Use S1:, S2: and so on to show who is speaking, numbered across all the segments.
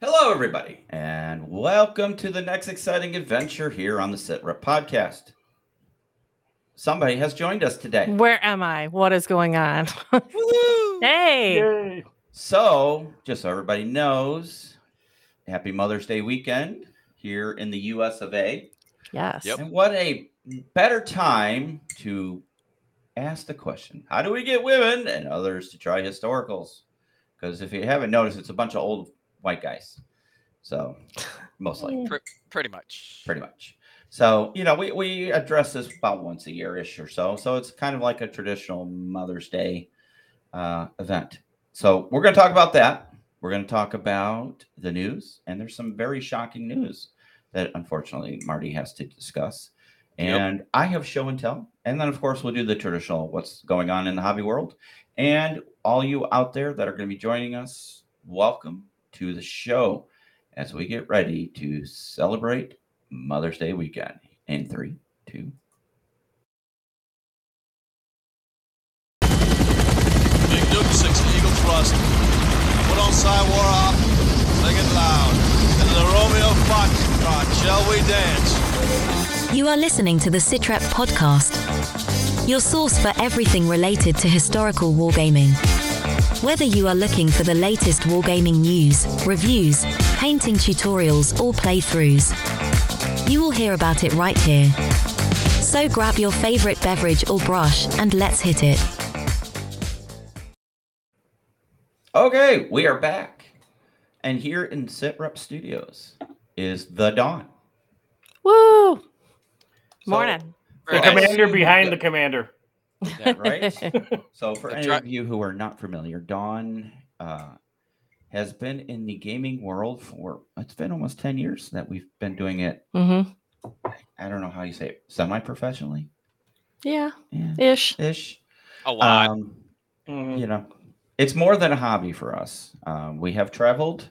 S1: Hello, everybody, and welcome to the next exciting adventure here on the SitRep podcast. Somebody has joined us today.
S2: Where am I? What is going on?
S1: Woo!
S2: hey,
S3: Yay.
S1: So, just so everybody knows, happy Mother's Day weekend here in the US of A.
S2: yes.
S4: Yep.
S1: And what a better time to ask the question how do we get women and others to try historicals? Because if you haven't noticed, it's a bunch of old white guys. So, mostly.
S4: Pretty much.
S1: pretty much. So, you know, we, we address this about once a year ish or so. So it's kind of like a traditional Mother's Day uh, event. So we're going to talk about that. We're going to talk about the news. And there's some very shocking news that unfortunately Marty has to discuss.
S4: Yep.
S1: And I have show and tell. And then, of course, we'll do the traditional what's going on in the hobby world. And all you out there that are going to be joining us, welcome to the show as we get ready to celebrate Mother's Day weekend in three, two.
S5: Big Duke 6 Eagle Thrust. Put on Cywar up. Sing it loud. Into the Romeo Foxtrot. Shall we dance?
S6: You are listening to the Sitrep podcast, your source for everything related to historical wargaming. Whether you are looking for the latest wargaming news, reviews, painting tutorials, or playthroughs, you will hear about it right here. So grab your favorite beverage or brush and let's hit it.
S1: Okay, we are back. And here in SitRep Studios is the Dawn.
S2: Woo!
S1: So-
S2: Morning.
S3: The
S1: Yes.
S3: commander behind the commander.
S4: Yeah,
S1: right? So, for
S4: The
S1: any
S4: tri-
S1: of you who are not familiar, Dawn uh, has been in the gaming world for it's been almost 10 years that we've been doing it.
S2: mm-hmm.
S1: I don't know how you say it, semi professionally.
S2: Yeah,
S1: Yeah,
S2: ish.
S1: ish.
S4: A lot.
S1: Um,
S3: Mhm.
S1: you know, it's more than a hobby for us. Um, we have traveled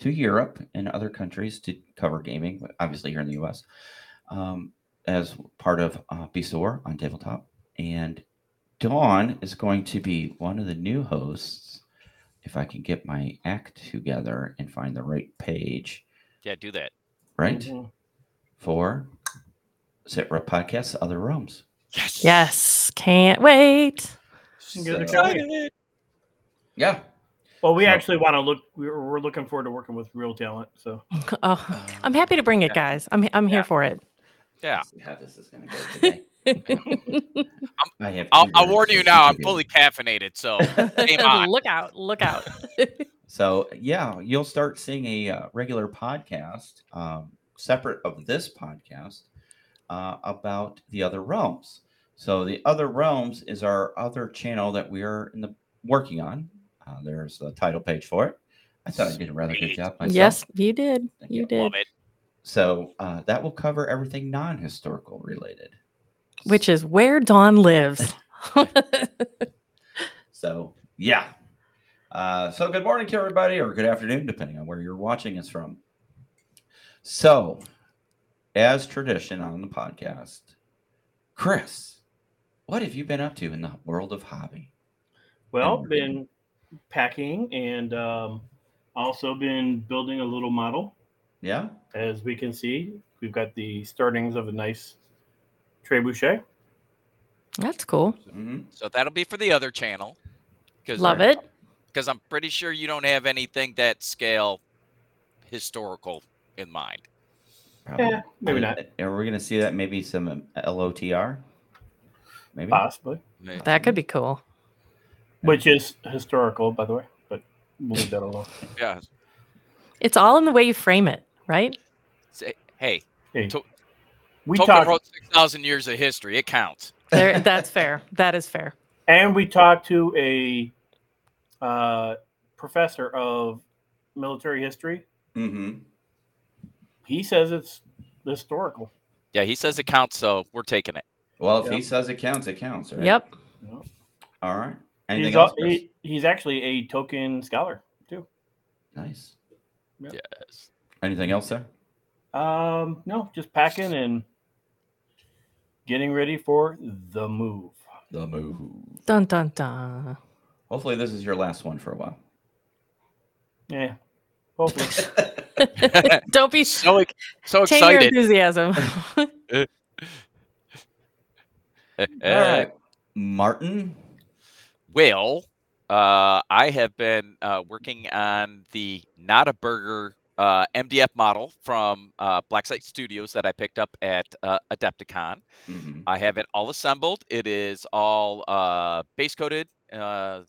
S1: to Europe and other countries to cover gaming, but obviously here in the U.S. Um, as part of uh, BSOR on tabletop, and Dawn is going to be one of the new hosts. If I can get my act together and find the right page,
S4: yeah, do that.
S1: right
S3: Mhm.
S1: for Sitrep Podcasts, other realms.
S4: Yes.
S2: Yes. Can't wait.
S3: Together,
S1: So-
S3: can't wait.
S1: yeah,
S3: Well, we
S1: So-
S3: actually want to look. We're, we're looking forward to working with real talent. So
S2: Oh, I'm happy to bring it,
S4: Yeah.
S2: guys. I'm I'm here
S4: Yeah.
S2: for it.
S4: Yeah.
S1: see how this is going to go today. I have.
S4: I'll,
S1: two
S4: I'll
S1: very
S4: warn you
S1: interesting
S4: now, I'm
S1: videos.
S4: fully caffeinated, so game on.
S2: look out! Look out!
S1: So yeah, you'll start seeing a uh, regular podcast, um, separate of this podcast, uh, about the other realms. So the other realms is our other channel that we are in the working on. Uh, there's the title page for it. I thought I did a rather good
S4: Sweet.
S1: job myself.
S2: Yes, you did.
S1: Thank
S2: You
S1: you.
S2: did.
S4: Love it.
S1: So uh, that will cover everything non-historical related.
S2: Which is where Dawn lives.
S1: So yeah. Uh, so good morning to everybody, or good afternoon, depending on where you're watching us from. So, as tradition on the podcast, Chris, what have you been up to in the world of hobby?
S3: well,
S1: Mhm.
S3: been packing and um, also been building a little model.
S1: Yeah.
S3: As we can see, we've got the startings of a nice trebuchet.
S2: That's cool.
S1: Mhm.
S4: So that'll be for the other channel. Cause,
S2: Love it.
S4: Because I'm pretty sure you don't have anything that scale historical in mind.
S1: Probably.
S3: Yeah, maybe not.
S1: Are we going to see that? Maybe some um, LOTR. Maybe.
S3: Possibly,
S2: That could be cool.
S3: which is historical, by the way. But we'll leave that alone.
S4: Yeah.
S2: It's all in the way you frame it, right?
S4: Say- Hey,
S3: Hey,
S4: To-
S3: we
S4: Tolkien
S3: talked,
S4: wrote 6,000 years of history. It counts.
S2: There, that's fair. That is fair.
S3: and we talked to a uh, professor of military history,
S1: Mm-hmm.
S3: he says it's historical.
S4: Yeah, he says it counts, so we're taking it.
S1: Well, if
S3: Yeah.
S1: he says it counts, it counts, right?
S2: Yep.
S1: All right. Anything
S3: He's,
S1: else?
S3: al-
S1: Chris?
S3: he- he's actually a token scholar too.
S1: Nice.
S4: Yes.
S1: Anything else there?
S3: Um, no, just packing and getting ready for the move.
S1: The move.
S2: Dun dun dun.
S1: Hopefully, this is your last one for a while.
S3: Yeah, hopefully.
S2: Don't be
S4: So, ex- so
S2: tame your
S4: excited.
S2: enthusiasm.
S1: All
S4: Uh,
S1: right. Martin.
S4: Well, uh, I have been uh, working on the Not a Burger uh, MDF model from uh, Black Site Studios that I picked up at uh, Adepticon.
S1: Mhm.
S4: I have it all assembled. It is all uh, base coated uh,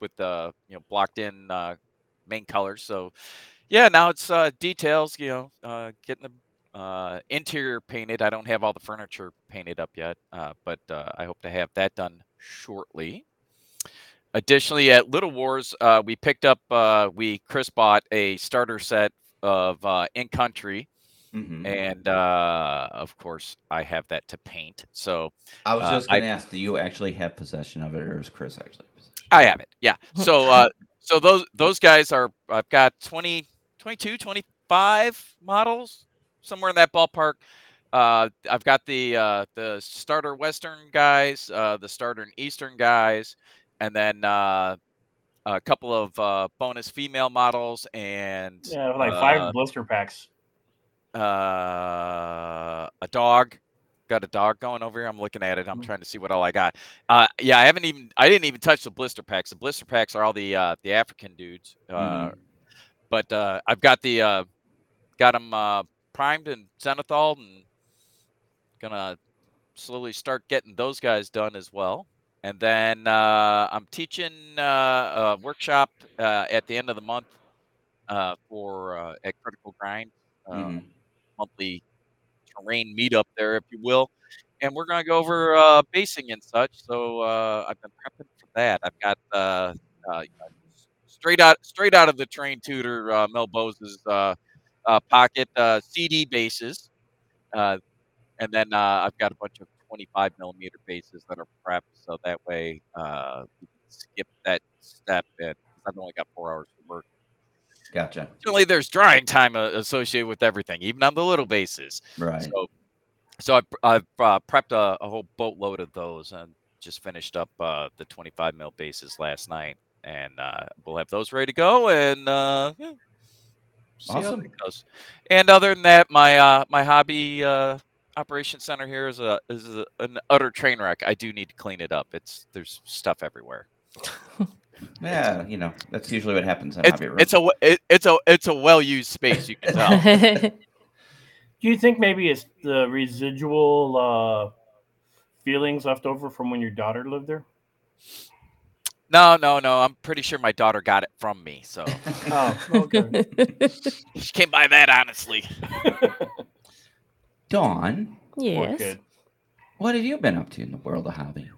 S4: with the you know blocked in uh, main colors. So yeah, now it's uh, details. You know, uh, getting the uh, interior painted. I don't have all the furniture painted up yet, uh, but uh, I hope to have that done shortly. Additionally, at Little Wars, uh, we picked up. Uh, we Chris bought a starter set of uh, in country
S1: Mhm.
S4: and uh, of course I have that to paint. So
S1: I was
S4: uh,
S1: just
S4: I-
S1: going to ask, do you actually have possession of it, or is Chris actually? possession?
S4: I have it. Yeah. So uh, so those those guys are I've got 20, 22, 25 models somewhere in that ballpark. Uh, I've got the uh, the starter Western guys, uh, the starter and Eastern guys, and then uh, a couple of uh, bonus female models and
S3: yeah, like
S4: Uh,
S3: five blister packs.
S4: uh, a dog. Got a dog going over here. I'm looking at it. I'm trying to see what all I got. Uh, yeah, I haven't even. I didn't even touch the blister packs. The blister packs are all the uh, the African dudes. Uh, But uh, I've got the uh, got them uh, primed and Zenithal, and gonna slowly start getting those guys done as well. And then uh, I'm teaching uh, a workshop uh, at the end of the month uh, for uh, at Critical Grind. Uh,
S1: Mhm.
S4: monthly terrain meetup there, if you will. And we're going to go over uh, basing and such. So uh, I've been prepping for that. I've got uh, uh, straight out straight out of the train tutor uh, Mel Bose's uh, uh, pocket uh, CD bases, uh, and then uh, I've got a bunch of 25 millimeter bases that are prepped. So that way uh, we can skip that step. And I've only got four hours to work
S1: Gotcha.
S4: Fortunately, there's drying time uh, associated with everything, even on the little bases.
S1: Right.
S4: So, so I, I've uh, prepped a, a whole boatload of those and just finished up uh, the 25 mil bases last night, and uh, we'll have those ready to go. And uh, yeah, see how
S1: Awesome.
S4: that goes. And other than that, my uh, my hobby uh, operation center here is a is a, an utter train wreck. I do need to clean it up. It's there's stuff everywhere.
S1: yeah, you know, that's usually what happens in
S4: It's,
S1: hobby rooms.
S4: it's a we- it, it's a it's a well used space. You can tell.
S3: Do you think maybe it's the residual uh, feelings left over from when your daughter lived there?
S4: No, no, no. I'm pretty sure my daughter got it from me. So
S1: Uh,
S3: Oh, okay.
S4: she can't buy that, honestly.
S1: Dawn,
S3: Poor
S2: yes.
S3: kid.
S1: what have you been up to in the world of hobby?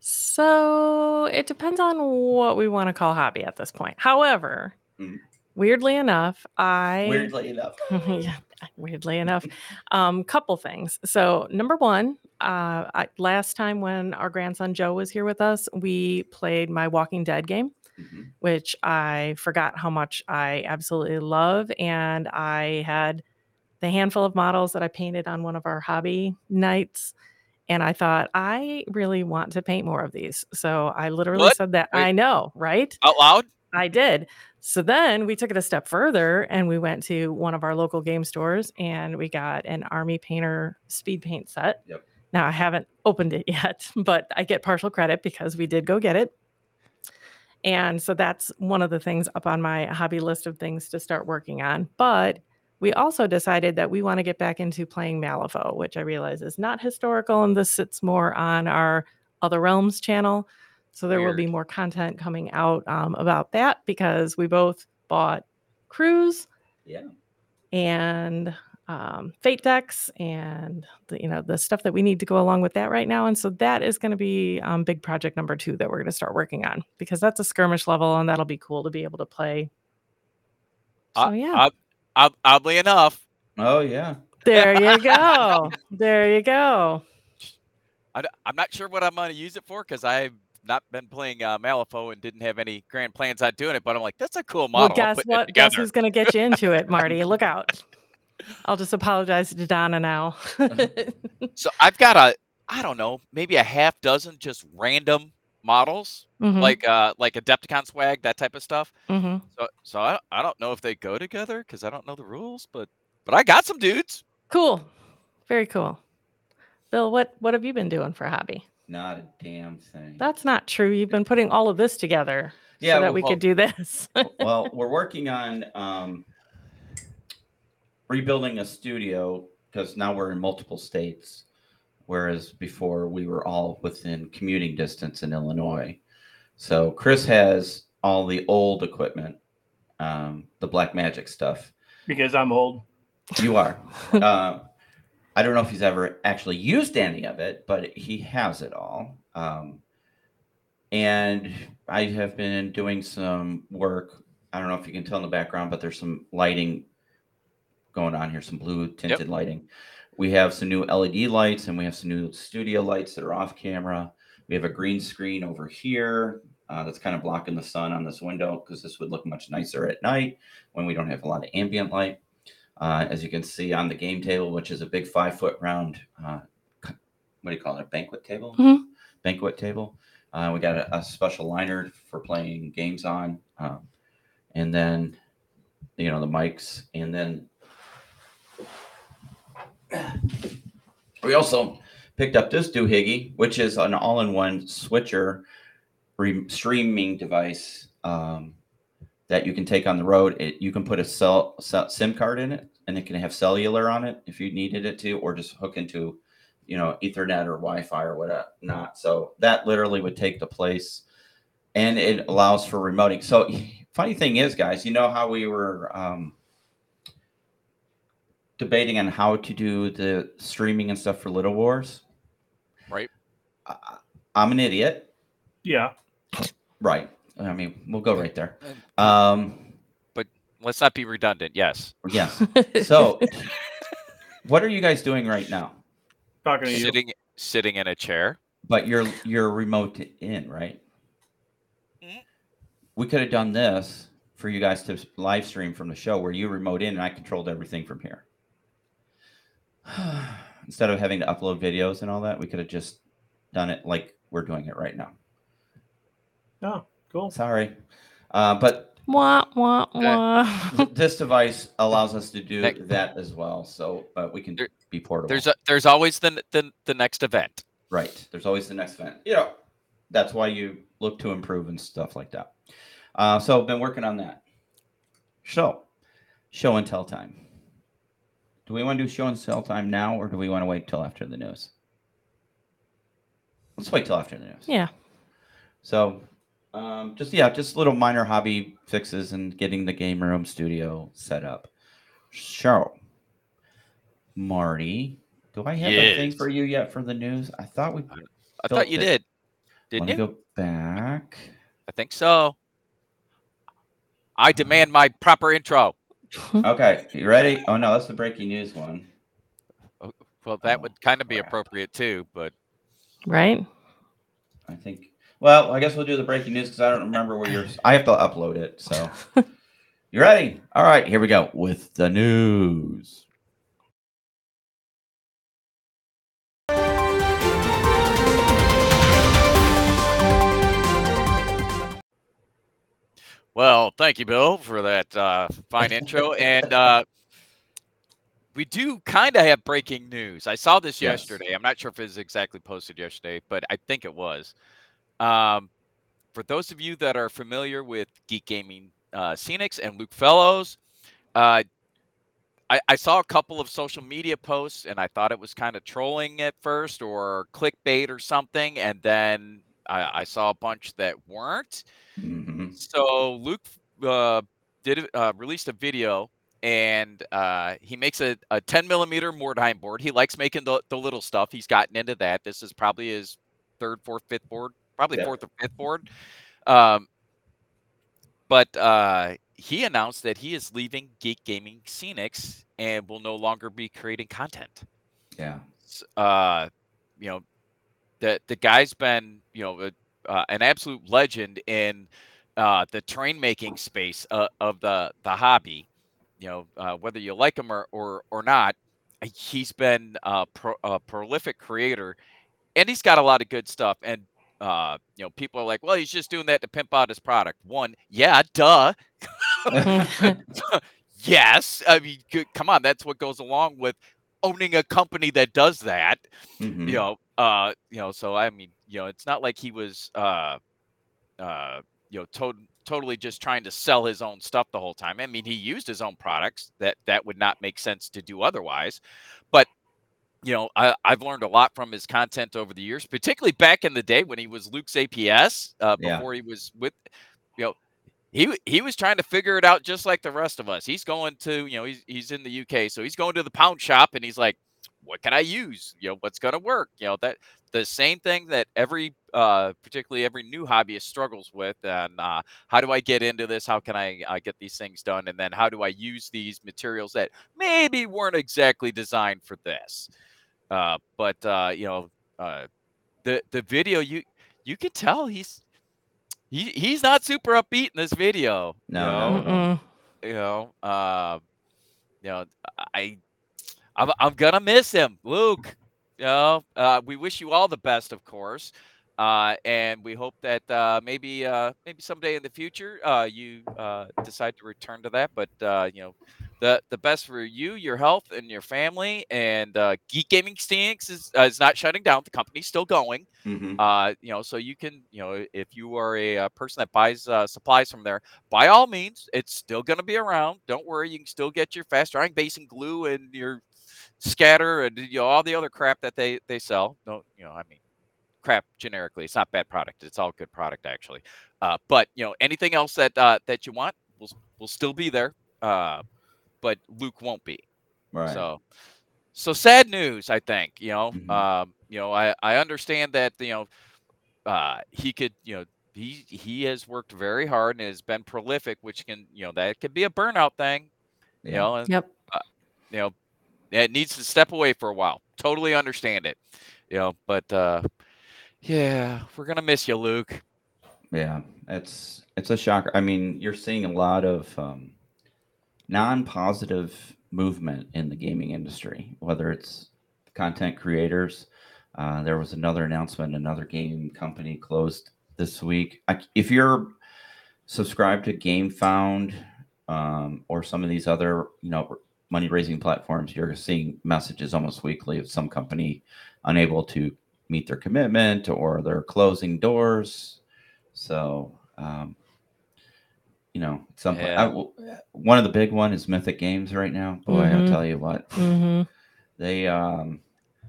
S2: So it depends on what we want to call hobby at this point. However,
S1: Mm.
S2: weirdly enough, I
S1: Weirdly enough.
S2: yeah, weirdly enough, um, couple things. So number one, uh, I, last time when our grandson Joe was here with us, we played my Walking Dead game
S1: Mhm.
S2: which I forgot how much I absolutely love. And I had the handful of models that I painted on one of our hobby nights. And I thought, I really want to paint more of these. So I literally
S4: What?
S2: said that
S4: Wait.
S2: I know, right?
S4: Out loud?
S2: I did. So then we took it a step further and we went to one of our local game stores and we got an army painter speed paint set.
S1: Yep.
S2: Now I haven't opened it yet, but I get partial credit because we did go get it. And so that's one of the things up on my hobby list of things to start working on. But we also decided that we want to get back into playing Malifaux, which I realize is not historical and this sits more on our Other Realms channel. So there will be
S4: Weird.
S2: more content coming out um, about that because we both bought Cruise
S1: Yeah.
S2: and um, fate decks and the, you know the stuff that we need to go along with that right now and so that is going to be um, big project number two that we're going to start working on because that's a skirmish level and that'll be cool to be able to play So
S4: Uh,
S2: yeah,
S4: ob- ob- oddly enough,
S1: Oh yeah.
S2: there you go. There you go.
S4: I, am not sure what I'm going to use it for because I've not been playing uh, Malifaux and didn't have any grand plans on doing it. But I'm like, that's a cool model.
S2: Well,
S4: I'll
S2: guess
S4: put it
S2: what? Guess
S4: together."
S2: who's going to get you into it, Marty? Look out. I'll just apologize to Donna now.
S4: Mm-hmm. So I've got a, I don't know, maybe a half dozen just random models,
S2: Mhm,
S4: like uh, like Adepticon swag, that type of stuff.
S2: mhm.
S4: So so I, I don't know if they go together because I don't know the rules, but but I got some dudes.
S2: Cool. Very cool. Bill, what what have you been doing for a hobby?
S1: Not a damn thing.
S2: That's not true. You've been putting all of this together so that we
S1: well-
S2: could do this.
S1: well, we're working on um, rebuilding a studio because now we're in multiple states, whereas before we were all within commuting distance in Illinois. So Chris has all the old equipment, um, the Black Magic stuff.
S3: because I'm old.
S1: You are. uh, I don't know if he's ever actually used any of it, but he has it all. Um, and I have been doing some work. I don't know if you can tell in the background, but there's some lighting going on here, some blue tinted lighting. We have some new LED lights and we have some new studio lights that are off camera. We have a green screen over here uh, that's kind of blocking the sun on this window because this would look much nicer at night when we don't have a lot of ambient light. Uh, as you can see on the game table, which is a big five foot round, uh, c- what do you call it, a banquet table?
S2: Mhm.
S1: Banquet table. Uh, we got a, a special liner for playing games on. Um, and then, you know, the mics. And then we also picked up this doohickey, which is an all in one switcher re- streaming device. Um, that you can take on the road. It, you can put a cell, cell SIM card in it, and it can have cellular on it if you needed it to, or just hook into, you know, Ethernet or Wi-Fi or whatnot. Not so that literally would take the place, and it allows for remoting. So funny thing is, guys, you know how we were um, debating on how to do the streaming and stuff for Little Wars,
S4: Right.
S1: I, I- I'm an idiot.
S3: Yeah,
S1: Right. I mean, we'll go right there. Um,
S4: Let's not be redundant. Yes,
S1: yes. So, what are you guys doing right now?
S3: talking to you.
S4: sitting sitting in a chair.
S1: But you're you're remote in, right?
S4: Mm-hmm.
S1: We could have done this for you guys to live stream from the show where you remote in and I controlled everything from here. Instead of having to upload videos and all that, we could have just done it like we're doing it right now.
S3: Oh, cool.
S1: Sorry. Uh, but
S2: wah, wah, wah.
S1: th- this device allows us to do
S4: Next.
S1: that as well. So uh, we can
S4: There-
S1: be portable.
S4: There's a, there's always the, n- the the next event.
S1: right. There's always the next event. You know, that's why you look to improve and stuff like that. Uh, so I've been working on that. So, show and tell time. Do we want to do show and tell time now, or do we want to wait till after the news? Let's wait till after the news.
S2: yeah.
S1: So, um, just yeah, just little minor hobby fixes and getting the game room studio set up. So, Marty, do I have a thing
S4: Yes.
S1: for you yet for the news? I thought we did
S4: I
S1: Felt
S4: thought you
S1: it.
S4: did, didn't you?
S1: go back.
S4: I think so. I
S1: Mm-hmm.
S4: demand my proper intro.
S1: Okay, you ready? Oh no, that's the breaking news one.
S4: Well, that
S1: Oh,
S4: would kind of be
S1: crap.
S4: appropriate too, but
S2: Right?
S1: I think. Well, I guess we'll do the breaking news because I don't remember where yours. I have to upload it. So, you ready? All right, here we go with the news.
S4: well, thank you, Bill, for that uh, fine intro. And uh, we do kind of have breaking news. I saw this
S1: Yes.
S4: yesterday. I'm not sure if it was exactly posted yesterday, but I think it was. Um, for those of you that are familiar with Geek Gaming uh, Scenics and Luke Fellows, uh, I, I saw a couple of social media posts and I thought it was kind of trolling at first or clickbait or something. And then I, I saw a bunch that weren't.
S1: Mhm.
S4: So Luke uh, did a- uh, released a video, and uh, he makes a, a 10 millimeter Mordheim board. He likes making the, the little stuff. He's gotten into that. This is probably his third, fourth, fifth board, probably
S1: Yep.
S4: fourth or fifth board. Um, but uh, he announced that he is leaving Geek Gaming Scenics and will no longer be creating content.
S1: Yeah.
S4: s- uh, you know, the the guy's been you know a- uh, an absolute legend in uh, the terrain making space uh, of the the hobby. You know, uh, whether you like him or or, or not, uh, he's been a, pro, a prolific creator, and he's got a lot of good stuff. And uh, you know, people are like, well, he's just doing that to pimp out his product. One, yeah, duh.
S1: Oh. Mm-hmm,
S4: Yes, I mean, c- come on, that's what goes along with owning a company that does that
S1: Mhm.
S4: you know uh you know so i mean you know it's not like he was uh uh you know to- totally just trying to sell his own stuff the whole time i mean he used his own products that that would not make sense to do otherwise but you know I, i've learned a lot from his content over the years particularly back in the day when he was luke's aps uh,
S1: Yeah.
S4: before he was with you know he, w- he was trying to figure it out just like the rest of us. He's going to, you know, he's, he's in the UK. So he's going to the pound shop and he's like, what can I use? You know, what's going to work? You know, that the same thing that every, uh, particularly every new hobbyist struggles with. And uh, how do I get into this? How can I uh, get these things done? And then how do I use these materials that maybe weren't exactly designed for this? Uh, but uh, you know, uh, the the video you you can tell he's he, he's not super upbeat in this video. you
S1: No, no, no.
S2: Mm-hmm. Mm-mm.
S4: know? you know, uh, you know, I, I'm, I'm gonna miss him, Luke. You know, uh, we wish you all the best, of course, uh, and we hope that uh, maybe, uh, maybe someday in the future, uh, you uh, decide to return to that. But uh, you know, the the best for you, your health, and your family. And uh, Geek Gaming Stinks is uh, is not shutting down. The company's still going
S1: Mhm.
S4: uh, you know, so you can, you know, if you are a, uh person that buys uh, supplies from there, by all means, it's still going to be around. Don't worry, you can still get your fast drying basin glue and your scatter and you know, all the other crap that they they sell. Don't you know? I mean, crap generically, it's not bad product. It's all good product actually. Uh, but you know, anything else that uh, that you want will s- will still be there. Uh, but Luke won't be.
S1: Right.
S4: So, so sad news. I think you know.
S1: Mhm.
S4: Um, you know, I I understand that you know uh, he could you know he he has worked very hard and has been prolific, which can you know that could be a burnout thing. You
S1: Yeah.
S4: know, and,
S2: Yep.
S4: you know it needs to step away for a while. Totally understand it. You know, but uh, yeah, we're gonna miss you, Luke.
S1: Yeah, it's it's a shocker. I mean, you're seeing a lot of um, non-positive movement in the gaming industry, whether it's content creators. Uh, there was another announcement, another game company closed this week. I, c- if you're subscribed to GameFound um, or some of these other, you know, money-raising platforms, you're seeing messages almost weekly of some company unable to meet their commitment or they're closing doors so, um, you know, some
S4: Yeah.
S1: I w- one of the big one is Mythic Games right now. Boy, I'll
S2: Mhm.
S1: tell you what,
S2: hmm
S1: they um,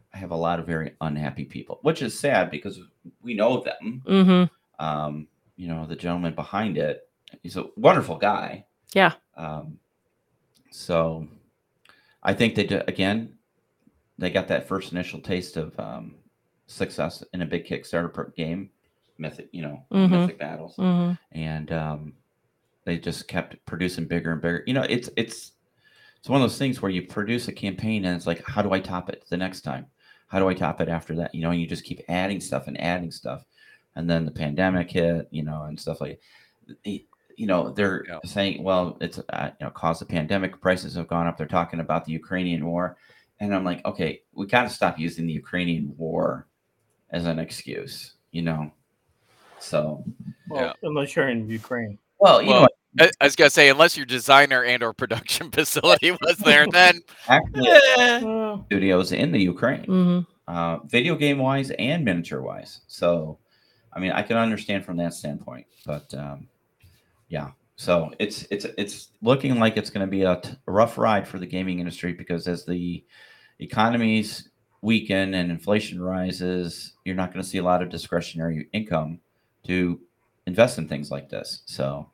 S1: have a lot of very unhappy people, which is sad because we know them.
S2: hmm
S1: Um, you know, the gentleman behind it, he's a wonderful guy.
S2: Yeah.
S1: Um, so, I think they ju- again, they got that first initial taste of um, success in a big Kickstarter pro- game, Mythic, you know,
S2: Mhm.
S1: Mythic Battles
S2: hmm
S1: and um, they just kept producing bigger and bigger. You know, it's it's it's one of those things where you produce a campaign and it's like, how do I top it the next time? How do I top it after that? You know, and you just keep adding stuff and adding stuff, and then the pandemic hit, you know, and stuff like, y- you know, they're
S4: Yeah.
S1: saying, well, it's uh, you know, caused the pandemic. Prices have gone up. They're talking about the Ukrainian war, and I'm like, okay, we got to stop using the Ukrainian war as an excuse, you know. So,
S3: Well,
S4: Yeah.
S3: Unless you're in Ukraine.
S1: well, you know,
S4: Well, I, I was gonna say unless your designer and or production facility was there, then
S1: actually
S4: eh,
S3: Uh,
S1: studios in the Ukraine,
S2: hmm
S1: uh, video game wise and miniature wise. So, I mean, I can understand from that standpoint, but um, yeah. So it's it's it's looking like it's going to be a t- rough ride for the gaming industry because as the economies weaken and inflation rises, you're not going to see a lot of discretionary income to invest in things like this. So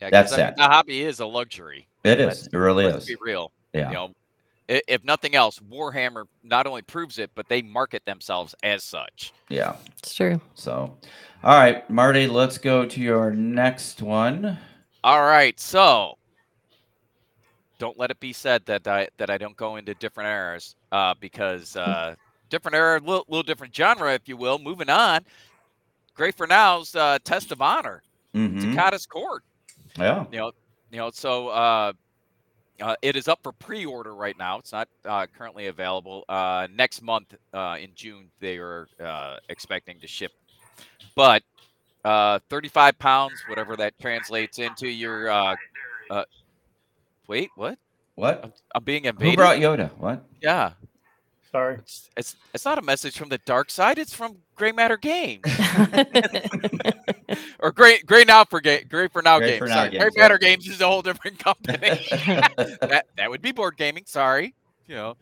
S4: yeah, 'cause,
S1: That's
S4: I mean,
S1: sad.
S4: The hobby is a luxury.
S1: it is. It really
S4: Let's
S1: is.
S4: be real.
S1: Yeah.
S4: You know, i- if nothing else, Warhammer not only proves it, but they market themselves as such.
S1: Yeah.
S2: It's true.
S1: So, all right, Marty, let's go to your next one.
S4: All right, so don't let it be said that I that I don't go into different eras uh, because uh, different era, little, little different genre, if you will. Moving on, great for now's uh, test of honor,
S1: Mhm.
S4: Takata's Court.
S1: Yeah.
S4: You know, you know, so uh, uh, it is up for pre-order right now. It's not uh, currently available. Uh, next month uh, in June, they are uh, expecting to ship. But uh, 35 pounds, whatever that translates into your. Uh, uh, wait, what?
S1: What?
S4: I'm, I'm being
S1: Who
S4: invaded.
S1: brought Yoda? What?
S4: yeah,
S3: Sorry.
S4: it's, it's it's not a message from the dark side. It's from Gray Matter Games or Gray Gray Now for Game Gray for Now
S1: Gray
S4: Games.
S1: for Now
S4: Sorry, Gray
S1: Games, yeah.
S4: Matter Games is a whole different company. that that would be board gaming. Sorry, you know.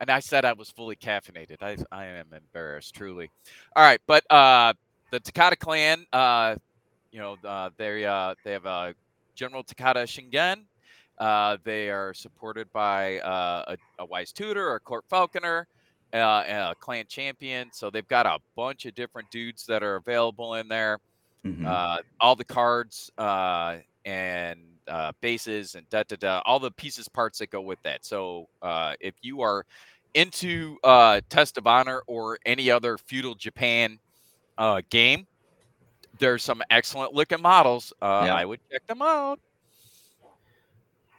S4: And I said I was fully caffeinated. I I am embarrassed, truly. All right, but uh, the Takata clan, uh, you know, uh, they uh, they have uh, General Takata Shingen. Uh, they are supported by uh, a, a wise tutor, a court falconer, uh, and a clan champion. So they've got a bunch of different dudes that are available in there
S1: Mhm.
S4: uh, all the cards uh, and uh, bases and da da da, all the pieces parts that go with that. So uh, if you are into uh, Test of Honor or any other feudal Japan uh, game, there's some excellent looking models. Uh,
S1: Yeah.
S4: I would check them out.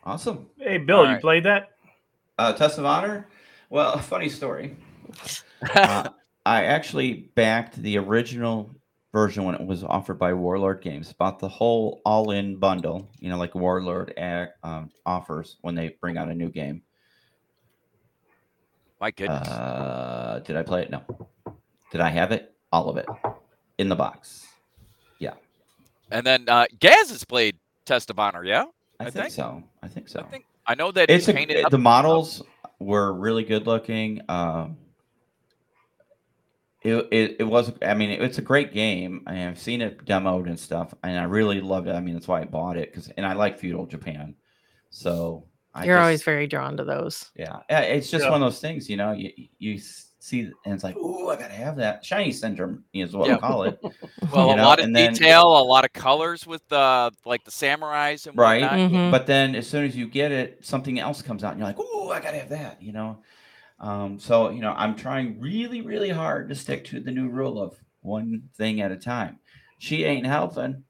S1: awesome.
S3: Hey, Bill, you
S4: Alright.
S3: played that?
S1: Uh, Test of Honor. Well, a funny story. Uh, I actually backed the original version when it was offered by Warlord Games. Bought the whole all-in bundle. You know, like Warlord ac- um, offers when they bring out a new game.
S4: My goodness.
S1: Uh, did I play it? No. Did I have it? All of it in the box.
S4: and then uh, Gaz has played Test of Honor. Yeah,
S1: I,
S4: I
S1: think,
S4: think-
S1: so. I think so.
S4: I think I know that
S1: it's
S4: he
S1: a,
S4: painted
S1: uh,
S4: up
S1: the models were really good looking. Um, it, it, it was I mean it's a great game. I have seen it demoed and stuff, and I really loved it. I mean that's why I bought it because and I like feudal Japan, so I
S2: You're
S1: just-
S2: always very drawn to those.
S1: yeah. Uh, It's just
S3: Yeah.
S1: one of those things, you know. You you s- see th- and it's like oh I gotta have that shiny syndrome is what
S4: Yeah.
S1: we call it.
S4: well,
S1: you
S4: a
S1: know,
S4: lot of
S1: and then-
S4: detail, a lot of colors with uh, like the samurais and
S1: Right.
S4: whatnot.
S2: Mhm.
S1: But then as soon as you get it, something else comes out and you're like, oh, I gotta have that, you know. Um, so you know, I'm trying really, really hard to stick to the new rule of one thing at a time. She ain't helping.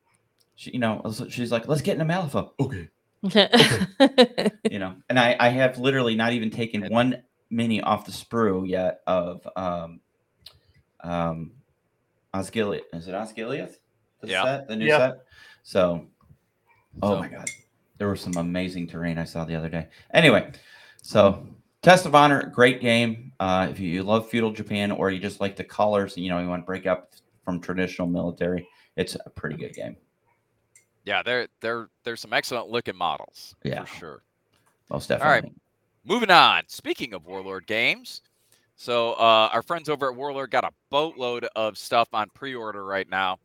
S1: She, you know, so she's like, let's get an Amalfa. Okay. You know, and I, I have literally not even taken
S4: And-
S1: one mini off the sprue yet of um um Osgiliath. Is it Osgiliath? The
S4: Yeah.
S1: set, the new
S3: Yeah.
S1: set. So Oh
S4: So-
S1: my god. There was some amazing terrain I saw the other day. Anyway, so Test of Honor, great game. Uh, if you love feudal Japan or you just like the colors, you know, you want to break up from traditional military, it's a pretty good game.
S4: Yeah, there there there's some excellent looking models
S1: Yeah.
S4: for sure.
S1: Most
S4: right.
S1: definitely.
S4: Moving on. Speaking of Warlord games, so uh, our friends over at Warlord got a boatload of stuff on pre-order right now.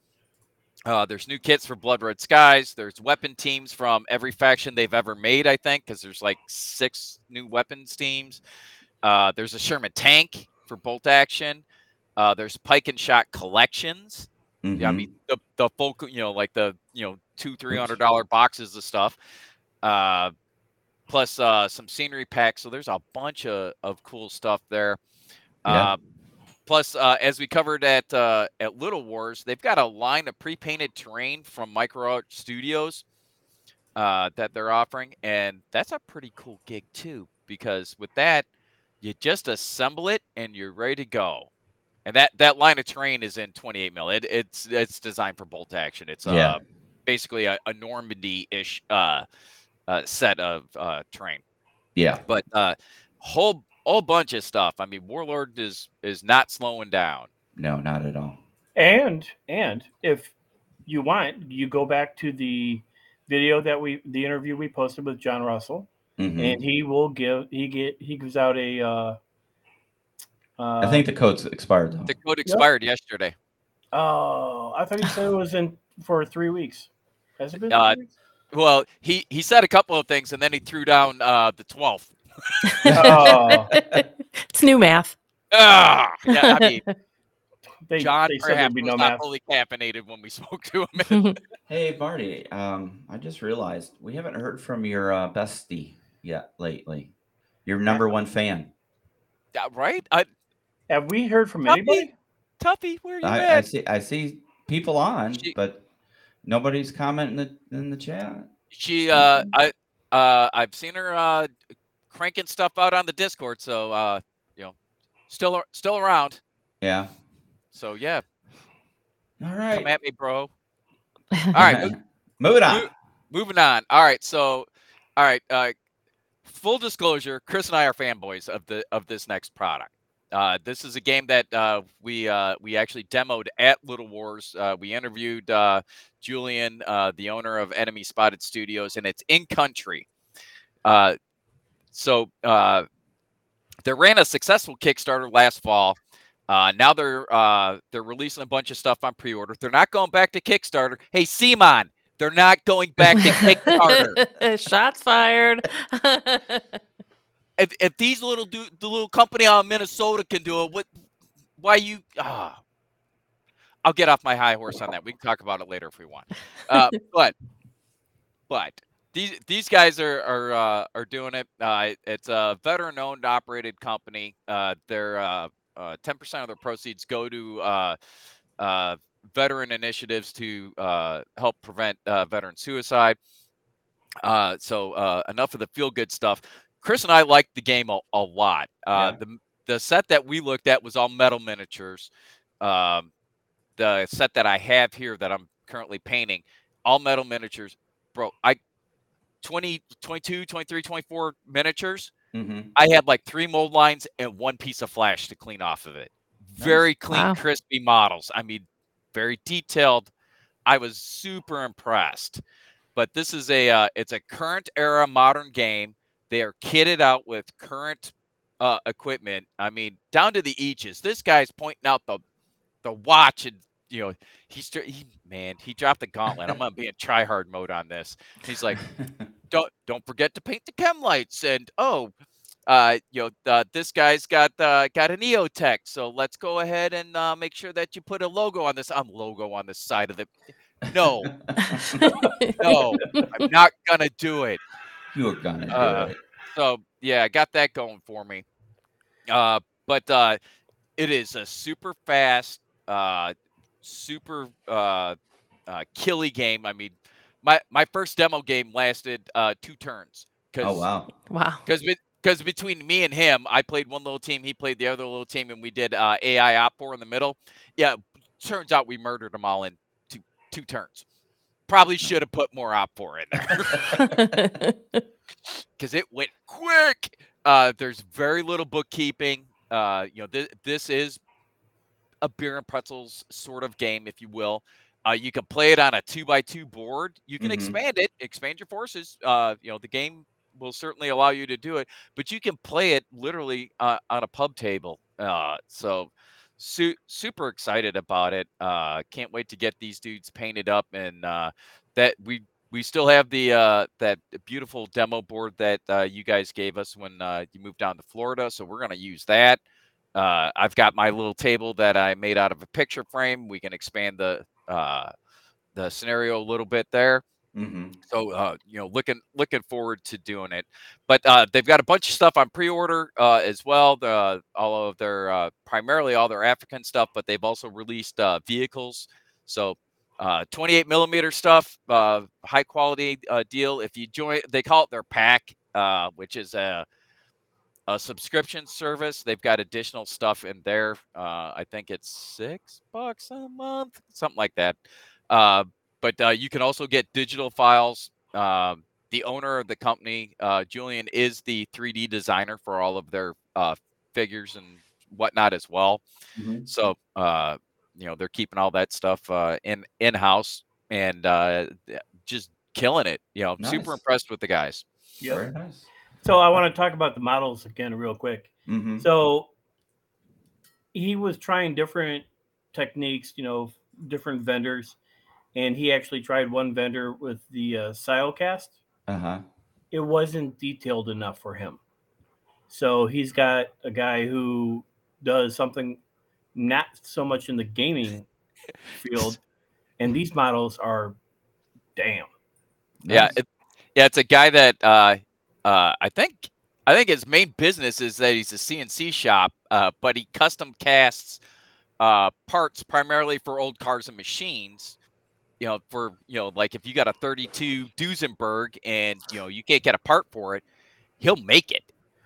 S4: Uh, there's new kits for Blood Red Skies. There's weapon teams from every faction they've ever made, I think, because there's like six new weapons teams. Uh, there's a Sherman tank for bolt action. Uh, there's pike and shot collections. Yeah, I
S1: Mhm.
S4: mean the the full, co- you know, like the you know two three hundred dollar boxes of stuff, uh, plus uh, some scenery packs. So there's a bunch of, of cool stuff there.
S1: Yeah.
S4: Uh, plus, uh, as we covered at uh, at Little Wars, they've got a line of pre painted terrain from Micro Art Studios uh, that they're offering, and that's a pretty cool gig too. Because with that, you just assemble it and you're ready to go. And that that line of terrain is in 28 mil. It, it's it's designed for bolt action. It's uh,
S1: Yeah.
S4: basically a, a Normandy ish uh, uh, set of uh, terrain
S1: yeah.
S4: but uh whole whole bunch of stuff i mean warlord is is not slowing down
S1: No, not at all.
S3: And and if you want, you go back to the video that we the interview we posted with John Russell,
S4: Hmm.
S1: Mhm.
S3: and he will give he get he gives out a uh, uh
S1: I think the code's expired though.
S4: the code expired yesterday
S3: Oh, I thought you said it was in for three weeks. Has it been?
S4: Uh,
S3: three weeks?
S4: well he he said a couple of things and then he threw down uh the 12th
S3: oh,
S2: it's new math.
S4: ah yeah i mean
S3: They,
S4: John
S3: they said there'd
S4: perhaps
S3: be
S4: was
S3: no
S4: not
S3: math.
S4: fully caffeinated when we spoke to him.
S1: Hey, Marty. Um, I just realized we haven't heard from your uh, bestie yet lately. Your number one fan.
S4: Yeah, right? I,
S3: Have we heard from
S4: Tuffy?
S3: anybody?
S4: Tuffy, where are you
S1: I, I
S4: at?
S1: see. I see people on,
S4: She-
S1: but nobody's commenting in the, in the chat.
S4: She, uh, I, uh, I've seen her uh, cranking stuff out on the Discord. So, uh, you know, still, ar- still around.
S1: Yeah.
S4: So yeah,
S1: All
S4: come
S1: right.
S4: at me, bro. All right, mo-
S1: Moving on.
S4: moving on. All right, so, all right. Uh, full disclosure: Chris and I are fanboys of the of this next product. Uh, this is a game that uh, we uh, we actually demoed at Little Wars. Uh, we interviewed uh, Julian, uh, the owner of Enemy Spotted Studios, and it's in country. Uh, so uh, they ran a successful Kickstarter last fall. Uh, now they're uh, they're releasing a bunch of stuff on pre-order. They're not going back to Kickstarter. Hey, Simon, they're not going back to Kickstarter.
S2: Shots fired.
S4: if, if these little do the little company out of Minnesota can do it, what? Why you? Ah, I'll get off my high horse on that. We can talk about it later if we want. Uh, but but these these guys are are uh, are doing it. Uh, it's a veteran owned operated company. Uh, their uh, uh, 10% of their proceeds go to uh, uh, veteran initiatives to uh, help prevent uh, veteran suicide. Uh, so uh, enough of the feel good stuff. Chris and I liked the game a, a lot. Uh,
S1: Yeah.
S4: The the set that we looked at was all metal miniatures. Um, the set that I have here that I'm currently painting, all metal miniatures. Bro, I 20, 22, 23, 24 miniatures.
S1: hmm
S4: I had like three mold lines and one piece of flash to clean off of it. Very clean,
S2: Wow.
S4: crispy models. I mean, very detailed. I was super impressed. But this is a uh, it's a current era modern game. They are kitted out with current uh, equipment. I mean, down to the eaches. This guy's pointing out the the watch and you know he's tr- he, man he dropped the gauntlet. I'm gonna be in try hard mode on this. He's like don't don't forget to paint the chem lights and oh uh you know uh, this guy's got uh got an eotech so let's go ahead and uh make sure that you put a logo on this i'm logo on this side of the no no i'm not gonna do it
S1: you were gonna do
S4: Uh,
S1: it. Oh,
S4: so yeah, I got that going for me. Uh, but uh, it is a super fast, uh, super uh, uh, killy game. I mean, my my first demo game lasted uh, two turns
S1: Oh
S4: because
S1: wow.
S2: wow.
S4: because between me and him, I played one little team, he played the other little team, and we did uh, AI op four in the middle. Yeah, turns out we murdered them all in two two turns. Probably should have put more op four in there. because it went quick. Uh, there's very little bookkeeping. Uh, you know, th- this is a beer and pretzels sort of game, if you will. Uh, you can play it on a two by two board. You can
S1: Mhm.
S4: expand it, expand your forces. Uh, you know, the game will certainly allow you to do it, but you can play it literally uh, on a pub table. Uh, so, su- super excited about it. Uh, can't wait to get these dudes painted up and uh, that we we still have the uh, that beautiful demo board that uh, you guys gave us when uh, you moved down to Florida. So we're gonna use that. Uh, I've got my little table that I made out of a picture frame. We can expand the uh, the scenario a little bit there
S1: hmm
S4: so uh, you know looking looking forward to doing it but uh, they've got a bunch of stuff on pre-order uh, as well the, all of their uh, primarily all their african stuff but they've also released uh, vehicles so uh, 28 millimeter stuff uh, high quality uh, deal if you join they call it their pack uh, which is a, a subscription service they've got additional stuff in there uh, i think it's six bucks a month something like that uh, but uh, you can also get digital files. Um, the owner of the company, uh, Julian, is the 3D designer for all of their uh, figures and whatnot as well.
S1: Mhm.
S4: So uh, you know they're keeping all that stuff uh, in in house and uh, th- just killing it. You know, I'm super
S1: Nice.
S4: impressed with the guys.
S3: Yep.
S1: Very nice.
S3: So I want to talk about the models again real quick.
S1: hmm
S3: So he was trying different techniques, you know, different vendors, and he actually tried one vendor with the uh, Silecast.
S1: Uh huh.
S3: It wasn't detailed enough for him. So he's got a guy who does something not so much in the gaming field. And these models are damn.
S4: Yeah, it, yeah, it's a guy that uh, uh, I think I think his main business is that he's a CNC shop, uh, but he custom casts uh, parts primarily for old cars and machines. You know, for you know, like if you got a 32 Duesenberg and you know you can't get a part for it, he'll make it.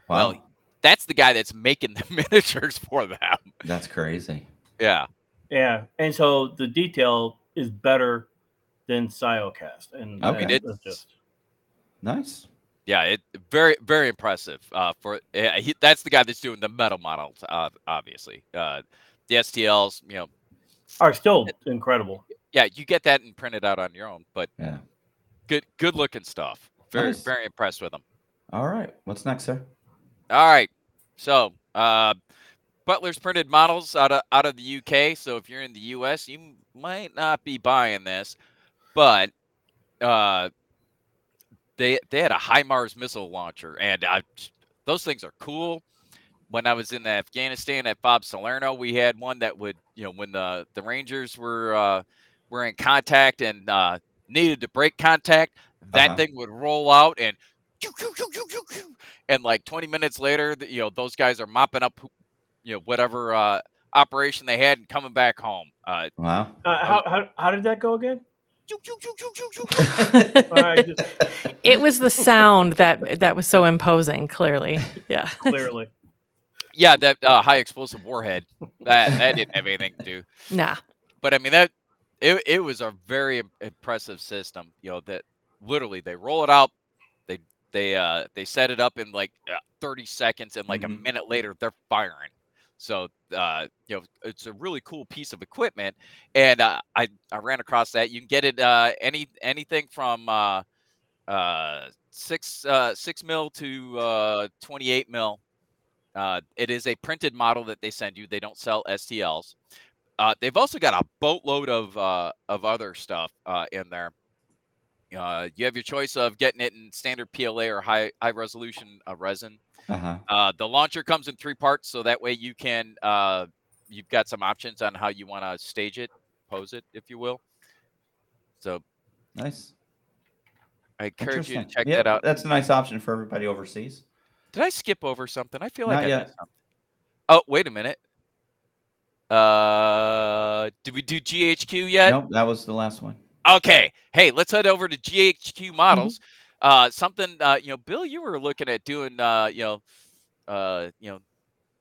S1: Wow.
S4: Well, that's the guy that's making the miniatures for them.
S1: That's crazy.
S4: Yeah,
S3: Yeah. And so the detail is better than Siocast. And
S1: Okay.
S3: that's
S4: It's-
S3: just-
S1: Nice.
S4: yeah, it very very impressive. Uh, for yeah, he, that's the guy that's doing the metal models, uh, obviously. Uh, the STLs, you know,
S3: are still incredible.
S4: yeah, you get that and print it out on your own, but
S1: Yeah.
S4: good good looking stuff. Very
S1: Nice.
S4: very impressed with them.
S1: All right. What's next, sir?
S4: All right, so uh, Butler's printed models out of out of the UK. So if you're in the US, you m- might not be buying this, but uh, they they had a HIMARS missile launcher, and I, those things are cool. When I was in Afghanistan at Bob Salerno, we had one that would you know when the the Rangers were uh, were in contact and uh, needed to break contact, that
S1: Uh-huh.
S4: thing would roll out and. "Choo, choo, choo, choo, choo, choo," and like 20 minutes later th- you know those guys are mopping up who- you know whatever uh operation they had and coming back home uh
S1: Wow.
S3: Uh, how, how, how did that go again?
S4: choo, choo, choo, choo, choo, choo.
S3: All right, just
S2: It was the sound that that was so imposing. Clearly, yeah.
S3: clearly.
S4: yeah that uh, high explosive warhead that that didn't have anything to do
S2: Nah.
S4: but i mean that it, it was a very im- impressive system you know that literally they roll it out they they uh they set it up in like uh, 30 seconds and like a
S1: Mhm.
S4: minute later they're firing so uh you know it's a really cool piece of equipment and uh, i i ran across that you can get it uh any anything from uh uh six uh six mil to uh 28 mil uh it is a printed model that they send you they don't sell stls uh, they've also got a boatload of uh, of other stuff uh, in there. Uh, you have your choice of getting it in standard PLA or high high resolution uh, resin.
S1: Uh huh.
S4: Uh, the launcher comes in three parts, so that way you can uh, you've got some options on how you want to stage it, pose it, if you will. So
S1: Nice.
S4: I encourage you to
S1: Interesting.
S4: check
S1: Yeah,
S4: that out.
S1: That's a nice option for everybody overseas.
S4: Did I skip over something? I feel like
S1: Not
S4: I
S1: yet.
S4: missed something. Oh, wait a minute. Uh, did we do GHQ yet?
S1: nope, that was the last one.
S4: Okay. Hey, let's head over to GHQ
S1: Mm-hmm.
S4: models. Uh, something uh, you know, Bill, you were looking at doing uh, you know, uh, you know,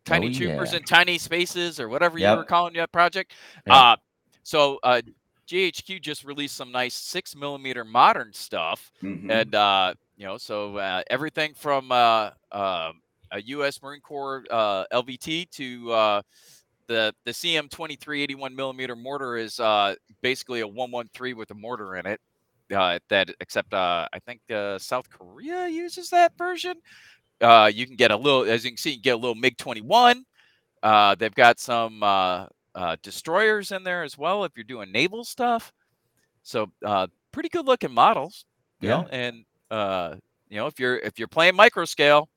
S4: tiny troopers
S1: Oh, yeah.
S4: in tiny spaces or whatever you were
S1: Yep.
S4: calling that project.
S1: Yeah.
S4: Uh, so uh, GHQ just released some nice six millimeter modern stuff,
S1: Mhm.
S4: and uh, you know, so uh, everything from uh, uh, a U.S. Marine Corps uh, LVT to uh, the the CM twenty three eighty one millimeter mortar is uh, basically a one one three with a mortar in it. Uh, that except uh, I think uh, South Korea uses that version. Uh, you can get a little, as you can see, you can get a little MiG twenty one. Uh, they've got some uh, uh, destroyers in there as well if you're doing naval stuff. So uh, pretty good looking models you
S1: yeah.
S4: know and uh you know if you're if you're playing micro scale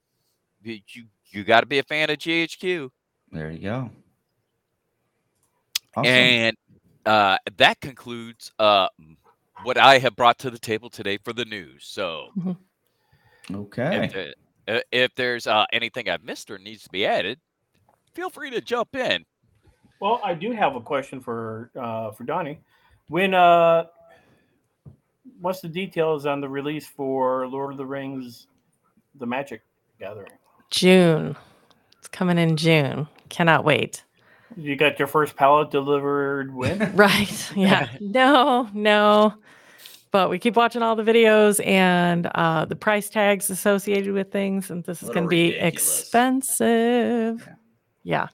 S4: you you, you got to be a fan of ghq
S1: There you go. Awesome.
S4: and uh that concludes uh m- what i have brought to the table today for the news so
S1: okay.
S4: if, the- uh, if there's uh anything i've missed or needs to be added feel free to jump in
S3: Well, I do have a question for uh, for Donnie. When uh, what's the details on the release for Lord of the Rings, The Magic Gathering?
S2: June. It's coming in June. Cannot wait.
S3: You got your first pallet delivered when?
S2: Right. Yeah. no, no. But we keep watching all the videos and uh, the price tags associated with things, and this is
S1: Little
S2: going to be
S1: ridiculous.
S2: expensive.
S1: Yeah.
S2: Yeah.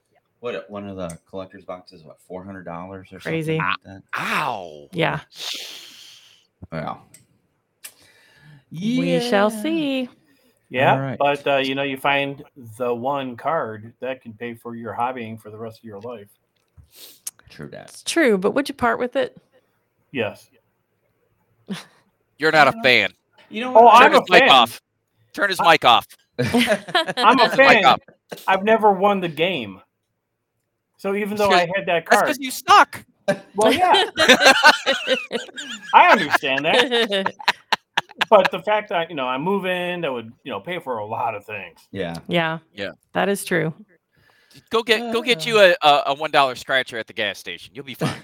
S1: What one of the collector's boxes? What four hundred dollars or
S2: Crazy.
S1: something like that?
S4: ow
S2: Yeah.
S1: Well,
S2: We shall
S1: Yeah.
S2: see.
S3: yeah,
S1: All right.
S3: but uh, you know, you find the one card that can pay for your hobbying for the rest of your life.
S1: True that.
S2: It's true, but would you part with it?
S3: Yes.
S4: you're not a fan
S1: You know
S3: Oh,
S4: turn
S3: I'm
S4: his
S3: a
S4: mic
S3: fan.
S4: off turn his mic off
S3: I'm a
S4: turn his mic
S3: fan.
S4: off
S3: I've never won the game. So even though I had that
S4: That's
S3: card,
S4: because you suck.
S3: well, yeah, I understand that. But the fact that you know I move in, that would you know pay for a lot of things.
S1: Yeah.
S2: yeah.
S4: Yeah.
S2: That is true.
S4: Go get go get you
S3: Uh.
S4: a, a, a one dollar scratcher at the gas station. You'll be fine.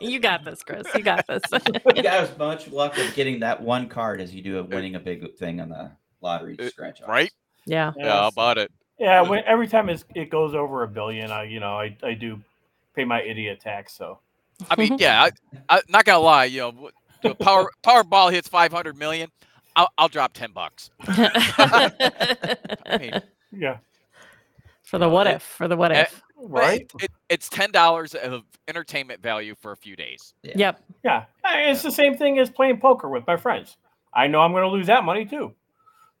S2: you got this, Chris. You got this.
S1: You got as much luck of getting that one card as you do of winning a big thing on the lottery
S4: Uh,
S1: scratch off.
S4: right?
S2: yeah.
S4: Yeah, how about it?
S3: Yeah, when, every time it's, it goes over a billion, I you know I, I do pay my idiot tax. So
S4: I mean, yeah, I, I not gonna lie, you know, w- the power Powerball hits five hundred million. I'll, I'll drop ten bucks. I mean,
S3: yeah,
S2: for the what if, for the what
S4: Eh,
S2: if.
S3: right.
S4: it, it's ten dollars of entertainment value for a few days.
S1: Yeah.
S2: Yep.
S3: Yeah, I mean, it's the same thing as playing poker with my friends. I know I'm going to lose that money too.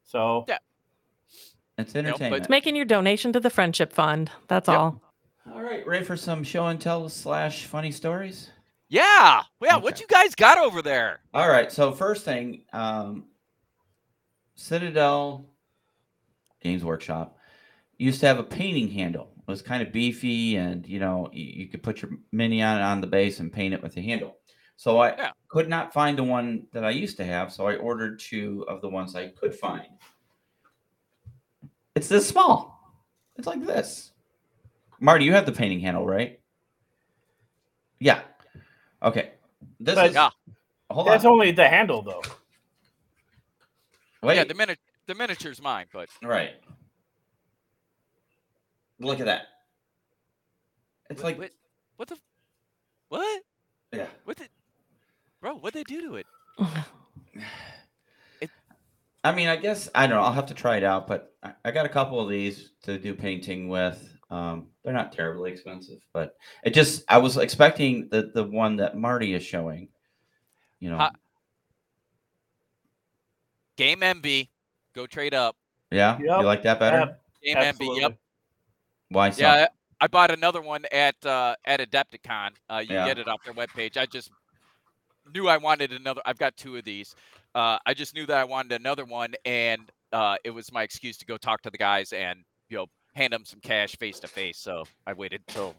S3: So
S1: It's
S4: but-
S1: entertainment.
S2: It's making your donation to the friendship fund. That's
S4: Yep.
S2: all.
S1: All right, ready for some show and tell slash funny stories?
S4: Yeah, yeah. What
S1: Okay.
S4: you guys got over there?
S1: All right. So first thing, um, Citadel Games Workshop used to have a painting handle. It was kind of beefy, and you know you, you could put your mini on on the base and paint it with the handle. So I
S4: Yeah.
S1: could not find the one that I used to have, so I ordered two of the ones I could find. It's this small. It's like this. Marty, you have the painting handle, right? Yeah. Okay. This
S3: But- uh,
S1: is
S4: Yeah,
S1: hold on.
S3: that's only the handle though.
S1: Wait,
S4: yeah. The mini- the miniature's mine, but
S1: right. Look at that. It's
S4: wh-
S1: like,
S4: wh- what the, f- what,
S1: yeah.
S4: what the, bro? What they do to it?
S1: I mean, I guess I don't know. I'll have to try it out, but I, I got a couple of these to do painting with. Um, they're not terribly expensive, but it just I was expecting the the one that Marty is showing. You know,
S4: Uh, Game MB, go trade up.
S1: yeah,
S3: Yep,
S1: you like that better?
S3: yep,
S4: Game
S3: Absolutely.
S4: MB, yep.
S1: Why so?
S4: Yeah, I I bought another one at uh, at Adepticon. Uh, you
S1: Yeah.
S4: can get it off their webpage. I just knew I wanted another. I've got two of these. Uh, I just knew that I wanted another one, and uh, it was my excuse to go talk to the guys and you know hand them some cash face to face. So I waited till.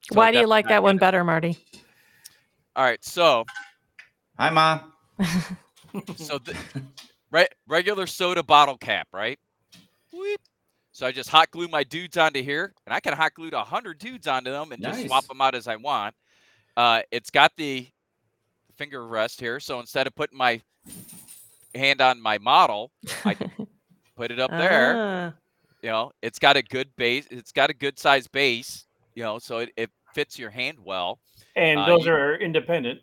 S4: till
S2: Why do you like
S4: Adepticon.
S2: that one better, Marty?
S4: All right, so
S1: Hi, Ma.
S4: so the re- regular soda bottle cap, right? Whoop. So I just hot glue my dudes onto here, and I can hot glue a hundred dudes onto them and just swap
S1: Nice.
S4: them out as I want. Uh, it's got the finger rest here, so instead of putting my hand on my model, I put it up there
S2: Ah,
S4: you know it's got a good base it's got a good size base you know so it, it fits your hand well
S3: And
S4: Uh,
S3: those
S4: you-
S3: are independent.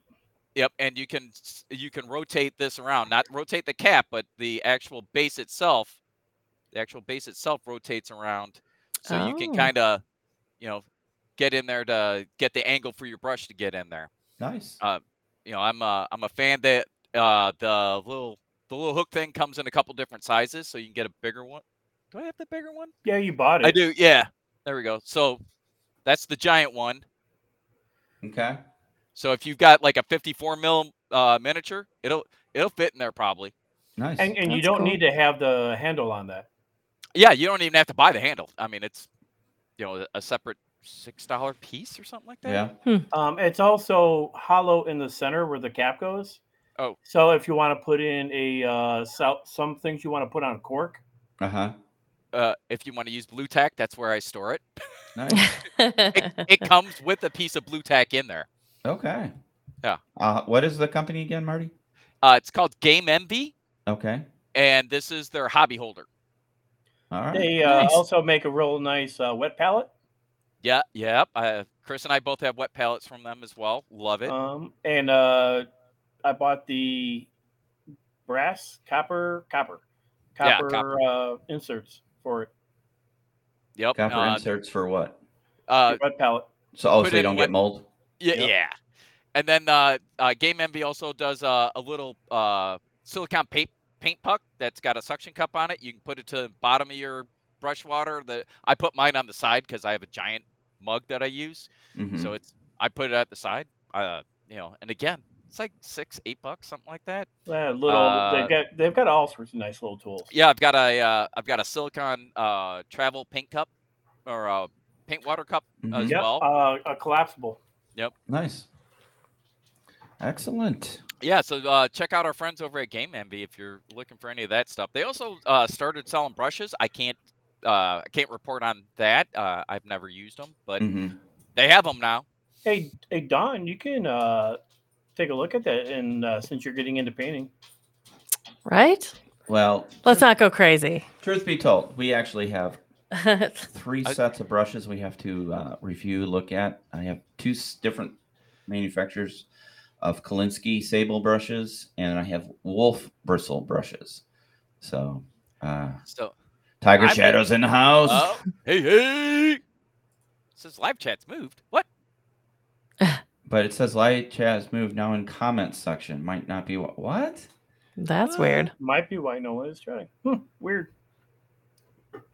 S4: Yep, and you can s- you can rotate this around, not rotate the cap, but the actual base itself, the actual base itself rotates around, so you
S2: Oh.
S4: can kind of, you know, get in there to get the angle for your brush to get in there.
S1: Nice.
S4: Uh, You know, I'm a I'm a fan that uh, the little the little hook thing comes in a couple different sizes, so you can get a bigger one. Do I have the bigger one?
S3: Yeah, you bought it.
S4: I do. Yeah, there we go. So that's the giant one.
S1: okay.
S4: So if you've got like a 54 mil uh, miniature, it'll it'll fit in there probably.
S1: Nice.
S3: And, and you
S2: That's
S3: don't
S2: cool.
S3: need to have the handle on that.
S4: Yeah, you don't even have to buy the handle. I mean, it's you know a separate six dollar piece or something like that.
S1: yeah.
S3: Um, it's also hollow in the center where the cap goes.
S4: Oh.
S3: So if you want to put in a uh, so, some things you want to put on cork,
S1: Uh huh.
S4: Uh, if you want to use blue tack, that's where I store it.
S1: Nice.
S4: It,
S2: Ah.
S4: it comes with a piece of blue tack in there.
S1: Okay.
S4: Yeah.
S1: Uh, what is the company again, Marty?
S4: Uh, it's called Game Envy,
S1: Okay.
S4: and this is their hobby holder.
S1: All right.
S3: they uh,
S1: Nice.
S3: also make a real nice uh, wet palette.
S4: Yeah, yep. Uh, Chris and I both have wet palettes from them as well. Love it.
S3: Um, and uh, I bought the brass, copper, copper,
S4: Yeah,
S3: copper, Uh, inserts for it.
S4: yep.
S1: Copper
S4: uh,
S1: inserts for what?
S4: uh,
S3: the red palette.
S1: So oh,
S4: put
S1: so you
S4: in
S1: don't
S4: what-
S1: get mold.
S4: Yeah,
S3: Yep.
S4: yeah. And then uh, uh, Game Envy also does uh, a little uh, silicon paint paint puck that's got a suction cup on it. You can put it to the bottom of your brush water. The I put mine on the side because I have a giant mug that I use,
S1: Mhm.
S4: so uh, it's I put it at the side. Uh, you know, and again, it's like six, eight bucks, something like that.
S3: Uh, little.
S4: Uh,
S3: they've got they've got all sorts of nice little tools.
S4: Yeah, I've got a uh, I've got a silicon uh, travel paint cup or a paint water cup
S1: Mhm.
S4: as
S3: Yep,
S4: well.
S3: uh, a collapsible.
S1: Nice. Excellent.
S4: Yeah, so uh, check out our friends over at Game Envy if you're looking for any of that stuff. They also uh, started selling brushes. I can't uh, I can't report on that. Uh, I've never used them, but
S1: Mhm.
S4: they have them now.
S3: Hey, hey, Don, you can uh, take a look at that. And uh, since you're getting into painting,
S2: Right?
S1: Well,
S2: Let's not go crazy.
S1: truth be told, we actually have
S2: That's
S1: three
S4: I-
S1: sets of brushes we have to uh, review, look at. I have two s- different manufacturers of Kalinsky sable brushes, and I have wolf bristle brushes. So, uh,
S4: So,
S1: Tiger
S4: I've been-
S1: Shadows in the house.
S4: oh, hey, hey! Since live chat's moved, what?
S1: But it says light chat has moved now in comments section. Might not be what? What?
S2: weird.
S3: might be why no one is trying. Hmm, weird.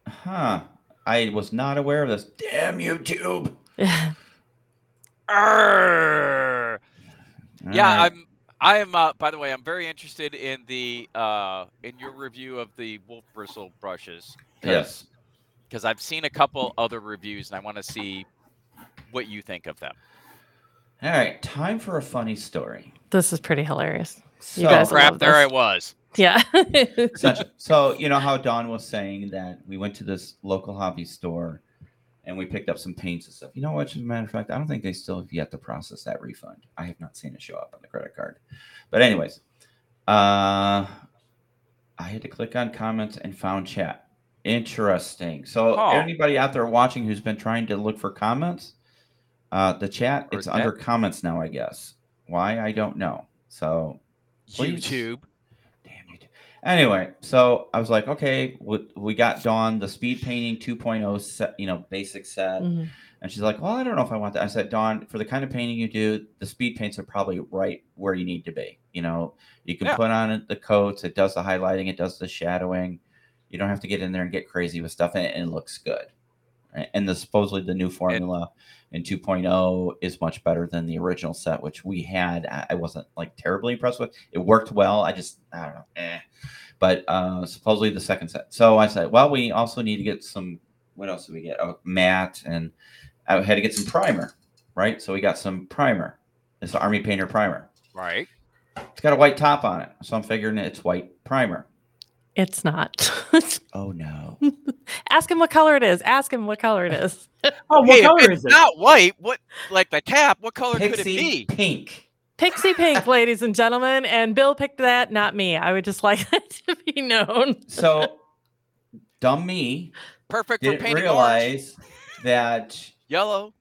S1: Huh. I was not aware of this. Damn YouTube.
S4: Arrgh.
S1: All
S4: yeah,
S1: right.
S4: I'm. I am. Uh, by the way, I'm very interested in the uh, in your review of the wolf bristle brushes. 'cause
S1: yes.
S4: because I've seen a couple other reviews and I want to see what you think of them.
S1: All right. Time for a funny story.
S2: This is pretty hilarious.
S1: So,
S2: You guys will
S4: Crap,
S2: love
S4: there I
S2: this.
S4: was.
S2: Yeah.
S1: so, so, you know how Don was saying that we went to this local hobby store and we picked up some paints and stuff. You know what? As a matter of fact, I don't think they still have yet to process that refund. I have not seen it show up on the credit card. But anyways, uh, I had to click on comments and found chat. Interesting. So
S4: Huh.
S1: anybody out there watching who's been trying to look for comments, uh, the chat
S4: Or
S1: it's
S4: that-
S1: under comments now, I guess. Why I don't know. So Please.
S4: YouTube.
S1: Damn it. Anyway, so I was like, okay, we, we got Dawn the speed painting 2.0 set, you know, basic set.
S2: Mhm.
S1: And she's like, well, I don't know if I want that. I said, Dawn, for the kind of painting you do, the speed paints are probably right where you need to be. You know, you can
S4: Yeah.
S1: put on it- the coats, it does the highlighting, it does the shadowing. You don't have to get in there and get crazy with stuff, and it, and it looks good. A- And the, supposedly the new formula in 2.0 is much better than the original set, which we had. I, I wasn't like terribly impressed with. It worked well. I just, I don't know. Eh. But uh, supposedly the second set. So I said, well, we also need to get some. What else did we get? Oh, matte and I had to get some primer, right? So we got some primer. It's the Army Painter primer.
S4: Right.
S1: It's got a white top on it. So I'm figuring it's white primer.
S2: it's not.
S1: Oh no.
S2: Ask him what color it is. Ask him what color it is.
S3: Oh, what
S4: Hey, if
S3: color
S4: it's
S3: is it?
S4: Not white. What like the cap? What color could it
S1: Pixie
S4: be?
S1: pink.
S2: Pixie pink, ladies and gentlemen. And Bill picked that, not me. I would just like that to be known.
S1: So dumb me
S4: Perfect for
S1: didn't
S4: painting orange,
S1: realize that
S4: yellow.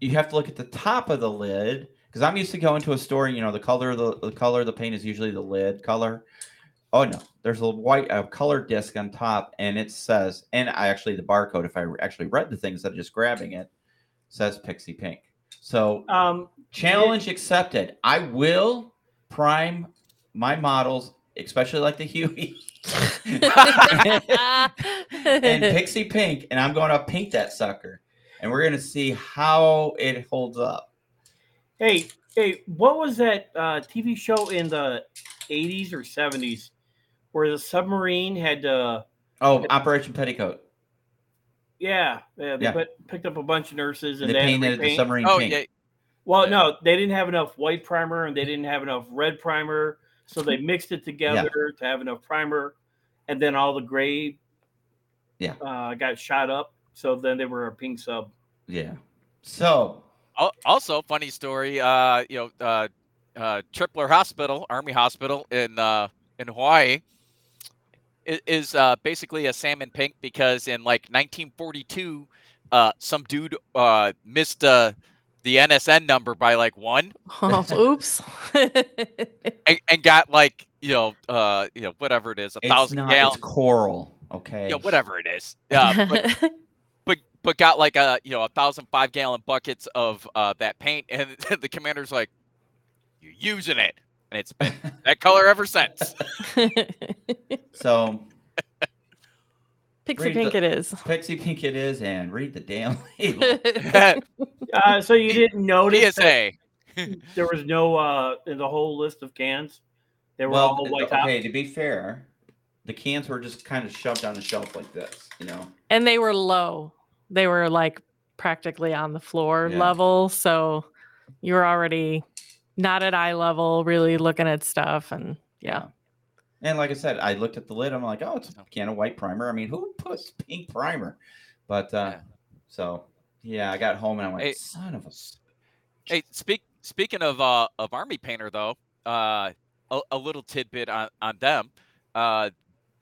S1: you have to look at the top of the lid because I'm used to going to a store. You know, the color of the, the color of the paint is usually the lid color. Oh no, there's a white a color disc on top, and it says, and I actually the barcode. If I actually read the thing instead of just grabbing it, says Pixie Pink. So
S3: Um,
S1: challenge accepted. I will prime my models, especially like the Huey and Pixie Pink, and I'm going to paint that sucker, and we're going to see how it holds up.
S3: hey, hey, what was that uh, TV show in the 80s or 70s where the submarine had uh,
S1: Oh, Operation Petticoat.
S3: yeah, yeah, they
S1: Yeah.
S3: Put, picked up a bunch of nurses
S1: They
S3: and they, had to
S1: painted the
S3: repaint.
S1: submarine
S4: Oh
S1: pink.
S4: yeah.
S3: Well,
S4: Yeah.
S3: no, they didn't have enough white primer and they didn't have enough red primer, so they mixed it together to have enough primer, and then all the gray,
S1: Yeah.
S3: uh, got shot up. So then they were a pink sub.
S1: Yeah. So,
S4: Al- Also, funny story. Uh, you know, uh, uh, Tripler Hospital, Army Hospital in uh, in Hawaii, i- is uh, basically a salmon pink because in like 1942, uh, some dude uh, missed uh, the NSN number by like one
S2: Oh, oops.
S4: and, and got like you know uh, you know whatever it is a
S1: it's
S4: thousand
S1: not
S4: gallons,
S1: it's coral, okay?
S4: you know, whatever it is. Uh, but, but but got like a you know a thousand five gallon buckets of uh, that paint, and the commander's like, "You're using it," and it's been that color ever since.
S1: So,
S2: Pixie
S1: Read
S2: pink
S1: the-
S2: it is.
S1: Pixie Pink it is, and read the damn label.
S2: That's
S3: Uh, so you didn't notice that
S4: PSA.
S3: there was no uh in the whole list of cans. They were all
S1: th-
S3: white top.
S1: okay, to be fair, the cans were just kind of shoved on the shelf like this, you know?
S2: and they were low. They were like practically on the floor
S1: Yeah.
S2: level. So you're already not at eye level, really looking at stuff. And yeah,
S1: And like I said, I looked at the lid. I'm like, oh, it's a can of white primer. I mean, who puts pink primer? But uh,
S4: Yeah.
S1: so yeah, I got home and I'm like,
S4: Hey, Uh,
S1: son of a. s-
S4: Hey, speak, speaking of uh, of army painter though, uh, a, a little tidbit on on them. Uh,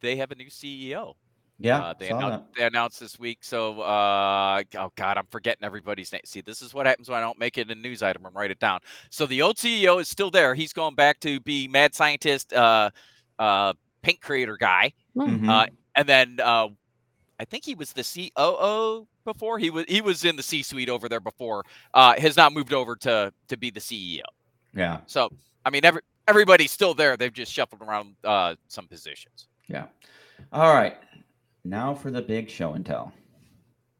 S4: they have a new E CEO.
S1: Yeah,
S4: uh, they,
S1: saw
S4: annou- they announced this week. So, uh, oh god, I'm forgetting everybody's name. See, this is what happens when I don't make it a news item and write it down. So the old CEO is still there. He's going back to be mad scientist, uh, uh, paint creator guy,
S1: that.
S2: Mm.
S1: Mhm.
S4: uh, and then uh, I think he was the COO before. He was he was in the C-suite over there before. Uh, has not moved over to to be the CEO.
S1: yeah,
S4: So I mean, every everybody's still there. They've just shuffled around uh, some positions.
S1: yeah. All right, now for the big show and tell.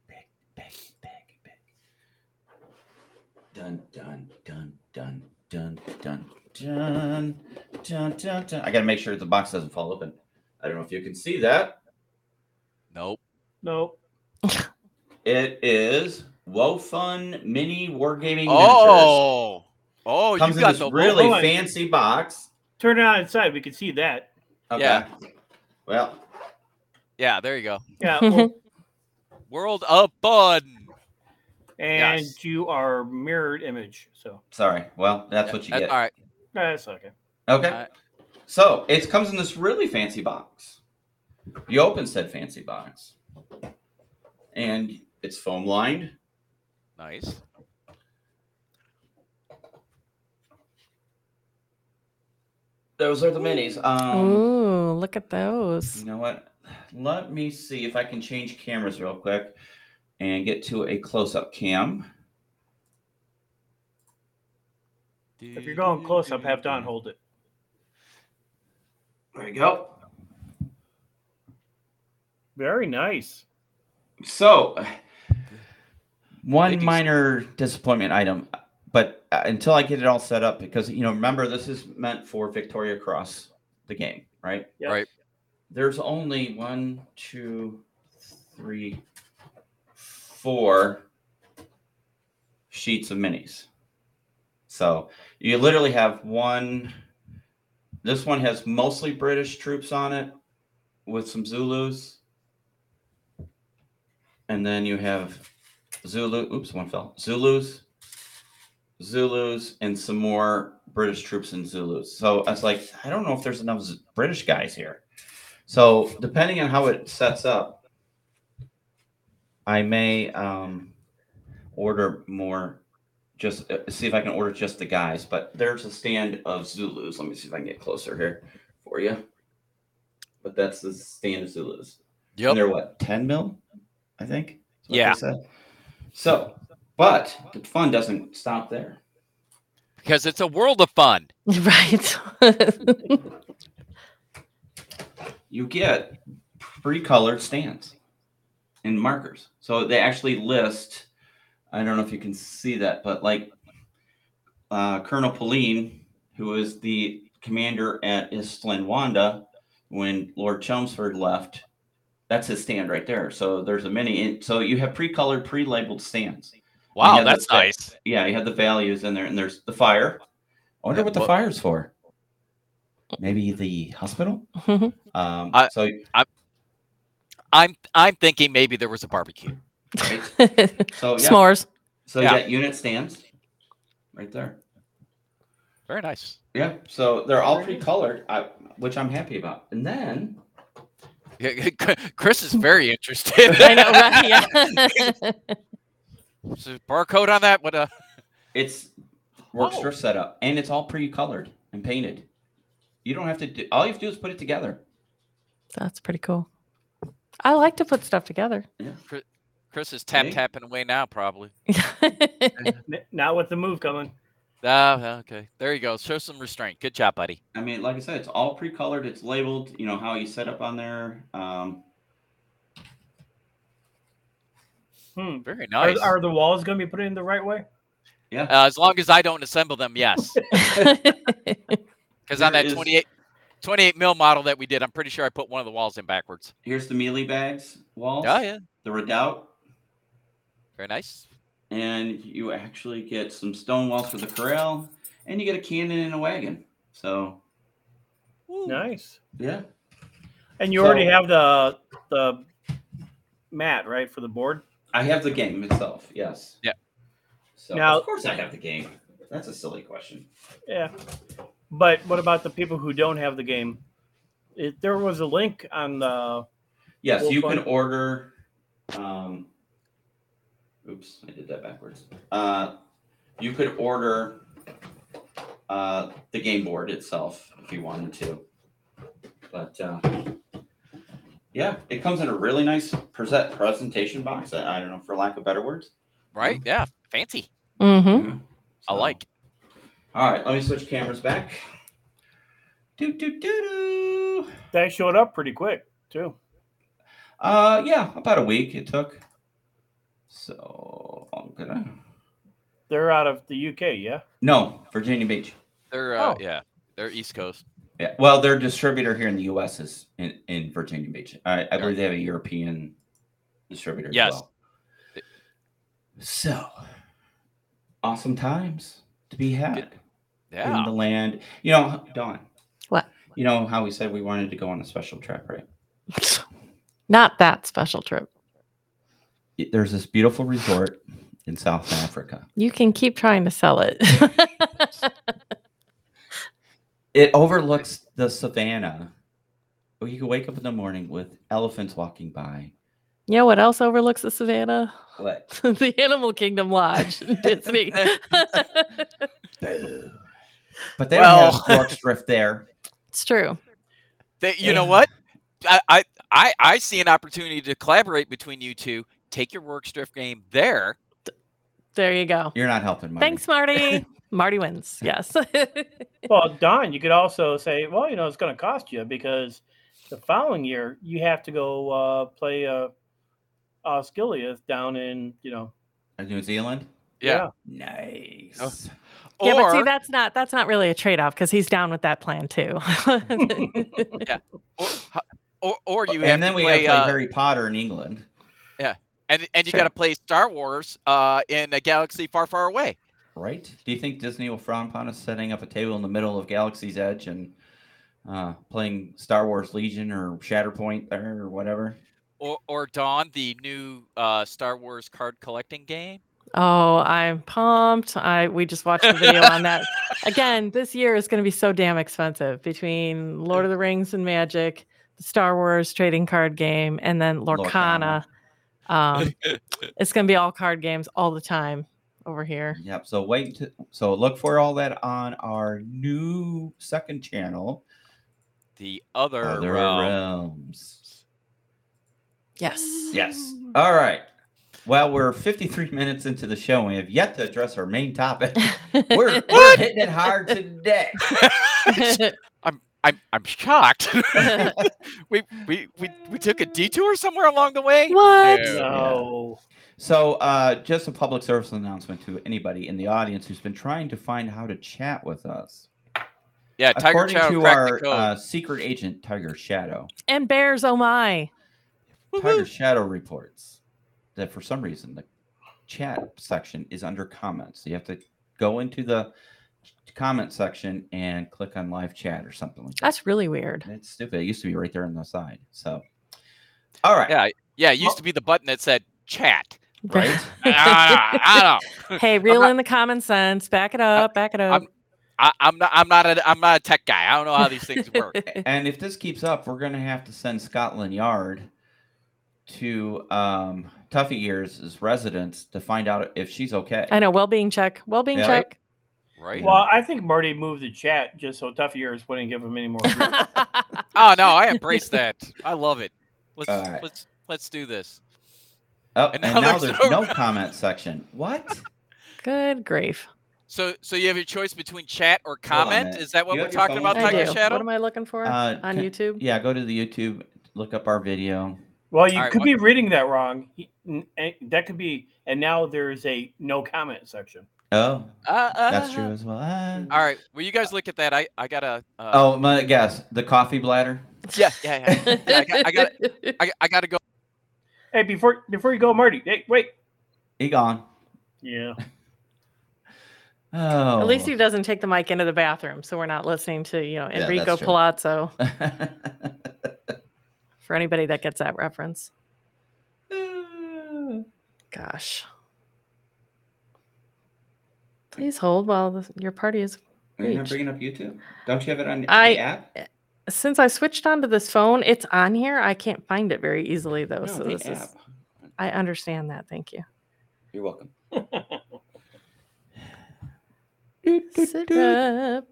S1: Big, big, big, big. Dun dun dun dun dun dun dun dun dun dun. I gotta make sure the box doesn't fall open. I don't know if you can see that.
S4: Nope.
S3: No.
S1: It is Wofun Mini Wargaming Miniatures.
S4: Oh, oh,
S1: Comes
S4: you
S1: in
S4: got
S1: this
S4: the
S1: really
S3: Wofun.
S1: fancy box.
S3: Turn it on its side. We can see that.
S1: Okay.
S4: Yeah.
S1: Well,
S4: Yeah, there you go.
S3: Yeah. well,
S4: World of Fun.
S3: and
S4: Yes.
S3: you are mirrored image. So
S1: sorry. Well, that's what you
S4: That-
S1: get.
S4: All right.
S3: that's okay.
S1: Okay.
S4: all right.
S1: So it comes in this really fancy box. You open said fancy box, and it's foam lined.
S4: Nice.
S1: Those are the minis. Um,
S2: Ooh, look at those.
S1: you know what? Let me see if I can change cameras real quick and get to a close up cam.
S3: If you're going close up, have Don hold it.
S1: There you go.
S3: Very nice.
S1: So, one
S4: Ladies.
S1: minor disappointment item, but uh, until I get it all set up, because you know, remember this is meant for Victoria Cross, the game, right?
S3: Yeah.
S4: Right.
S1: There's only one, two, three, four sheets of minis. So you literally have one. This one has mostly British troops on it, with some Zulus. And then you have Zulu. Oops, one fell. Zulus, Zulus, and some more British troops and Zulus. So I was like, I don't know if there's enough Z- British guys here. So depending on how it sets up, I may um, order more. Just uh, see if I can order just the guys. But there's a stand of Zulus. Let me see if I can get closer here for you. But that's the stand of Zulus. And
S4: Yep.
S1: they're what, 10 mil? I think. is what they
S4: Yeah.
S1: said. So, but the fun doesn't stop there.
S4: Because it's a world of fun.
S2: Right.
S1: mm-hmm. You get pre colored stands and markers. So they actually list, I don't know if you can see that, but like uh, Colonel Pauline, who is the commander at Islandwanda when Lord Chelmsford left, that's his stand right there. So there's a mini. and So you have pre colored, pre labeled stands.
S4: Wow,
S1: Yeah,
S4: that's
S1: that's right.
S4: nice.
S1: Yeah, you have the values in there, and there's the fire. I wonder
S4: Yeah,
S1: what the
S4: well-
S1: fire's for. Maybe the hospital. Um,
S4: I-
S1: so
S4: I'm I'm thinking maybe there was a barbecue.
S1: right? so yeah,
S2: S'mores.
S1: so
S4: Yeah.
S1: you got unit stands right there.
S4: Very nice.
S1: Yeah, so they're all pre-colored, I, which I'm happy about. And then
S4: Chris is very interested.
S2: I know, right? Yeah.
S4: Is there a barcode on that? What uh, a
S1: it's works
S4: Oh.
S1: for setup, and it's all pre-colored and painted. You don't have to do. All you have to do is put it together.
S2: That's pretty cool. I like to put stuff together.
S4: Chris is tap
S1: Hey.
S4: tapping away now, probably.
S3: N- Not with the move coming.
S4: Ah, okay. There you go. Show some restraint. Good job, buddy.
S1: I mean, like I said, it's all pre-colored. It's labeled. You know how you set up on there. Um,
S3: Hmm.
S4: Very nice.
S3: Are, are the walls going to be put in the right way?
S1: yeah.
S4: Uh, as long as I don't assemble them, yes. Because on
S1: There
S4: that
S1: is-
S4: 28, 28 mil model that we did, I'm pretty sure I put one of the walls in backwards.
S1: Here's the mealy bags walls.
S4: Oh yeah,
S1: The redoubt.
S4: Very nice.
S1: and you actually get some stone walls for the corral, and you get a cannon and a wagon. So
S3: Nice.
S1: yeah,
S3: And you
S1: So-
S3: already have the the mat right for the board.
S1: I have the game itself. Yes.
S4: Yeah.
S1: So
S3: Now-
S1: of course I have the game. That's a silly question.
S3: Yeah. But what about the people who don't have the game? It, there was a link on the
S1: Yes,
S3: Well,
S1: you
S3: fun-
S1: can order. Um, oops, I did that backwards. Uh, you could order uh, the game board itself if you wanted to. But uh, yeah, it comes in a really nice present presentation box. I, I don't know, for lack of better words.
S4: Right? Yeah. Fancy.
S2: Mm-hmm.
S4: I
S1: So-
S4: like.
S1: All right, let me switch cameras back. Do do do do.
S3: that showed up pretty quick too.
S1: Uh, yeah, about a week it took. So I'm gonna.
S3: They're out of the UK, yeah.
S1: No, Virginia Beach.
S4: They're uh,
S3: Oh.
S4: yeah. They're East Coast.
S1: Yeah. Well, their distributor here in the U.S. is in, in Virginia Beach. I, I believe they have a European distributor. as
S4: Yes.
S1: well. So awesome times to be had in
S4: Yeah.
S1: the land. You know, Don.
S2: What?
S1: You know how we said we wanted to go on a special trip, right?
S2: Not that special trip.
S1: It- There's this beautiful resort in South Africa.
S2: You can keep trying to sell it.
S1: It overlooks the savannah. Well, you can wake up in the morning with elephants walking by.
S2: you know what else overlooks the savannah?
S1: What?
S2: the Animal Kingdom Lodge, in Disney.
S1: But they
S4: Well-
S1: don't have Cork's Drift there.
S2: it's true.
S4: They, you know
S1: Yeah.
S4: what? I, I I I see an opportunity to collaborate between you two. Take your work strip game there.
S2: There you go.
S1: You're not helping, Marty.
S2: Thanks, Marty. Marty wins. Yes.
S3: Well, Don, you could also say, well, you know, it's going to cost you because the following year you have to go uh, play uh, Osgiliath down in, you know,
S1: Uh, New Zealand.
S4: Yeah.
S1: Nice.
S4: Oh. Or
S2: yeah, but see, that's not that's not really a trade off because he's down with that plan too.
S4: or, ho- or, or you have
S1: and then
S4: to
S1: we
S4: play,
S1: have to play
S4: uh,
S1: Harry Potter in England.
S4: and and you
S2: Sure.
S4: got to play Star Wars uh, in a galaxy far, far away.
S1: Right? Do you think Disney will frown upon us setting up a table in the middle of Galaxy's Edge and uh, playing Star Wars Legion or Shatterpoint there or whatever?
S4: Or or Dawn, the new uh, Star Wars card collecting game.
S2: oh, I'm pumped. I we just watched the video on that. Again, this year is going to be so damn expensive between Lord of the Rings and Magic, the Star Wars trading card game, and then Lorcana.
S1: Lorcana.
S2: Um, it's going to be all card games all the time over here.
S1: Yep. So wait. To, so look for all that on our new second channel,
S4: The other, um,
S1: Other
S4: realm.
S1: Realms.
S2: Yes.
S1: Yes. All right. Well, we're 53 minutes into the show and we have yet to address our main topic. We're, we're hitting it hard today.
S4: I'm I'm shocked. we, we we we took a detour somewhere along the way.
S2: what?
S4: Yeah.
S3: no.
S1: So, uh, just a public service announcement to anybody in the audience who's been trying to find how to chat with us.
S4: Yeah, Tiger
S1: According
S4: Chow
S1: to
S4: cracked the
S1: our
S4: code.
S1: uh, secret agent, Tiger Shadow,
S2: And bears, oh my.
S1: Tiger Shadow reports that for some reason the chat section is under comments. You have to go into the comment section and click on live chat or something like that.
S2: That's really weird.
S1: That's stupid. It used to be right there on the side. So, all right,
S4: Yeah, yeah. It used to be the button that said chat.
S1: right?
S4: I, Ah, I, I don't.
S2: hey, reel in the common sense. Back it up. Back it up.
S4: I, I'm not. I'm not. A, I'm not a tech guy. I don't know how these things work.
S1: and if this keeps up, we're going to have to send Scotland Yard to um, Tuffy Ears' residence to find out if she's okay.
S2: I know. Well being check. Well being
S1: Yeah.
S2: check.
S4: Right?
S1: Yeah.
S3: Well, I think Marty moved the chat just so Tough Ears wouldn't give him any more. grief.
S4: Oh no, I embrace that. I love it. Let's
S1: Alright.
S4: let's let's do this.
S1: Oh,
S4: And
S1: and,
S4: now
S1: now
S4: there's
S1: there's
S4: no-
S1: no comment section. What?
S2: Good grief.
S4: So so you have your choice between chat or comment.
S1: minute.
S4: Is that what
S1: You
S4: we're
S1: have your
S4: talking
S1: phone
S4: about,
S1: with
S2: I
S1: you?
S4: Tiger
S2: do. What
S4: Shadow?
S2: am I looking for
S1: Uh,
S2: on
S1: can-
S2: YouTube?
S1: Yeah, go to the YouTube, look up our video.
S3: well, you
S4: All right,
S3: could
S4: what-
S3: be reading that wrong. He- n- eh, That could be, and now there is a no comment section.
S1: Oh,
S4: Uh, uh,
S1: that's true as well. Ah.
S2: Uh-huh.
S4: All right. Will you guys look at that? I I gotta. Uh,
S1: Oh, my guess. The coffee bladder.
S4: yeah yeah yeah. yeah I, got, I got I, I gotta go.
S3: Hey, before before you go, Marty, hey, wait.
S1: Egon.
S3: Yeah.
S1: Oh.
S2: At least he doesn't take the mic into the bathroom, so we're not listening to you know
S1: Yeah,
S2: Enrico
S1: that's true.
S2: Palazzo. For anybody that gets that reference, gosh. Please hold while the, your party is.
S1: You're not
S2: Reach.
S1: bringing up YouTube? Don't you have it on the
S2: I-
S1: app?
S2: Since I switched onto this phone, it's on here. I can't find it very easily though.
S1: No,
S2: Oh, so
S1: the
S2: this is.
S1: app.
S2: I understand that. Thank you.
S1: You're welcome.
S2: Sit up.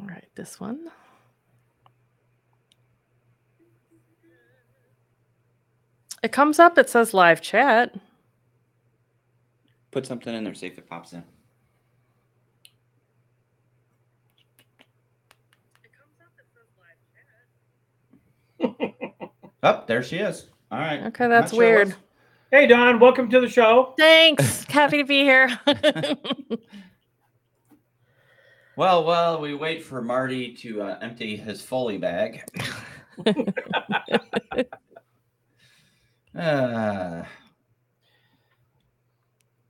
S2: All right, this one. It comes up, it says live chat.
S1: Put something in there, see if it pops in. Up Oh, there she is. All right.
S2: Okay,
S1: Not
S2: that's
S1: sure what's-
S2: weird.
S3: Hey, Don, welcome to the show.
S2: Thanks. Happy to be here.
S1: Well, while we wait for Marty to uh, empty his Foley bag. uh,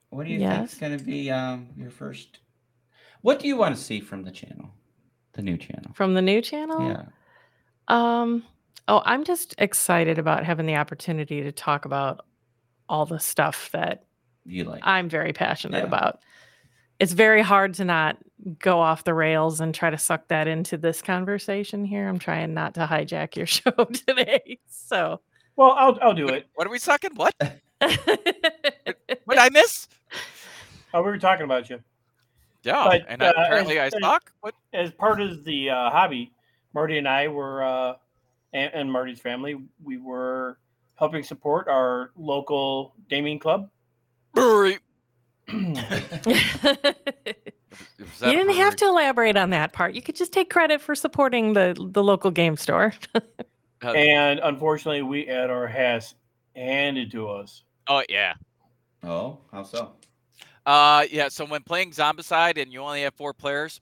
S1: what do you think's
S2: Yes.
S1: going to be um, your first? What do you want to see from the channel, the new channel?
S2: From the new channel?
S1: Yeah.
S2: Um, oh, I'm just excited about having the opportunity to talk about all the stuff that
S1: You like?
S2: I'm very passionate
S1: Yeah.
S2: about. It's very hard to not go off the rails and try to suck that into this conversation here. I'm trying not to hijack your show today. So,
S3: Well, I'll, I'll do it.
S4: What are we sucking? What?
S2: well,
S4: What I miss?
S3: Oh, we were talking about you.
S4: Yeah,
S3: But,
S4: and I,
S3: uh,
S4: apparently I
S3: it's-
S4: suck. What?
S3: As part of the uh, hobby, Marty and I were, uh, and, and Marty's family, we were helping support our local gaming club.
S4: Brewery.
S2: you
S4: Was that a
S2: didn't have
S4: brewery?
S2: to elaborate on that part. You could just take credit for supporting the the local game store.
S4: Uh,
S3: And unfortunately, we had our hats handed to us.
S4: Oh yeah.
S1: oh, how so?
S4: Uh yeah. So when playing Zombicide and you only have four players,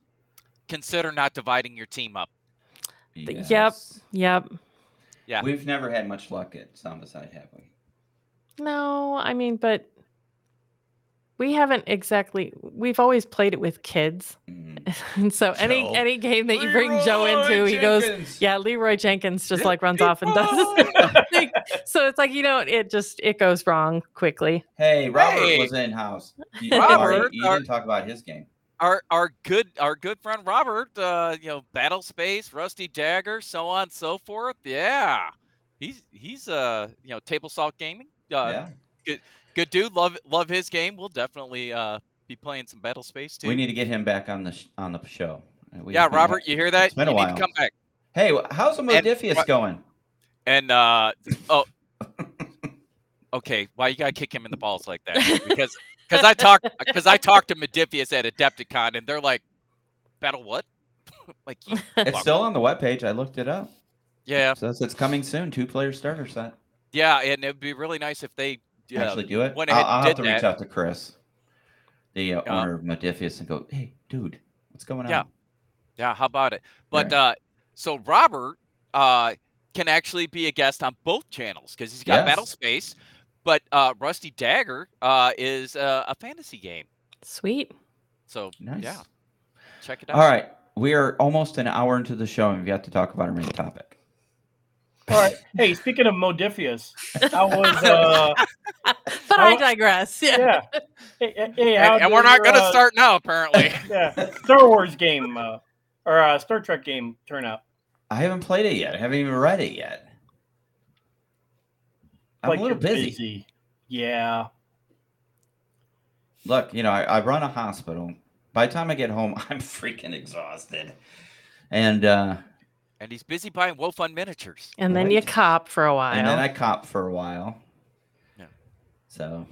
S4: consider not dividing your team up.
S2: yep.
S1: Yes.
S2: Yep.
S4: Yeah.
S1: We've never had much luck at Zombicide, have we?
S2: No, I mean, but we haven't exactly. We've always played it with kids,
S1: Mhm.
S2: and so any
S4: Joe.
S2: any game that you bring Joe into, he goes, Yeah, Leroy Jenkins just like runs off and does. thing. so it's like you know, it just it goes wrong quickly.
S1: Hey, Robert
S4: Hey.
S1: was in house. You,
S4: Robert,
S1: Marty, you
S4: are-
S1: didn't talk about his game.
S4: Our our good our good friend Robert, uh, you know, Battle Space, Rusty Dagger, so on and so forth. Yeah. He's he's uh you know table salt gaming. Uh,
S1: yeah.
S4: Good dude. Love love his game. We'll definitely uh be playing some Battle Space too.
S1: We need to get him back on the sh- on the show. Uh, we
S4: yeah,
S1: haven't had-
S4: Robert, you hear that?
S1: It's been a
S4: you need
S1: while.
S4: to come back.
S1: Hey, wh- how's the
S4: And
S1: Modifius
S4: what-
S1: going?
S4: And uh oh okay, why you gotta kick him in the balls like that? Because because I talked because I talked to Modifius at Adepticon and they're like, battle what? like you
S1: It's
S4: fuck.
S1: still on the webpage. I looked it up.
S4: yeah,
S1: So it's, it's coming soon. Two player starter set.
S4: yeah, and it'd be really nice if they uh, yeah,
S1: Actually, do it.
S4: went
S1: I'll,
S4: ahead
S1: I'll
S4: and
S1: have to
S4: did
S1: reach
S4: that.
S1: out to Chris, the uh,
S4: Yeah.
S1: owner of Modifius, and go, hey, dude, what's going on?
S4: Yeah. Yeah, how about it? But
S1: Right.
S4: uh, so Robert uh, can actually be a guest on both channels because he's got Battle
S1: Yes.
S4: Space, but uh, Rusty Dagger uh, is uh, a fantasy game.
S2: Sweet.
S4: So
S1: Nice.
S4: yeah, check it out.
S1: All right. We are almost an hour into the show, and we've got to talk about our main topic.
S3: All right. Hey, speaking of Modifius, I was, uh,
S2: But I
S1: Oh.
S3: How-
S2: digress. Yeah.
S3: yeah. Hey, hey, hey, how
S4: And, and we're
S3: did
S4: not
S3: your,
S4: going to
S3: uh,
S4: start now, apparently.
S3: Yeah, Star Wars game uh, or uh, Star Trek game turn out.
S1: I haven't played it yet. I haven't even read it yet. I'm a little
S3: you're
S1: busy.
S3: Yeah.
S1: Look, you know, I, I run a hospital. By the time I get home, I'm freaking exhausted. And uh,
S4: and he's busy buying Wofun miniatures.
S2: And then you
S1: Right.
S2: cop for a while.
S1: and then I cop for a while.
S4: Yeah.
S1: So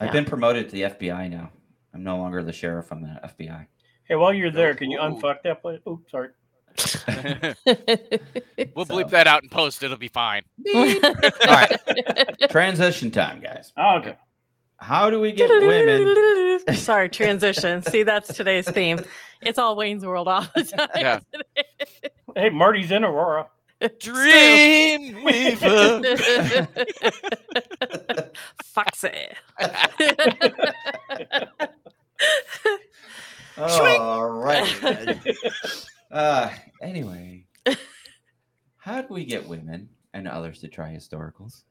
S1: I've
S2: Yeah.
S1: been promoted to the FBI now. I'm no longer the sheriff. I'm the FBI.
S3: Hey, while you're there, can you
S4: Ooh.
S3: unfuck that place? Oops, sorry.
S4: we'll
S1: So-
S4: bleep that out in post. It'll be fine.
S1: All right. Transition time, guys.
S3: Oh, okay.
S1: How do we get women?
S2: Sorry, transition. See, that's today's theme. It's all Wayne's World all the time.
S4: Yeah.
S3: Hey, Marty's in Aurora.
S4: Dream Weaver.
S2: Foxy.
S1: All right. Uh, anyway, how do we get women and others to try historicals?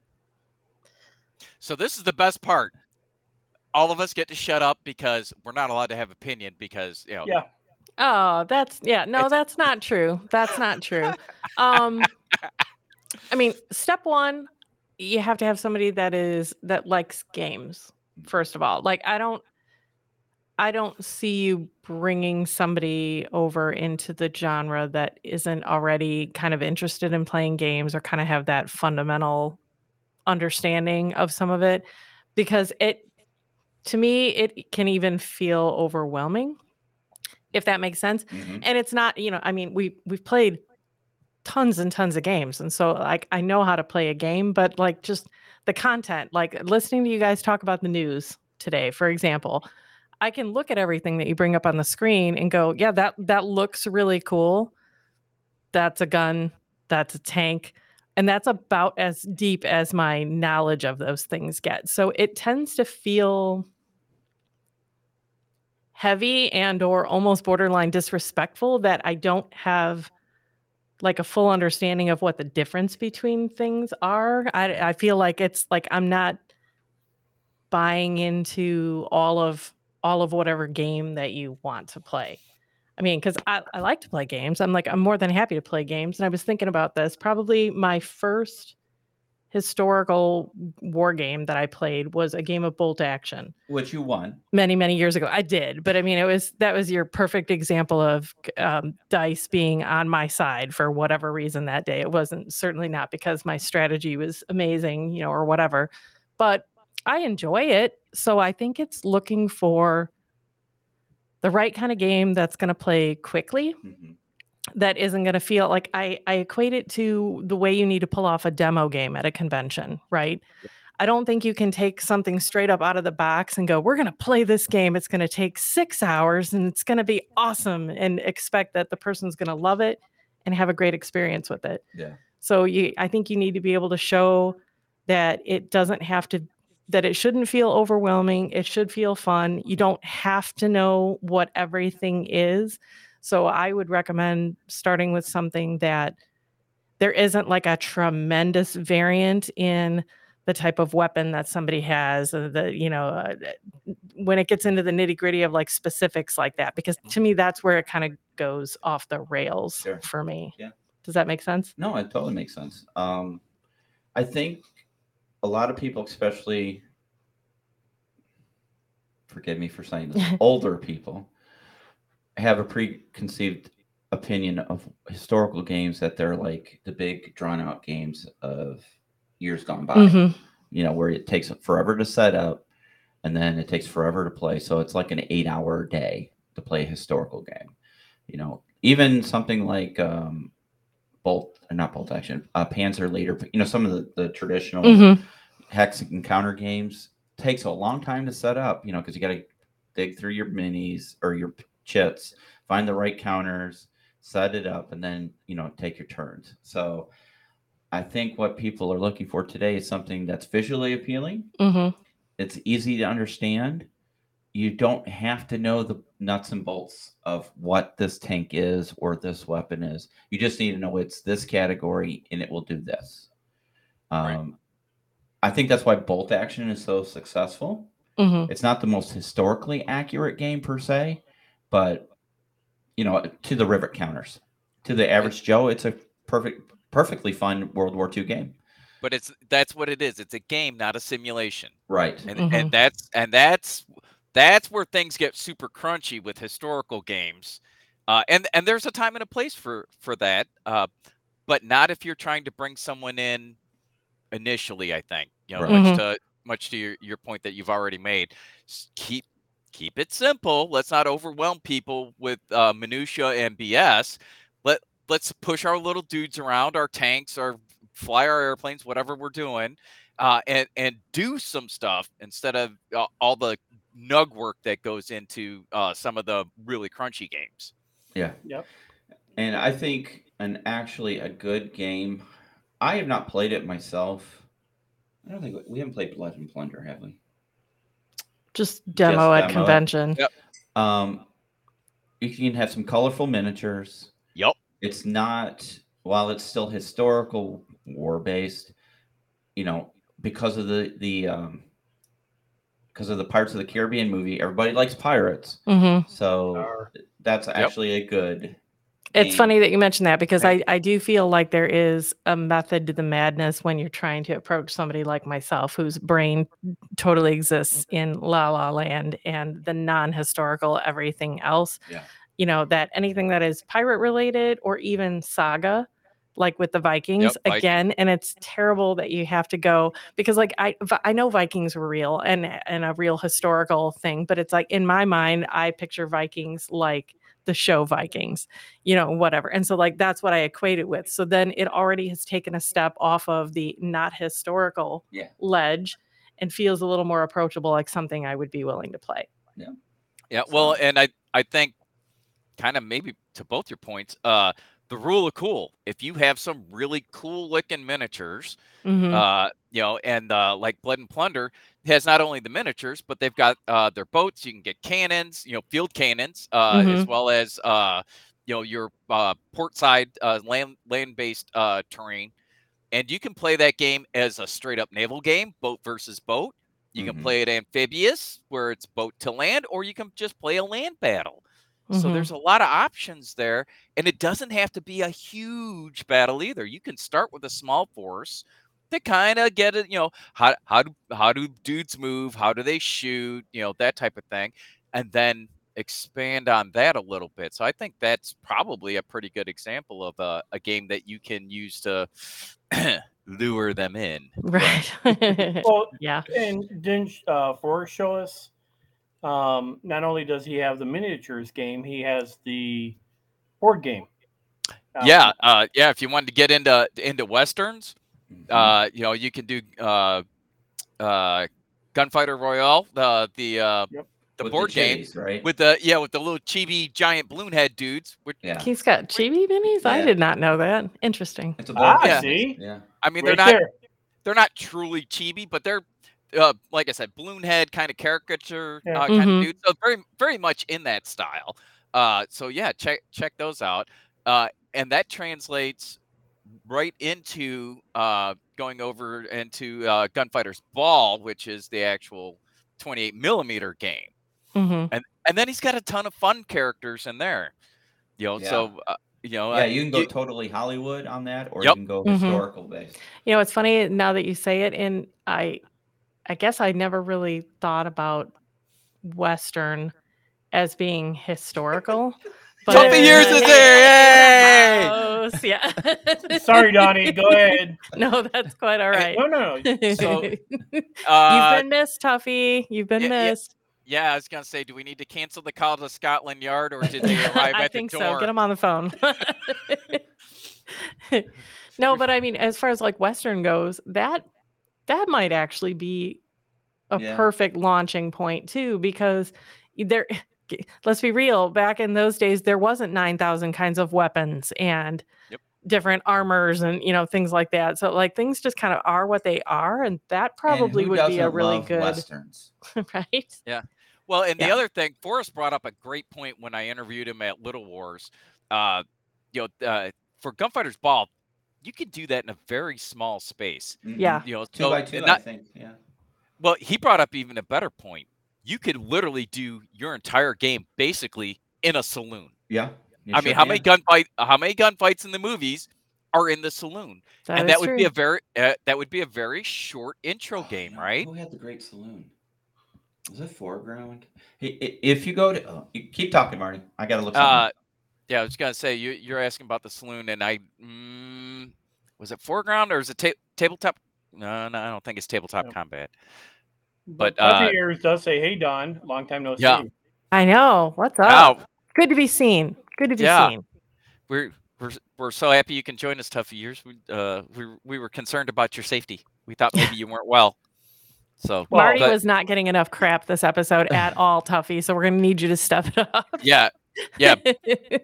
S4: So this is the best part. All of us get to shut up because we're not allowed to have opinion because you know
S3: Yeah.
S2: oh, that's yeah. No,
S4: It's-
S2: that's not true. That's not true. Um, I mean, step one, you have to have somebody that is that likes games. First of all, like I don't, I don't see you bringing somebody over into the genre that isn't already kind of interested in playing games or kind of have that fundamental understanding of some of it because it to me it can even feel overwhelming if that makes sense
S1: Mhm.
S2: and it's not you know i mean we we've played tons and tons of games and so like i know how to play a game but like just the content like listening to you guys talk about the news today for example i can look at everything that you bring up on the screen and go yeah that that looks really cool that's a gun that's a tank and that's about as deep as my knowledge of those things get so it tends to feel heavy and or almost borderline disrespectful that I don't have like a full understanding of what the difference between things are. I I feel like it's like I'm not buying into all of all of whatever game that you want to play. I mean, because I, I like to play games. I'm like, I'm more than happy to play games. And I was thinking about this. Probably my first historical war game that I played was a game of bolt action
S1: Which you won.
S2: many many years ago i did but i mean it was that was your perfect example of um, dice being on my side for whatever reason that day it wasn't certainly not because my strategy was amazing you know or whatever but i enjoy it so i think it's looking for the right kind of game that's going to play quickly
S1: Mhm.
S2: that isn't going to feel like I, I equate it to the way you need to pull off a demo game at a convention, right? I don't think you can take something straight up out of the box and go, we're going to play this game. It's going to take six hours and it's going to be awesome and expect that the person's going to love it and have a great experience with it.
S1: Yeah.
S2: So you, I think you need to be able to show that it doesn't have to, that it shouldn't feel overwhelming. It should feel fun. You don't have to know what everything is. So I would recommend starting with something that there isn't like a tremendous variant in the type of weapon that somebody has or the you know uh, when it gets into the nitty gritty of like specifics like that because to me that's where it kind of goes off the rails
S1: Sure.
S2: for me
S1: Yeah.
S2: does that make sense
S1: No, it totally makes sense. Um, I think a lot of people, especially, forgive me for saying this, older people have a preconceived opinion of historical games that they're like the big drawn out games of years gone by,
S2: Mm-hmm.
S1: you know, where it takes forever to set up and then it takes forever to play. So it's like an eight hour day to play a historical game, you know, even something like, um, bolt not bolt action uh, panzer later you know some of the, the traditional
S2: mm-hmm.
S1: hex and counter games takes a long time to set up you know because you got to dig through your minis or your p- chits find the right counters set it up and then you know take your turns so i think what people are looking for today is something that's visually appealing
S2: Mm-hmm.
S1: it's easy to understand. You don't have to know the nuts and bolts of what this tank is or this weapon is. You just need to know it's this category and it will do this. Um,
S4: Right.
S1: I think that's why bolt action is so successful.
S2: Mm-hmm.
S1: It's not the most historically accurate game per se, but you know, to the rivet counters, to the average Joe, it's a perfect, perfectly fun World War II game.
S4: but it's that's what it is. It's a game, not a simulation.
S1: Right.
S4: And
S2: Mhm.
S4: and that's and that's that's where things get super crunchy with historical games. Uh, and and there's a time and a place for for that, uh, but not if you're trying to bring someone in initially. I think you know,
S1: Right.
S4: much to much to your, your point that you've already made. S- Keep keep it simple. Let's not overwhelm people with uh, minutia and BS. Let let's push our little dudes around, our tanks, our fly our airplanes, whatever we're doing, uh, and and do some stuff instead of uh, all the nug work that goes into uh, some of the really crunchy games.
S1: Yeah.
S3: Yep.
S1: And I think an actually a good game. I have not played it myself. I don't think we- we haven't played Blood and Plunder, have we?
S2: Just demo at
S1: demo it.
S2: convention.
S1: Um, you can have some colorful miniatures.
S4: Yup.
S1: It's not while it's still historical war based. You know, because of the the um, because of the Pirates of the Caribbean movie, everybody likes pirates,
S2: hmm
S1: so
S3: Or-
S1: that's actually a good.
S2: It's
S1: game.
S2: funny that you mentioned that because
S1: Right.
S2: I, I do feel like there is a method to the madness when you're trying to approach somebody like myself whose brain totally exists in la la land and the non historical everything else.
S1: Yeah.
S2: You know, that anything that is pirate related or even saga, like with the Vikings
S4: Viking.
S2: again. And it's terrible that you have to go because, like, I, Vi- I know Vikings were real and, and a real historical thing, but it's like in my mind, I picture Vikings like the show Vikings you know, whatever. And so, like, that's what I equate it with. So then it already has taken a step off of the not historical
S1: Yeah.
S2: ledge and feels a little more approachable, like something I would be willing to play.
S4: Yeah,
S1: So-
S4: well, and I I think kind of maybe to both your points, uh, the rule of cool. If you have some really cool looking miniatures,
S2: Mhm.
S4: uh, you know, and uh, like Blood and Plunder has not only the miniatures, but they've got uh, their boats. You can get cannons, you know, field cannons, uh, as well as uh, you know your uh, port side uh, land land based uh, terrain, and you can play that game as a straight up naval game, boat versus boat. You can
S1: Mhm.
S4: play it amphibious, where it's boat to land, or you can just play a land battle. So
S2: Mhm.
S4: there's a lot of options there, and it doesn't have to be a huge battle either. You can start with a small force to kind of get it, you know, how how do how do dudes move, how do they shoot, you know, that type of thing, and then expand on that a little bit. So I think that's probably a pretty good example of a, a game that you can use to lure them in.
S2: mm-hmm, right.
S3: well,
S2: yeah.
S3: and didn't uh, Forrest show us? Um, not only does he have the miniatures game, he has the board game. Uh,
S4: yeah, uh, yeah. If you wanted to get into into westerns,
S3: Mm-hmm.
S1: Mhm.
S4: uh, you know, you can do uh, uh, Gunfighter Royale, the the uh,
S3: Yep.
S4: the
S1: With
S4: board game
S1: chase, right?
S4: with the yeah with the little chibi giant balloon head dudes. Which
S1: yeah,
S2: He's got chibi minis. I
S1: Yeah.
S2: did not know that. Interesting.
S1: it's a
S3: Ah,
S1: board game.
S3: see?
S1: Yeah,
S4: I mean,
S3: right
S4: they're not
S3: there.
S4: they're not truly chibi, but they're uh, like I said, balloon head kind of caricature
S3: Yeah.
S4: uh, kind
S2: Mhm.
S4: of dude. So very very much in that style. Uh, so yeah, check check those out, uh, and that translates right into uh, going over into uh, Gunfighter's Ball, which is the actual 28 millimeter game.
S2: hmm
S4: And then he's got a ton of fun characters in there. You know,
S1: Yeah.
S4: so uh, you know,
S1: yeah.
S4: uh,
S1: You can go totally Hollywood on that, or
S4: Yep.
S1: you can go
S2: Mhm.
S1: historical based.
S2: You know, it's funny now that you say it, and I, I guess I never really thought about Western as being historical.
S4: Something yours is there, yay!
S2: Gross, Yeah.
S3: Sorry, Donnie. Go ahead.
S2: No, that's quite all right.
S3: No, no, no.
S4: So,
S2: You've
S4: uh,
S2: been missed, Tuffy. You've been
S4: yeah, yeah,
S2: missed.
S4: Yeah, I was gonna say, do we need to cancel the call to Scotland Yard, or did they arrive
S2: I
S4: at
S2: think
S4: the
S2: so.
S4: door?
S2: Get him on the phone. no, but I mean, as far as like Western goes, that that might actually be a
S1: Yeah.
S2: perfect launching point too, because e, there. Let's be real. Back in those days, there wasn't nine thousand kinds of weapons and
S4: Yep.
S2: different armors and you know things like that. So like things just kind of are what they are, and that
S1: And
S2: probably
S1: who
S2: would be a
S1: doesn't
S2: really
S1: love
S2: good
S1: westerns.
S2: right.
S4: Well, and the
S2: Yeah.
S4: other thing, Forrest brought up a great point when I interviewed him at Little Wars. Uh, you know, uh, for Gunfighter's Ball, you can do that in a very small space.
S2: Yeah.
S1: Mhm.
S4: You know,
S1: Two
S4: so-
S1: by two,
S4: and
S1: I
S4: not-
S1: think. Yeah.
S4: well, he brought up even a better point. You could literally do your entire game basically in a saloon.
S1: Yeah. you
S4: I
S1: sure
S4: mean, how many
S1: can.
S4: gunfight, how many gunfights in the movies are in the saloon? and
S2: is
S4: that would be
S2: true.
S4: a very, uh, that would be a very short intro game,
S1: No,
S4: right?
S1: Who had the great saloon? Was it foreground? Hey, i- if you go to, oh, you keep talking, Marty. I gotta look. something
S4: Uh,
S1: up.
S4: yeah, I was gonna say you you're asking about the saloon, and I mm, was it foreground or is it ta- tabletop? No, no, I don't think it's tabletop
S3: Nope.
S4: combat.
S3: But,
S4: But, uh,
S3: Puppy Ears does say, "Hey, Don, long time no
S4: Yeah.
S3: see."
S2: I know. What's up?
S4: Wow,
S2: Good to be seen. Good to be
S4: Yeah.
S2: seen.
S4: we're we're s- we're so happy you can join us, Tuffy. Years, we uh we were- we were concerned about your safety. We thought maybe you weren't well. So
S3: Well,
S2: Marty
S4: but-
S2: was not getting enough crap this episode at all, Tuffy. So we're gonna need you to step it up.
S4: yeah, yeah, you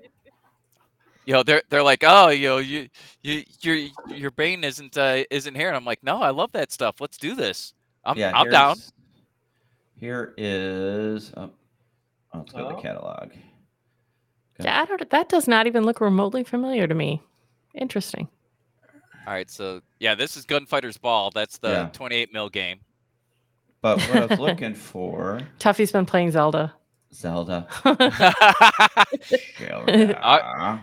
S4: know, they're they're like, oh, you know, you you your your brain isn't uh, isn't here, and I'm like, no, I love that stuff. Let's do this. I'm
S1: yeah,
S4: I'm down.
S1: here's- Here is. Oh, oh, let's go to the
S3: Oh.
S1: catalog. Okay.
S2: Yeah, I don't, that does not even look remotely familiar to me. Interesting.
S4: All right, so yeah, this is Gunfighter's Ball. That's the
S1: Yeah.
S4: 28 mil game.
S1: But what I was looking for,
S2: Tuffy's been playing Zelda.
S1: Zelda.
S4: I-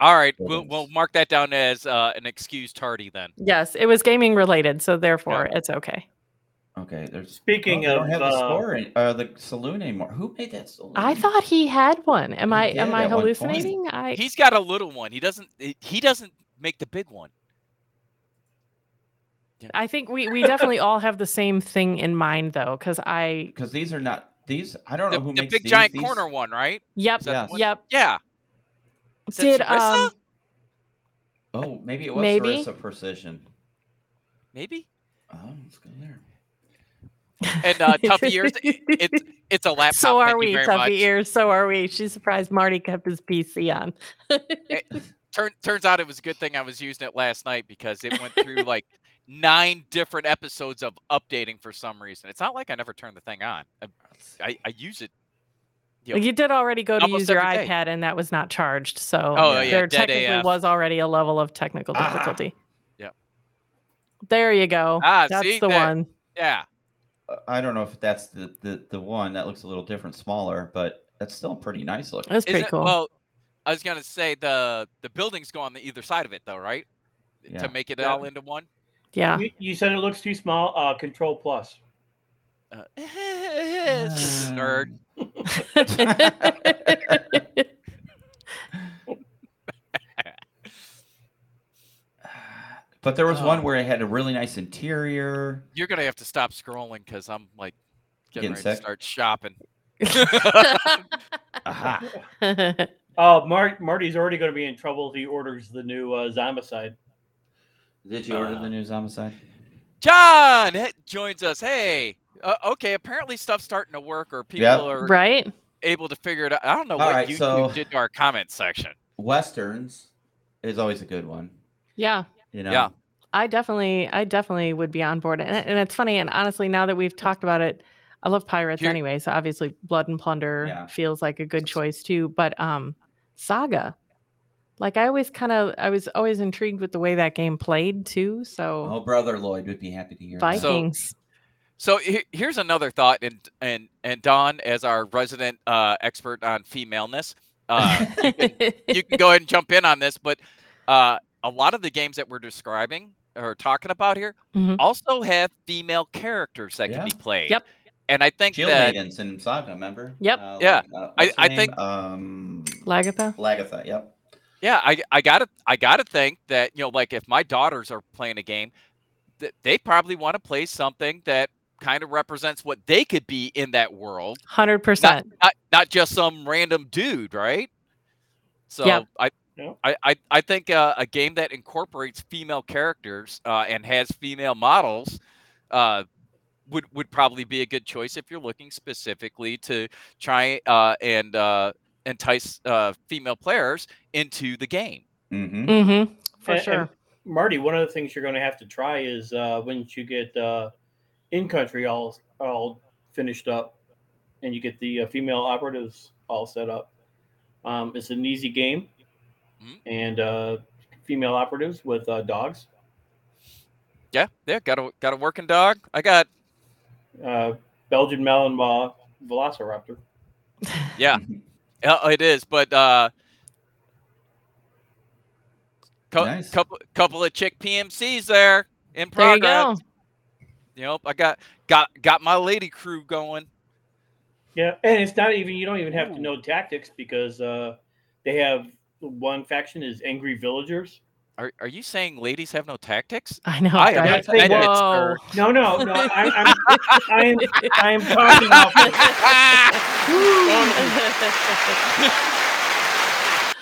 S4: All right, we'll,
S1: Buildings.
S4: we'll mark that down as uh, an excused tardy then.
S2: yes, it was gaming related, so therefore it's okay.
S1: okay, there's.
S3: Speaking
S1: oh,
S3: of,
S1: they don't have the
S3: uh,
S1: score in, uh, the saloon anymore. Who made that saloon?
S2: I thought he had one. Am
S1: He
S2: I
S1: did
S2: am I
S1: at one point.
S2: hallucinating? I
S4: He's got a little one. He doesn't. he- He doesn't make the big one.
S2: I think we we definitely all have the same thing in mind though, because I
S1: because these are not these. I don't
S4: The,
S1: know who
S4: the
S1: makes
S4: big
S1: these.
S4: giant
S1: these-
S4: corner one, right?
S2: yep
S4: Is that the
S1: Yes.
S4: one?
S2: yep
S4: Yeah. Is that
S2: did
S4: Sarissa?
S2: um
S1: Oh, maybe it was
S2: Maybe.
S1: Sarissa Precision.
S4: maybe
S1: Oh, let's go there.
S4: and uh, tough years. It's it's a laptop.
S2: so
S4: thank
S2: are
S4: you
S2: we,
S4: very
S2: Tuffy
S4: much.
S2: ears. So are we. She's surprised Marty kept his PC on.
S4: Turn, turns out it was a good thing I was using it last night because it went through like nine different episodes of updating for some reason. It's not like I never turned the thing on. I I, I use it. you know,
S2: You did already go to
S4: almost
S2: use your
S4: every day.
S2: iPad, and that was not charged. So
S4: Oh, yeah,
S2: there
S4: dead
S2: technically
S4: AF.
S2: was already a level of technical
S1: Ah.
S2: difficulty.
S4: Yep.
S2: There you go.
S4: Ah,
S2: That's
S4: see
S2: the
S4: that-
S2: one.
S4: yeah.
S1: Uh, I don't know if that's the, the the one that looks a little different, smaller, but that's still pretty nice looking.
S2: That's pretty
S4: Isn't-
S2: cool.
S4: Well, I was gonna say the the buildings go on the either side of it though, right?
S1: Yeah.
S4: To make it
S3: Yeah.
S4: all into one.
S2: yeah.
S3: You, you said it looks too small. Uh, control plus.
S4: Uh, nerd.
S1: But there was
S4: Oh.
S1: one where it had a really nice interior.
S4: You're gonna have to stop scrolling because I'm like getting,
S1: Getting
S4: ready
S1: sick?
S4: to start shopping.
S1: Aha.
S3: Oh, Mar- Marty's already going to be in trouble if he orders the new uh, Zomicide.
S1: Did you order
S3: Uh.
S1: the new Zombicide?
S4: John he- joins us. Hey, uh, okay. Apparently, stuff's starting to work, or people
S1: Yep.
S4: are
S2: right?
S4: able to figure it out. I don't know
S1: All
S4: what
S1: right,
S4: YouTube
S1: so-
S4: did to our comment section.
S1: Westerns is always a good one.
S2: Yeah.
S1: You know.
S4: Yeah.
S2: I definitely, I definitely would be on board. And, and it's funny. And honestly, now that we've talked about it, I love pirates
S4: Here-
S2: anyway. So obviously, Blood and Plunder
S1: Yeah.
S2: feels like a good choice too. But um, Saga, like I always kind of, I was always intrigued with the way that game played too.
S1: Oh,
S2: So
S1: brother Lloyd would be happy to hear. that.
S4: So-
S2: Vikings,
S4: So he- here's another thought, and and and Don, as our resident uh, expert on femaleness, uh, you can go ahead and jump in on this. But uh, a lot of the games that we're describing or talking about here
S2: Mhm.
S4: also have female characters that can
S1: Yeah.
S4: be played.
S2: Yep.
S4: And I think
S1: Jill
S4: that
S1: Maidens in Saga, remember?
S2: Yep.
S1: Uh,
S4: Yeah.
S1: like, uh,
S4: I-
S1: what's her
S4: I
S1: name?
S4: think-
S1: um,
S2: Lagatha.
S1: Lagatha. Yep.
S4: Yeah, I I gotta I gotta think that you know like if my daughters are playing a game, th- they probably want to play something that kind of represents what they could be in that world,
S2: Hundred percent.
S4: not not just some random dude, right? So
S2: Yep.
S4: I.
S3: Yep.
S4: I, I, I think uh, a game that incorporates female characters uh, and has female models uh, would would probably be a good choice if you're looking specifically to try uh, and uh, entice uh, female players into the game.
S1: Mm-hmm.
S2: Mm-hmm. For
S3: And- and
S2: sure.
S3: Marty, one of the things you're going to have to try is uh, once you get uh, in country all all finished up, and you get the uh, female operatives all set up. Um, it's an easy game,
S4: Mhm.
S3: and uh, female operatives with uh, dogs.
S4: Yeah, yeah, got a got a working dog. I got
S3: Uh, Belgian Malinois Velociraptor.
S4: yeah,
S1: Mm-hmm.
S4: uh, it is, but uh, cou-
S1: Nice.
S4: couple couple of chick PMCs there in
S2: there you
S4: progress.
S2: go.
S4: You know, I got got got my lady crew going.
S3: Yeah, and it's not even you don't even have
S4: Ooh.
S3: to know tactics because uh, they have one faction is angry villagers.
S4: Are are you saying ladies have no tactics?
S2: I know.
S4: I am
S2: right?
S3: not saying
S4: it's
S2: Whoa.
S4: her.
S3: No, no, no. I, I'm, I'm, I'm talking off of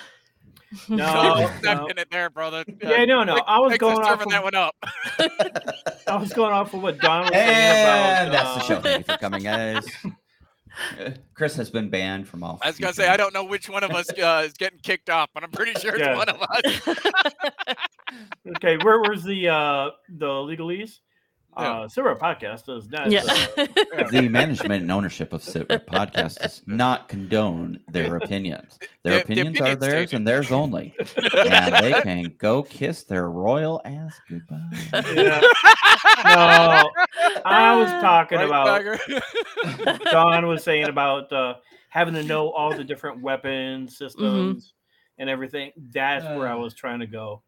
S4: Don't
S3: No,
S4: you step
S3: no.
S4: in it there, brother.
S3: Yeah, no, no. I was
S4: Thanks for
S3: going off.
S4: serving that
S3: Of,
S4: one up.
S3: I was going off of what Don was saying
S1: And
S3: about.
S1: that's the
S3: uh,
S1: show. Thank you for coming, guys. Uh, Chris has been banned from all.
S4: I was gonna say I don't know which one of us uh, is getting kicked off, but I'm pretty sure it's
S3: Yeah.
S4: one of us.
S3: Okay, where was the uh the legalese? Uh, Sarah podcast does not.
S2: Yeah.
S3: uh,
S1: The management and ownership of SIPRA podcast does not condone their opinions. Their
S4: The- the
S1: opinions are
S4: opinions,
S1: theirs
S4: David.
S1: and theirs only. and they can go kiss their royal ass goodbye.
S3: yeah. No, I was talking
S4: Right,
S3: about
S4: Tiger?
S3: Don was saying about uh, having to know all the different
S4: Mm-hmm.
S3: weapon systems and everything. That's where I
S1: Uh.
S3: was trying to go.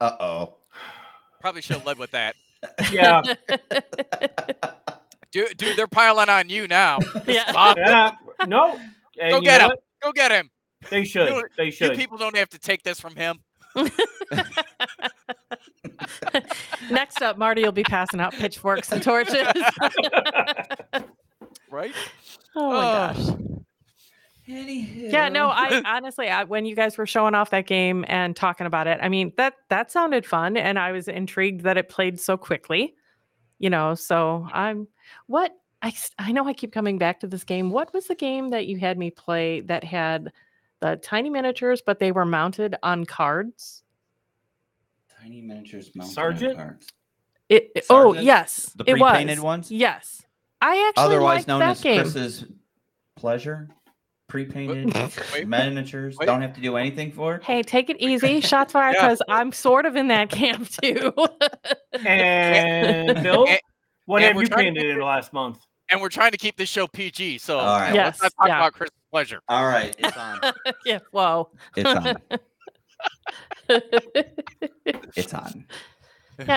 S1: Uh oh.
S4: Probably should have led with that.
S3: Yeah,
S4: Dude, dude, they're piling on you now.
S2: yeah.
S4: Bob,
S3: yeah. No, and
S4: Go
S3: you
S4: get
S3: know
S4: 'em.
S3: what?
S4: go get him.
S3: They should.
S4: know what?
S3: they
S4: You
S3: should.
S4: people don't have to take this from him.
S2: Next up, Marty will be passing out pitchforks and torches. oh
S4: Right?
S2: my gosh. Yeah, no, I honestly, I, when you guys were showing off that game and talking about it, I mean that that sounded fun, and I was intrigued that it played so quickly. You know, so I'm what I s- I know I keep coming back to this game. What was the game that you had me play that had the tiny miniatures, but they were mounted on cards?
S1: Tiny miniatures mounted on
S3: Sergeant?
S1: cards.
S2: It, it- oh
S1: Sergeant?
S2: yes,
S1: The
S2: it
S1: pre-painted
S2: was.
S1: ones?
S2: Yes, I actually
S1: Otherwise
S2: liked
S1: known
S2: that
S1: as
S2: game.
S1: Chris's pleasure. Pre-painted
S4: Wait.
S1: miniatures.
S4: Wait.
S1: Don't have to do anything for. it.
S2: Hey, take it easy. Shots fired,
S4: Yeah.
S2: because I'm sort of in that camp too.
S3: And Bill,
S4: And-
S3: what
S4: and
S3: have
S4: we're
S3: you
S4: trying to-
S3: painted in the last month?
S4: And we're trying to keep this show PG, so
S1: All right.
S2: Yeah.
S4: let's not talk
S2: Yes, yeah.
S4: about Chris' pleasure.
S1: All right. It's on.
S2: yeah, whoa.
S1: It's on.
S2: yeah,
S1: It's on.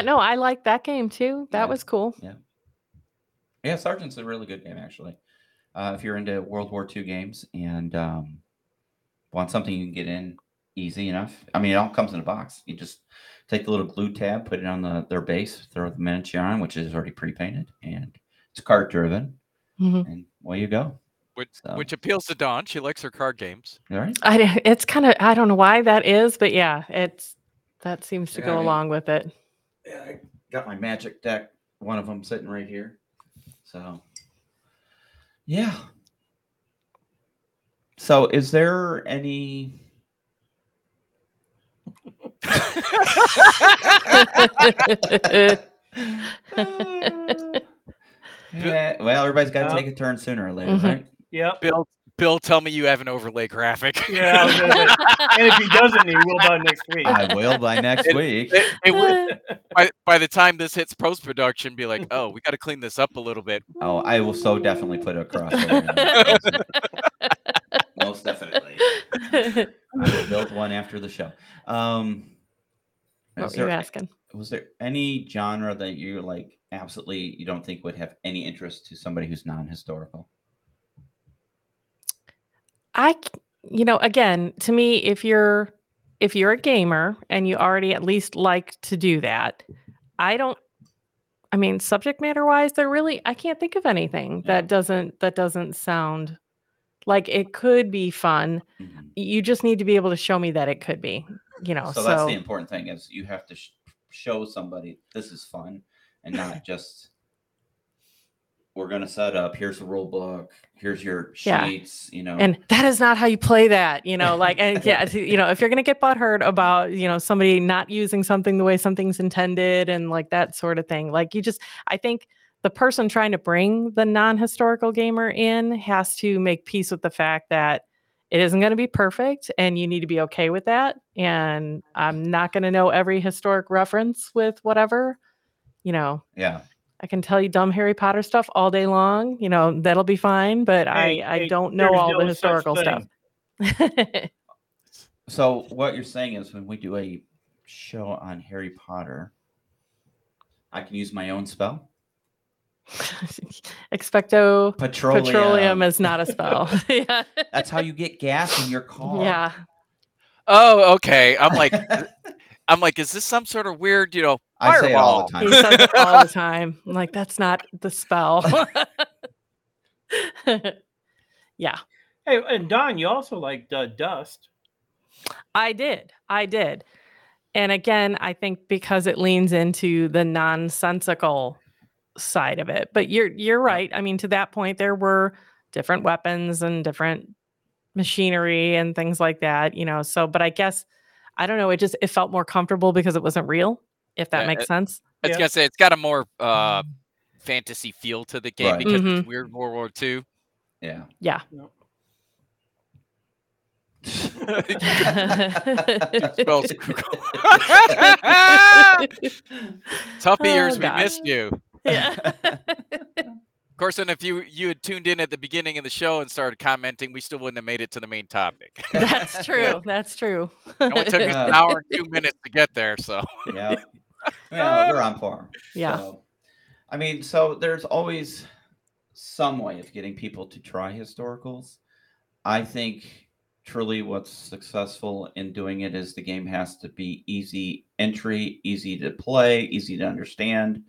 S2: no, I liked that game too. That
S1: Yeah.
S2: was cool.
S1: Yeah, Sergeant's a really good game actually. Uh, if you're into World War II games and um, want something you can get in easy enough, I mean, it all comes in a box. You just take the little glue tab, put it on the, their base, throw the miniature on, which is already pre-painted, and it's card driven,
S2: Mhm.
S1: and away you go.
S4: Which,
S1: So.
S4: which appeals to Dawn. She likes her card games.
S1: All right.
S2: I d- it's kind of I don't know why that is, but yeah, it's that seems to
S1: Yeah,
S2: go
S1: I mean-
S2: along with it.
S1: Yeah, I got my magic deck. One of them sitting right here. So, yeah. So, is there any? Yeah, well, everybody's got to
S3: Uh,
S1: take a turn sooner or later,
S2: Mhm.
S1: right?
S3: Yep.
S4: Bill, Bill, tell me you have an overlay graphic.
S3: Yeah. I was gonna say. and if he doesn't, he will by next week.
S1: I will by next week.
S4: It, it would, by, by the time this hits post production, be like, oh, we got to clean this up a little bit.
S1: Oh, I will so definitely put a crossover. in. Most definitely. I will build one after the show. Um,
S2: what
S1: is
S2: were Oh, you
S1: there-
S2: asking?
S1: was there any genre that you like absolutely you don't think would have any interest to somebody who's non-historical
S2: I c- you know, again, to me, if you're if you're a gamer and you already at least like to do that, I don't I mean, subject matter wise, there really I can't think of anything
S1: Yeah.
S2: that doesn't that doesn't sound like it could be fun.
S1: Mhm.
S2: You just need to be able to show me that it could be, you know.
S1: so
S2: So,
S1: that's the important thing is you have to sh- show somebody this is fun and not just we're going to set up here's the rule book here's your
S2: Yeah.
S1: sheets you know
S2: and that is not how you play that, you know, like and yeah, it's, you know, if you're gonna get butthurt about, you know, somebody not using something the way something's intended and like that sort of thing. Like you just I think the person trying to bring the non-historical gamer in has to make peace with the fact that it isn't going to be perfect and you need to be okay with that and i'm not going to know every historic reference with whatever you know
S1: yeah
S2: I can tell you dumb Harry Potter stuff all day long. You know, that'll be fine, but
S3: Hey,
S2: I, I
S3: hey,
S2: don't know
S3: there's
S2: all
S3: no
S2: the
S3: such
S2: historical
S3: thing.
S2: stuff.
S1: so what you're saying is when we do a show on harry potter i can use my own spell
S2: Expecto
S1: petroleum,
S2: petroleum is not a spell. yeah.
S1: that's how you get gas in your car
S2: Yeah.
S4: Oh, okay. I'm like, I'm like, is this some sort of weird, you know,
S1: i say it all the
S4: fireball?
S2: He
S1: time
S2: says it all the time. I'm like, that's not the spell. yeah.
S3: Hey, and Don, you also liked uh, Dust.
S2: I did. I did. And again, I think because it leans into the nonsensical side of it. But you're you're right. I mean, to that point, there were different weapons and different machinery and things like that, you know. So, but I guess I don't know, it just it felt more comfortable because it wasn't real, if that
S4: Yeah,
S2: makes
S4: it-
S2: sense.
S4: I was
S3: Yeah.
S4: gonna say it's got a more uh, fantasy feel to the game
S1: Right.
S4: because it's weird World War II.
S1: Yeah.
S2: Yeah.
S4: Well, Tough
S2: Oh,
S4: ears,
S2: God.
S4: we missed you. Of
S2: yeah.
S4: course, and if you you had tuned in at the beginning of the show and started commenting, we still wouldn't have made it to the main topic.
S2: That's true. That's true.
S4: It only took us an
S1: Yeah.
S4: hour and two minutes to get there. So
S1: yeah. Well, we're on par.
S2: yeah.
S4: uh,
S1: So, I mean, so there's always some way of getting people to try historicals. I think truly what's successful in doing it is the game has to be easy entry, easy to play, easy to understand,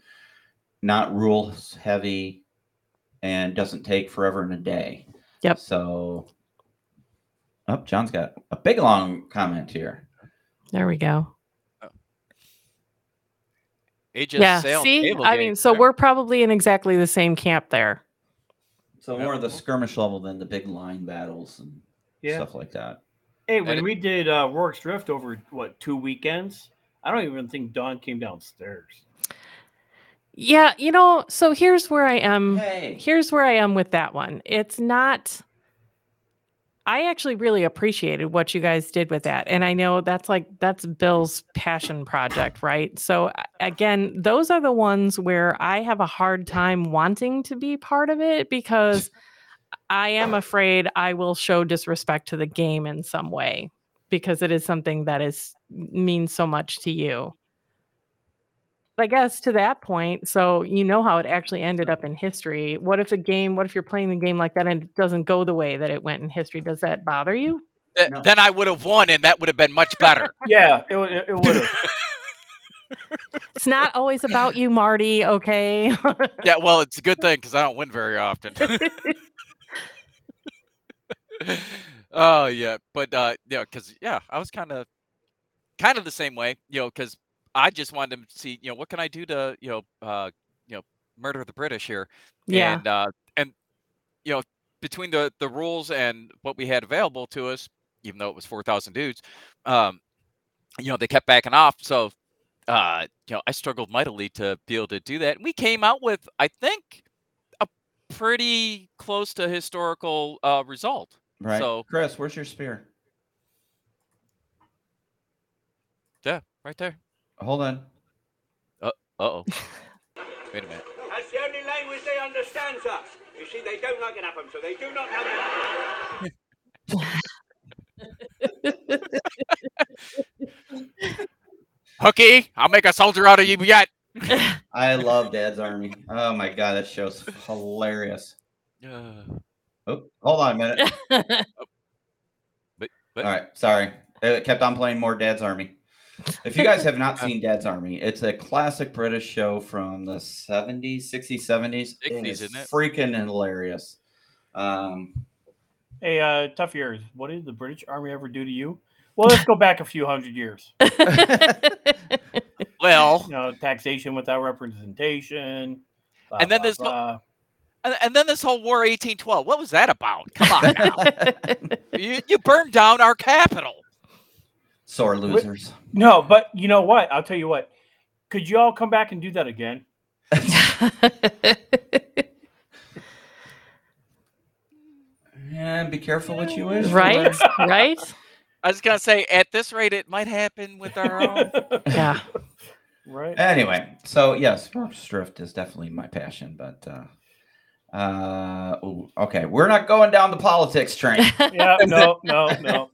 S1: not rules heavy, and doesn't take forever in a day.
S2: Yep.
S1: So, oh, John's got a big long comment here.
S2: There we go.
S4: Age of
S2: Yeah.
S4: Sail
S2: See,
S4: table
S2: I
S4: game.
S2: mean, so we're probably in exactly the same camp there.
S1: So more of the skirmish level than the big line battles and
S3: Yeah.
S1: stuff like that.
S3: Hey,
S4: it-
S3: when we did uh, Rourke's Drift over what two weekends, I don't even think Dawn came downstairs.
S2: Yeah. You know, so here's where I am.
S1: Hey.
S2: Here's where I am with that one. It's not. I actually really appreciated what you guys did with that. And I know that's like, that's Bill's passion project, right? So, a- again, those are the ones where I have a hard time wanting to be part of it because I am afraid I will show disrespect to the game in some way because it is something that is means so much to you. I guess to that point, so you know how it actually ended up in history. What if the game, what if you're playing the game like that and it doesn't go the way that it went in history? Does that bother you?
S4: Th-
S1: No.
S4: Then I would have won, and that would have been much better.
S3: Yeah, it would. It would have.
S2: It's not always about you, Marty, okay?
S4: yeah, well, it's a good thing because I don't win very often. oh yeah, but uh, yeah, because yeah, I was kind of, kind of the same way, you know, because I just wanted to see, you know, what can I do to, you know, uh, you know, murder the British here,
S2: yeah.
S4: and uh, and you know, between the the rules and what we had available to us, even though it was four thousand dudes, um, you know, they kept backing off, so. Uh, you know, I struggled mightily to be able to do that. We came out with, I think, a pretty close to historical uh, result.
S1: Right.
S4: So-
S1: Chris, where's your spear?
S4: Yeah, right there.
S1: Hold on.
S4: Uh oh. Wait a minute.
S7: That's the only language they understand, sir. You see, they don't like it up 'em, so they do not have it up 'em.
S4: Hooky, I'll make a soldier out of you yet.
S1: I love Dad's Army. Oh my god, that show's hilarious. Oh, hold on a minute. All
S4: But-
S1: right, sorry. It kept on playing more Dad's Army. If you guys have not seen Dad's Army, it's a classic British show from the 70s, 60s, 70s. it
S4: 60s,
S1: is
S4: isn't it?
S1: freaking hilarious. Um,
S3: Hey, uh, tough years. What did the British Army ever do to you? Well, let's go back a few hundred years.
S4: well,
S3: You know, taxation without representation. blah,
S4: And then
S3: blah,
S4: there's no-
S3: blah.
S4: and, and then this whole War 1812. What was that about? Come on now. you, you burned down our capital.
S1: sore losers.
S3: no, but you know what? I'll tell you what. Could you all come back and do that again?
S1: And be careful what you wish. for.
S2: right? Right?
S4: I was going to say, at this rate, it might happen with our own.
S2: Yeah.
S3: right.
S1: Anyway, so yes, Corpse Drift is definitely my passion, but uh, uh, ooh, okay, we're not going down the politics train.
S3: Yeah. No. No. No.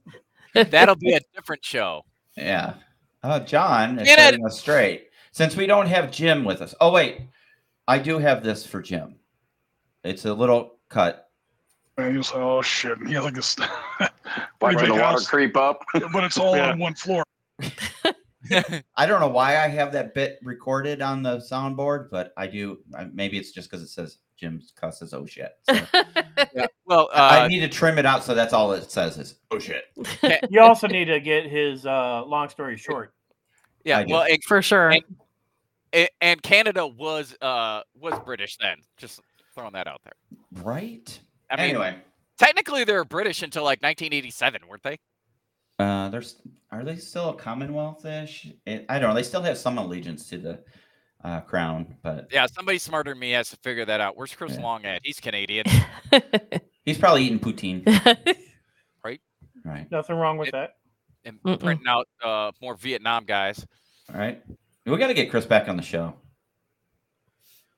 S4: That'll be a different show.
S1: yeah, uh, John is
S4: Get it.
S1: setting us straight since we don't have Jim with us. Oh wait, I do have this for Jim. It's a little cut.
S8: And he's like, oh shit. And he had like this
S9: Watching
S8: big
S9: the water
S8: house,
S9: creep up.
S8: but it's all
S9: Yeah.
S8: on one floor.
S1: I don't know why I have that bit recorded on the soundboard, but I do. I, maybe it's just because it says Jim cusses oh shit. So
S4: Well,
S1: I
S4: uh,
S1: need to trim it out, so that's all it says is oh shit.
S3: You also need to get his uh, long story short.
S4: yeah,
S1: I do.
S4: well, and,
S2: For sure.
S4: and- and Canada was uh was British then. Just throwing that out there.
S1: Right?
S4: I mean,
S1: anyway,
S4: technically they were British until like 1987, weren't they?
S1: uh, there's are they still a Commonwealth-ish? It, I don't know. They still have some allegiance to the uh, crown, but
S4: Yeah, somebody smarter than me has to figure that out. Where's Chris
S1: Yeah.
S4: Long at? He's Canadian.
S1: he's probably eating poutine, right?
S3: Nothing wrong with that.
S4: and
S2: Mm-mm.
S4: printing out uh, more Vietnam guys.
S1: All right, we got to get Chris back on the show.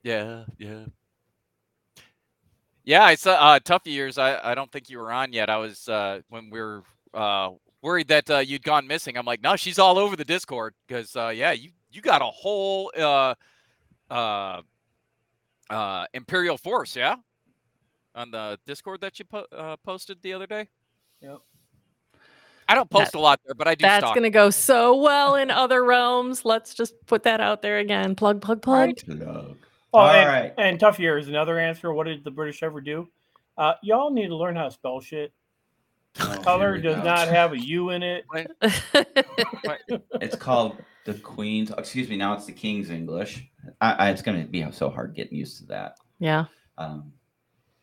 S4: Yeah, yeah. Yeah, I saw uh, tough years. I, I don't think you were on yet. I was uh, when we were uh, worried that uh, you'd gone missing. I'm like, no, she's all over the Discord because uh, yeah, you you got a whole uh, uh, uh, Imperial force, yeah, on the Discord that you po- uh, posted the other day.
S3: Yep.
S4: I don't post a lot there, but I do.
S2: That's
S4: stalk.
S2: going to go so well in other realms. Let's just put that out there again. Plug, plug, plug.
S1: Plug.
S3: Oh,
S1: All
S3: and,
S1: right.
S3: and tough year is another answer. What did the British ever do? Uh, y'all need to learn how to spell shit.
S1: Oh, here
S3: Color
S1: we
S3: does
S1: go.
S3: not have a U in it.
S1: It's called the Queen's. oh, Excuse me. Now it's the King's English. I, I it's going to be so hard getting used to that.
S2: yeah.
S1: Um,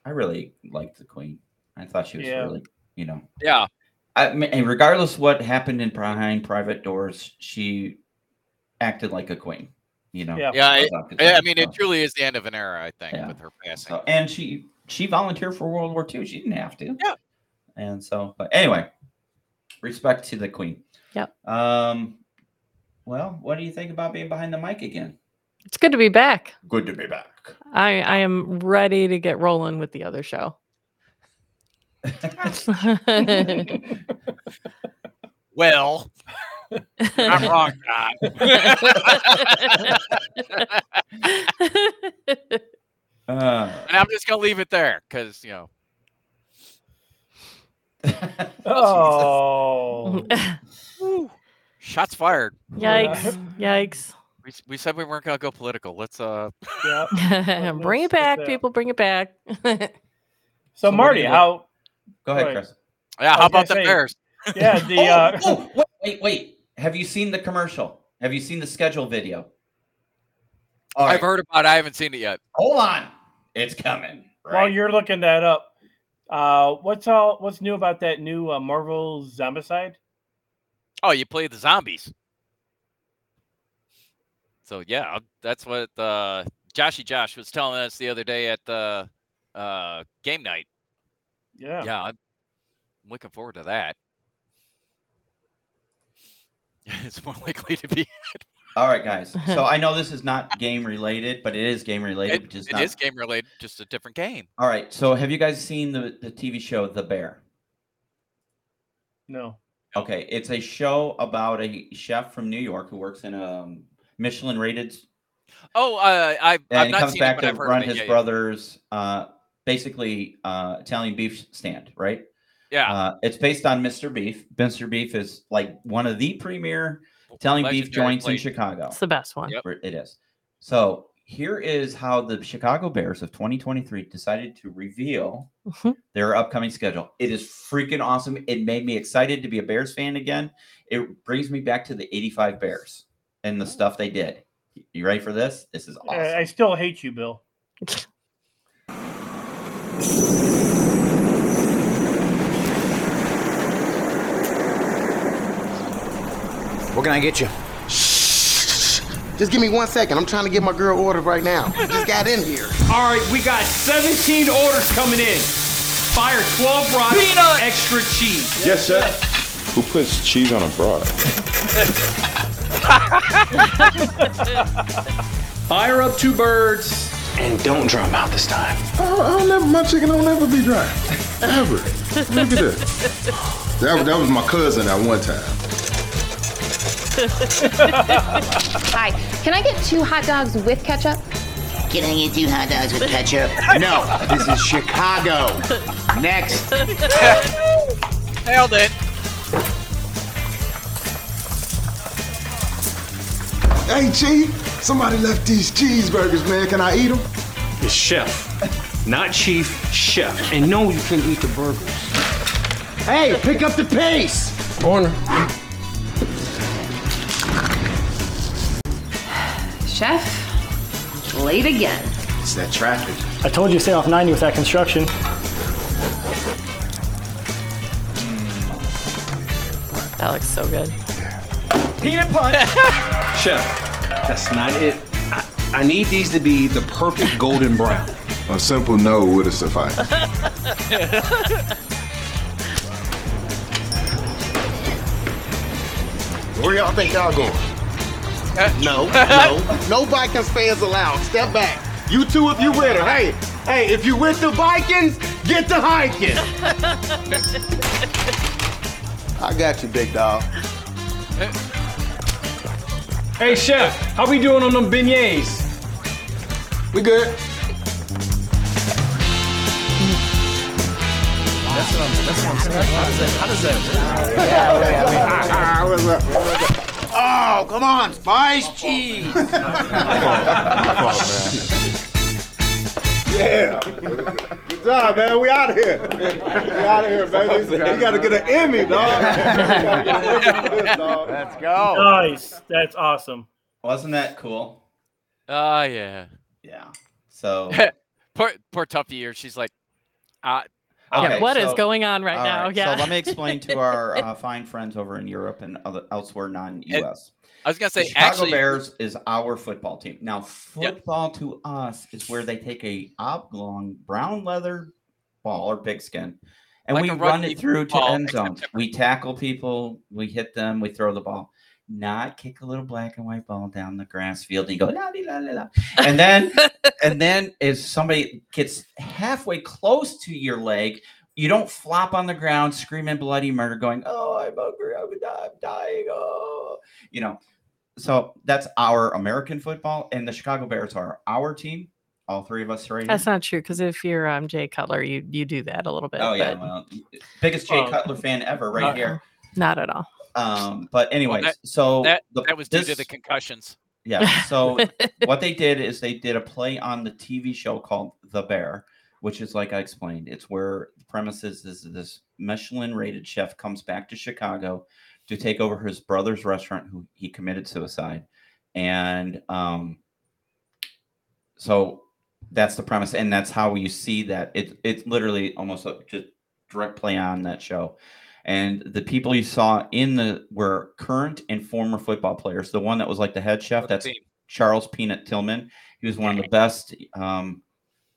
S1: I really liked the Queen. I thought she was
S3: Yeah.
S1: really, you know,
S4: yeah,
S1: I mean, and regardless what happened in behind private doors, she acted like a queen. You know.
S3: Yeah.
S4: yeah. I,
S1: throughout the
S4: I
S1: time,
S4: mean,
S1: so-
S4: it truly is the end of an era, I think,
S1: Yeah. Uh,
S4: with her passing.
S1: so- and she she volunteered for World War II. She didn't have to.
S4: Yeah.
S1: And so, but anyway, respect to the Queen.
S2: Yep.
S1: Um. Well, what do you think about being behind the mic again?
S2: It's good to be back.
S1: Good to be back.
S2: I, I am ready to get rolling with the other show.
S4: Well, I'm wrong, John.
S1: Uh,
S4: and I'm just gonna leave it there because you know.
S3: Oh,
S4: whew, shots fired.
S2: Yikes. Yikes.
S4: We, s- we said we weren't gonna go political. Let's uh.
S3: Oh, yeah.
S2: bring
S3: let's-
S2: it back,
S3: let's, uh,
S2: people. Bring it back.
S1: So
S3: So,
S1: what do
S3: Marty,
S1: you-
S3: how?
S1: Go ahead,
S3: Right.
S1: Chris.
S4: Yeah,
S3: I
S4: how
S3: was gonna
S4: about the
S3: say-
S4: Bears?
S3: Yeah, the
S1: oh,
S3: uh,
S1: oh, wait, wait, wait. Have you seen the commercial? Have you seen the schedule video? All
S4: I've
S1: right,
S4: heard about. it. I haven't seen it yet.
S1: Hold on. It's coming.
S3: while
S1: Right.
S3: you're looking that up, uh, what's all what's new about that new uh, Marvel Zombicide?
S4: Oh, you play the zombies. So yeah, I'll- that's what uh, Joshy Josh was telling us the other day at the uh, game night.
S3: Yeah,
S4: Yeah, I'm I'm looking forward to that. It's more likely to be.
S1: All right, guys. So I know this is not game related, but it is game related,
S4: It,
S1: which is
S4: it
S1: not.
S4: is game related, just a different game.
S1: All right. So have you guys seen the, the TV show The Bear?
S3: no,
S1: Okay, it's a show about a chef from New York who works in a um, Michelin rated
S4: Oh, uh, I,
S1: and
S4: I've
S1: he
S4: not
S1: comes
S4: seen it,
S1: back
S4: but
S1: to
S4: I've heard
S1: run
S4: of it.
S1: his
S4: yeah, yeah.
S1: brother's uh, basically uh, Italian beef stand, right?
S4: Yeah.
S1: Uh, it's based on Mr. Beef. Mr. Beef is like one of the premier Italian beef
S4: legendary
S1: joints in
S4: place.
S1: Chicago.
S2: it's the best one.
S4: Yep.
S1: Where It is. So here is how the Chicago Bears of 2023 decided to reveal
S2: Mhm.
S1: their upcoming schedule. It is freaking awesome. It made me excited to be a Bears fan again. It brings me back to the 85 Bears and
S2: Oh.
S1: the stuff they did. You ready for this? This is awesome.
S3: I, I still hate you, Bill.
S9: What can I get you? Just give me one second. I'm trying to get my girl ordered right now. Just got in here.
S10: All right, we got 17 orders coming in. Fire 12 rocks, extra cheese.
S11: Yes, sir. Who puts cheese on a broad?
S10: Fire up two birds.
S9: And don't drum out this time.
S11: Oh, I'll never, my chicken will never be dry. Ever. Look at this. That, that was my cousin at one time.
S12: Hi, can I get two hot dogs with ketchup?
S9: Can I get two hot dogs with ketchup? no, this is Chicago. Next.
S4: Nailed it.
S11: Hey, Chief, somebody left these cheeseburgers, man. Can I eat them?
S10: It's chef, not chief, chef. And no, you can't eat the burgers.
S9: Hey, pick up the pace.
S10: Corner.
S12: Chef, late again.
S9: It's that traffic.
S10: I told you to stay off 90 with that construction.
S2: That looks so good.
S10: Peanut punch.
S13: Chef, that's not it. I, I need these to be the perfect golden brown.
S11: A simple no would have sufficed.
S9: Where y'all think y'all going? No, no. no biking fans allowed. Step back. You two, if you with her. Hey, hey, if you with the Vikings, get to hiking. I got you, big dog.
S10: Hey, chef, how we doing on them beignets?
S11: We good.
S10: That's what I'm. That's what I'm saying. How does that? How does that?
S14: Ah,
S9: Oh, come on, spice cheese.
S14: Yeah. Good job, man. We out of here. We out of here, baby. You got to get an Emmy, dog.
S3: Let's go. Nice. That's awesome.
S1: Wasn't that cool?
S4: Oh, yeah.
S1: Yeah. So
S4: poor, poor tough year. She's like, uh,
S2: yeah, what is going on right
S1: all
S2: now? Yeah.
S1: So let me explain to our uh, fine friends over in Europe and other, elsewhere, non-U.S.
S4: I was gonna say,
S1: the Chicago
S4: actually-
S1: Bears is our football team. Now, football to us is where they take a oblong brown leather ball or pigskin, and
S4: Like
S1: we
S4: a
S1: run
S4: rugby
S1: it through to
S4: ball,
S1: end
S4: except
S1: zones. We tackle people, we hit them, we throw the ball. Not kick a little black and white ball down the grass field and go la di la la la. And then and then if somebody gets halfway close to your leg, you don't flop on the ground screaming bloody murder, going, "Oh, I'm hungry, I'm, di- I'm dying." Oh, you know. So that's our American football, and the Chicago Bears are our team. All three of us right
S2: That's not true because if you're um, Jay Cutler, you you do that a little bit.
S1: Oh yeah,
S2: but
S1: well, biggest Jay
S2: Well,
S1: Cutler fan ever, right
S2: uh-uh.
S1: here.
S2: not at all.
S1: Um, but anyways,
S4: uh-huh. that-
S1: so
S4: that,
S1: the-
S4: that was due to
S1: this-
S4: the concussions.
S1: Yeah. So what they did is they did a play on the TV show called The Bear, which is like I explained, it's where the premises is this Michelin rated chef comes back to Chicago to take over his brother's restaurant who he committed suicide. And um so that's the premise and that's how you see that it it's literally almost a just direct play on that show and the people you saw in the were current and former football players the one that was like the head chef that's charles peanut tillman he was one of the best um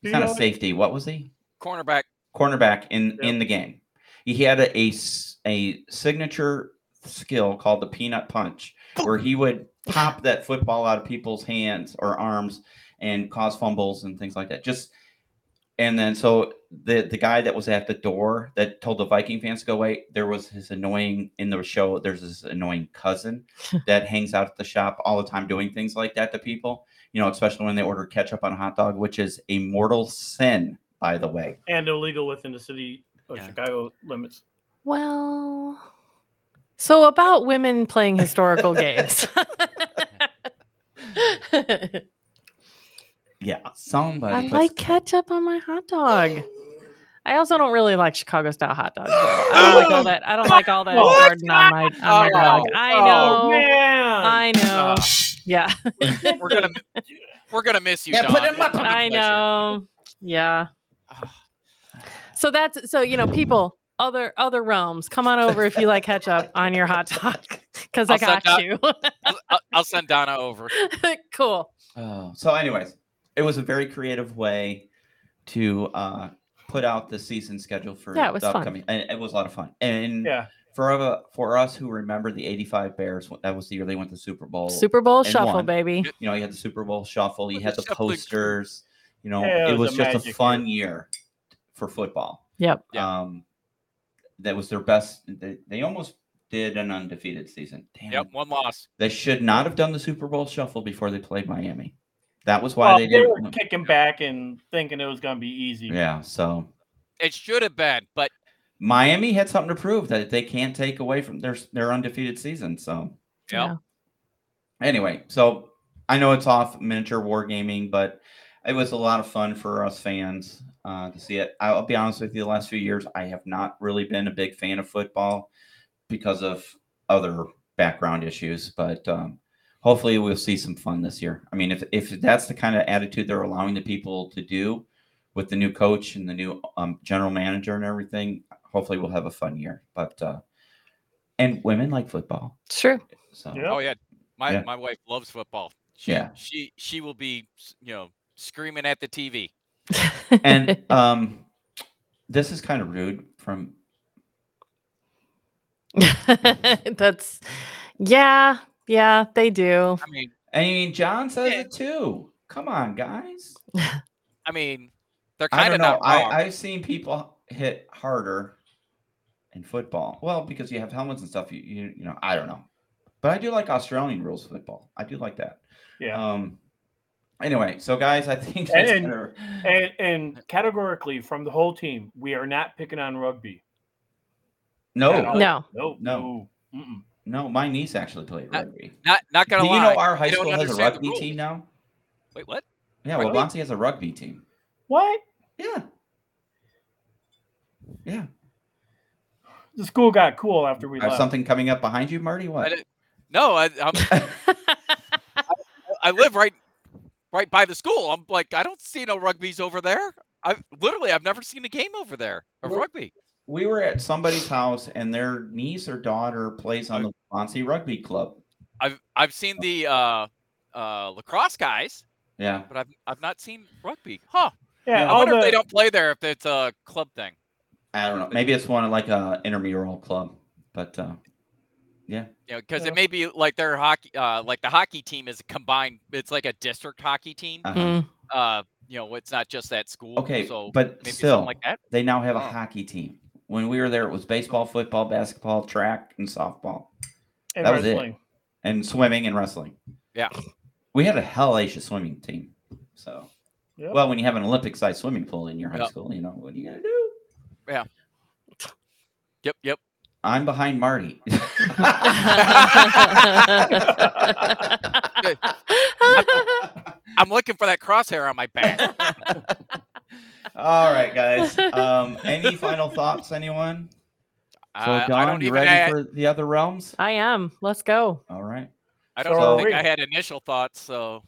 S1: he's not a
S4: Peanut.
S1: safety what was he
S4: Cornerback.
S1: cornerback in in the game. He had a, a s- a signature skill called the peanut punch, where he would pop that football out of people's hands or arms and cause fumbles and things like that. Just and then so the the guy that was at the door that told the Viking fans to go away, there was his annoying in the show. There's this annoying cousin that hangs out at the shop all the time doing things like that to people. You know, especially when they order ketchup on a hot dog, which is a mortal sin, by the way.
S3: And illegal within the city of Chicago limits.
S2: Well, so about women playing historical games.
S1: Yeah, somebody.
S2: I
S1: puts-
S2: like ketchup on my hot dog. I also don't really like Chicago style hot dogs. though. I don't like all that. I don't like all that
S10: What?
S2: garden on my, on my dog.
S10: Oh,
S2: I
S10: oh,
S2: know.
S10: man.
S2: I know.
S10: Ah.
S2: yeah.
S4: We're gonna, we're gonna miss you.
S2: Yeah,
S4: Don.
S2: put him up on the I know. Yeah. So that's so you know people other other realms come on over if you like ketchup on your hot dog because I
S4: I'll send
S2: got
S4: Don-
S2: you.
S4: I'll- I'll, I'll send Donna over.
S2: cool.
S1: Oh, so, anyways, it was a very creative way to uh, put out the season schedule for
S2: Yeah, it was
S1: the
S2: fun.
S1: upcoming, and it was a lot of fun. And
S3: Yeah.
S1: for uh, for us who remember the '85 Bears, that was the year they went to Super Bowl.
S2: Super Bowl
S1: and
S2: shuffle,
S1: won.
S2: baby.
S1: You know, you had the Super Bowl shuffle. You had the
S2: shuffle.
S1: posters. You know,
S2: Yeah,
S1: it,
S2: it
S1: was,
S2: was a
S1: just a
S2: magic
S1: fun year for football.
S2: Yep.
S1: Um, that was their best. They, they almost did an undefeated season. Damn
S4: Yep, one loss.
S1: They should not have done the Super Bowl shuffle before they played Miami. That was why
S3: Well,
S1: they
S3: they were
S1: didn't.
S3: kicking back and thinking it was going to be easy.
S1: Yeah, so
S4: It should have been, but
S1: Miami had something to prove that they can't take away from their their undefeated season. So
S4: yeah.
S1: anyway, so I know it's off miniature wargaming, but it was a lot of fun for us fans uh, to see it. I'll be honest with you, the last few years I have not really been a big fan of football because of other background issues, but um, hopefully we'll see some fun this year. I mean, if if that's the kind of attitude they're allowing the people to do with the new coach and the new um, general manager and everything, hopefully we'll have a fun year. But uh, and women like football.
S2: True.
S1: So
S4: Oh yeah, my
S1: Yeah.
S4: my wife loves football. She,
S1: Yeah.
S4: she she will be you know screaming at the TV.
S1: and um, this is kind of rude from
S2: That's yeah, yeah, they do.
S4: I mean,
S1: I mean, John says it too. Come on, guys.
S4: I mean, they're
S1: I
S4: kind
S1: don't
S4: of
S1: know.
S4: not wrong.
S1: I, I've seen people hit harder in football. Well, because you have helmets and stuff. You you, you know, I don't know. But I do like Australian rules football. I do like that.
S3: Yeah.
S1: Um. Anyway, so guys, I think that's
S3: And,
S1: gonna-
S3: and and categorically from the whole team, we are not picking on rugby. At
S1: no,
S3: all. No.
S1: no,
S3: Mm-mm.
S1: no. My niece actually played rugby.
S4: Not not gonna
S1: Do you
S4: lie.
S1: know our high
S4: they don't
S1: school has a
S4: understand the
S1: rugby
S4: rules.
S1: team now?
S4: Wait, what?
S1: Yeah,
S4: Wait,
S1: well,
S4: what?
S1: Wansey has a rugby team.
S3: What?
S1: Yeah. Yeah.
S3: The school got cool after we
S1: Have
S3: left.
S1: something coming up behind you, Marty?
S4: I
S1: What?
S4: didn't- no, I, I'm, I I live right right by the school. I'm like, I don't see no rugby's over there. I literally, I've never seen a game over there of
S1: Well,
S4: rugby.
S1: We were at somebody's house, and their niece or daughter plays on the Wansey Rugby Club.
S4: I've I've seen the uh, uh, lacrosse guys,
S1: Yeah.
S4: but I've I've not seen rugby. Huh?
S1: Yeah,
S4: I
S1: all
S4: wonder if they
S1: the-
S4: don't play there if it's a club thing.
S1: I don't know. Maybe it's one of like a intramural club, but uh, yeah.
S4: You know, because it may be like their hockey, uh, like the hockey team is a combined. It's like a district hockey team.
S1: Uh-huh. Mm.
S4: Uh, you know, it's not just that school.
S1: Okay,
S4: so
S1: but
S4: maybe
S1: still,
S4: something like that.
S1: they now have a hockey team. When we were there, it was baseball, football, basketball, track, and softball.
S4: And
S1: that was it,
S4: wrestling.
S1: and swimming and wrestling.
S4: Yeah.
S1: We had a hellacious swimming team. So,
S3: Yep.
S1: well, when you have an Olympic-sized swimming pool in your high
S4: Yep.
S1: school, you know what do you gotta do?
S4: Yeah. Yep. Yep.
S1: I'm behind Marty.
S4: Good. I'm- I'm looking for that crosshair on my back.
S1: All right, guys. Um, any final thoughts, anyone? So,
S4: Uh, I
S1: Don,
S4: don't
S1: you
S4: even
S1: ready
S4: ha-
S1: for the other realms?
S2: I am. Let's go.
S1: All right.
S4: I don't
S1: So-
S4: think I had initial thoughts. So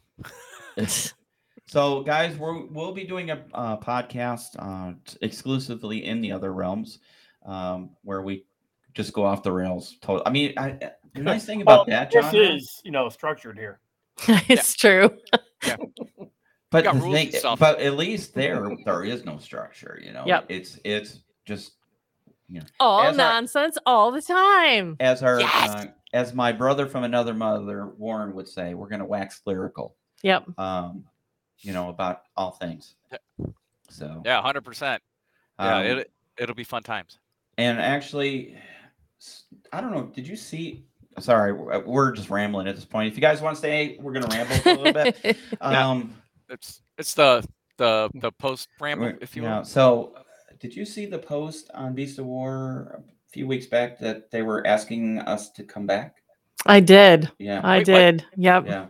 S1: so guys we're, we'll be doing a uh, podcast uh, t- exclusively in the other realms um, where we just go off the rails totally i mean I, eh, the nice thing about
S3: Well,
S1: that john
S3: This is you know structured here.
S2: it's true.
S1: but,
S3: got
S1: the
S3: rules
S1: thing-
S3: and stuff.
S1: but at least there there is no structure you know
S2: Yep.
S1: it's it's just you know
S2: All
S1: as our,
S2: nonsense all the time.
S1: as, our
S2: Yes.
S1: uh, as my brother from another mother warren would say we're going to wax lyrical
S2: Yep.
S1: um, you know about all things so
S4: yeah, hundred percent. Yeah,
S1: Um,
S4: it it'll be fun times.
S1: And actually, s- I don't know. Did you see? Sorry, we're we're just rambling at this point. If you guys want to stay, we're gonna ramble for a little bit.
S4: Yeah.
S1: Um,
S4: It's it's the the the post ramble, if you
S1: yeah.
S4: will.
S1: So, did you see the post on Beast of War a few weeks back that they were asking us to come back?
S2: I did.
S4: Uh,
S1: Yeah.
S2: I
S1: Wait, what?
S2: did. Yep.
S1: Yeah.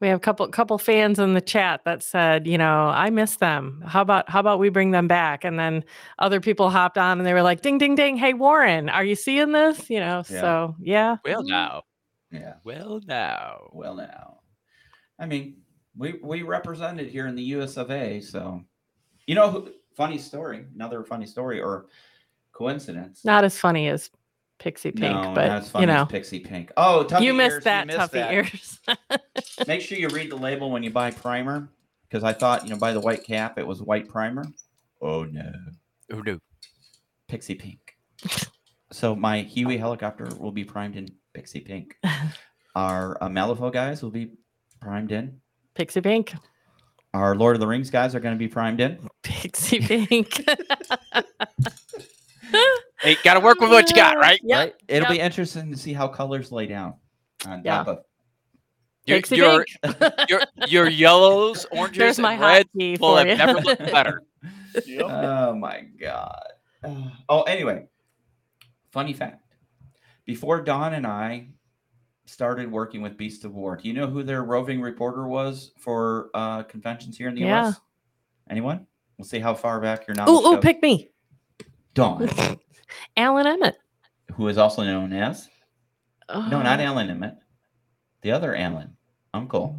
S2: We have a couple couple fans in the chat that said, you know, I miss them. How about how about we bring them back? And then other people hopped on and they were like, ding ding ding, hey Warren, are you seeing this? You know,
S1: Yeah.
S2: so yeah.
S4: Well now.
S1: Yeah.
S4: Well now.
S1: Well now. I mean, we we represented here in the U.S. of A. So, you know, who- funny story. Another funny story or coincidence.
S2: Not as funny as Pixie Pink,
S1: No,
S2: but
S1: not as
S2: you
S1: funny as
S2: know,
S1: Pixie Pink. Oh, tough
S2: you missed
S1: ears, you
S2: that,
S1: missed
S2: toughy
S1: that.
S2: ears.
S1: Make sure you read the label when you buy primer, because I thought, you know, by the white cap, it was white primer. Oh no.
S4: Oh no.
S1: Pixie pink. so my Huey helicopter will be primed in pixie pink. Our uh, Malifaux guys will be primed in.
S2: Pixie Pink,
S1: Our Lord of the Rings guys are going to be primed in.
S2: Pixie Pink.
S4: Hey, gotta work with what you
S2: Mm-hmm.
S4: got, right?
S1: Right? It'll be interesting to see how colors lay down on
S2: Yeah.
S1: top of.
S4: Your,
S1: Pixie
S4: your, your, your yellows, oranges,
S2: There's my
S4: and
S2: hot
S4: reds
S2: key
S4: will
S2: for
S4: have
S2: you.
S4: never looked better.
S1: Oh my god. Uh, Oh, anyway, funny fact. Before Don and I started working with Beast of War, do you know who their roving reporter was for uh, conventions here in the
S2: Yeah.
S1: US? Anyone? We'll see how far back you're not.
S2: ooh, ooh, pick me.
S1: Don,
S2: Alan Emmett.
S1: who is also known as no, not
S2: Oh.
S1: Alan Emmett, the other Alan, Uncle.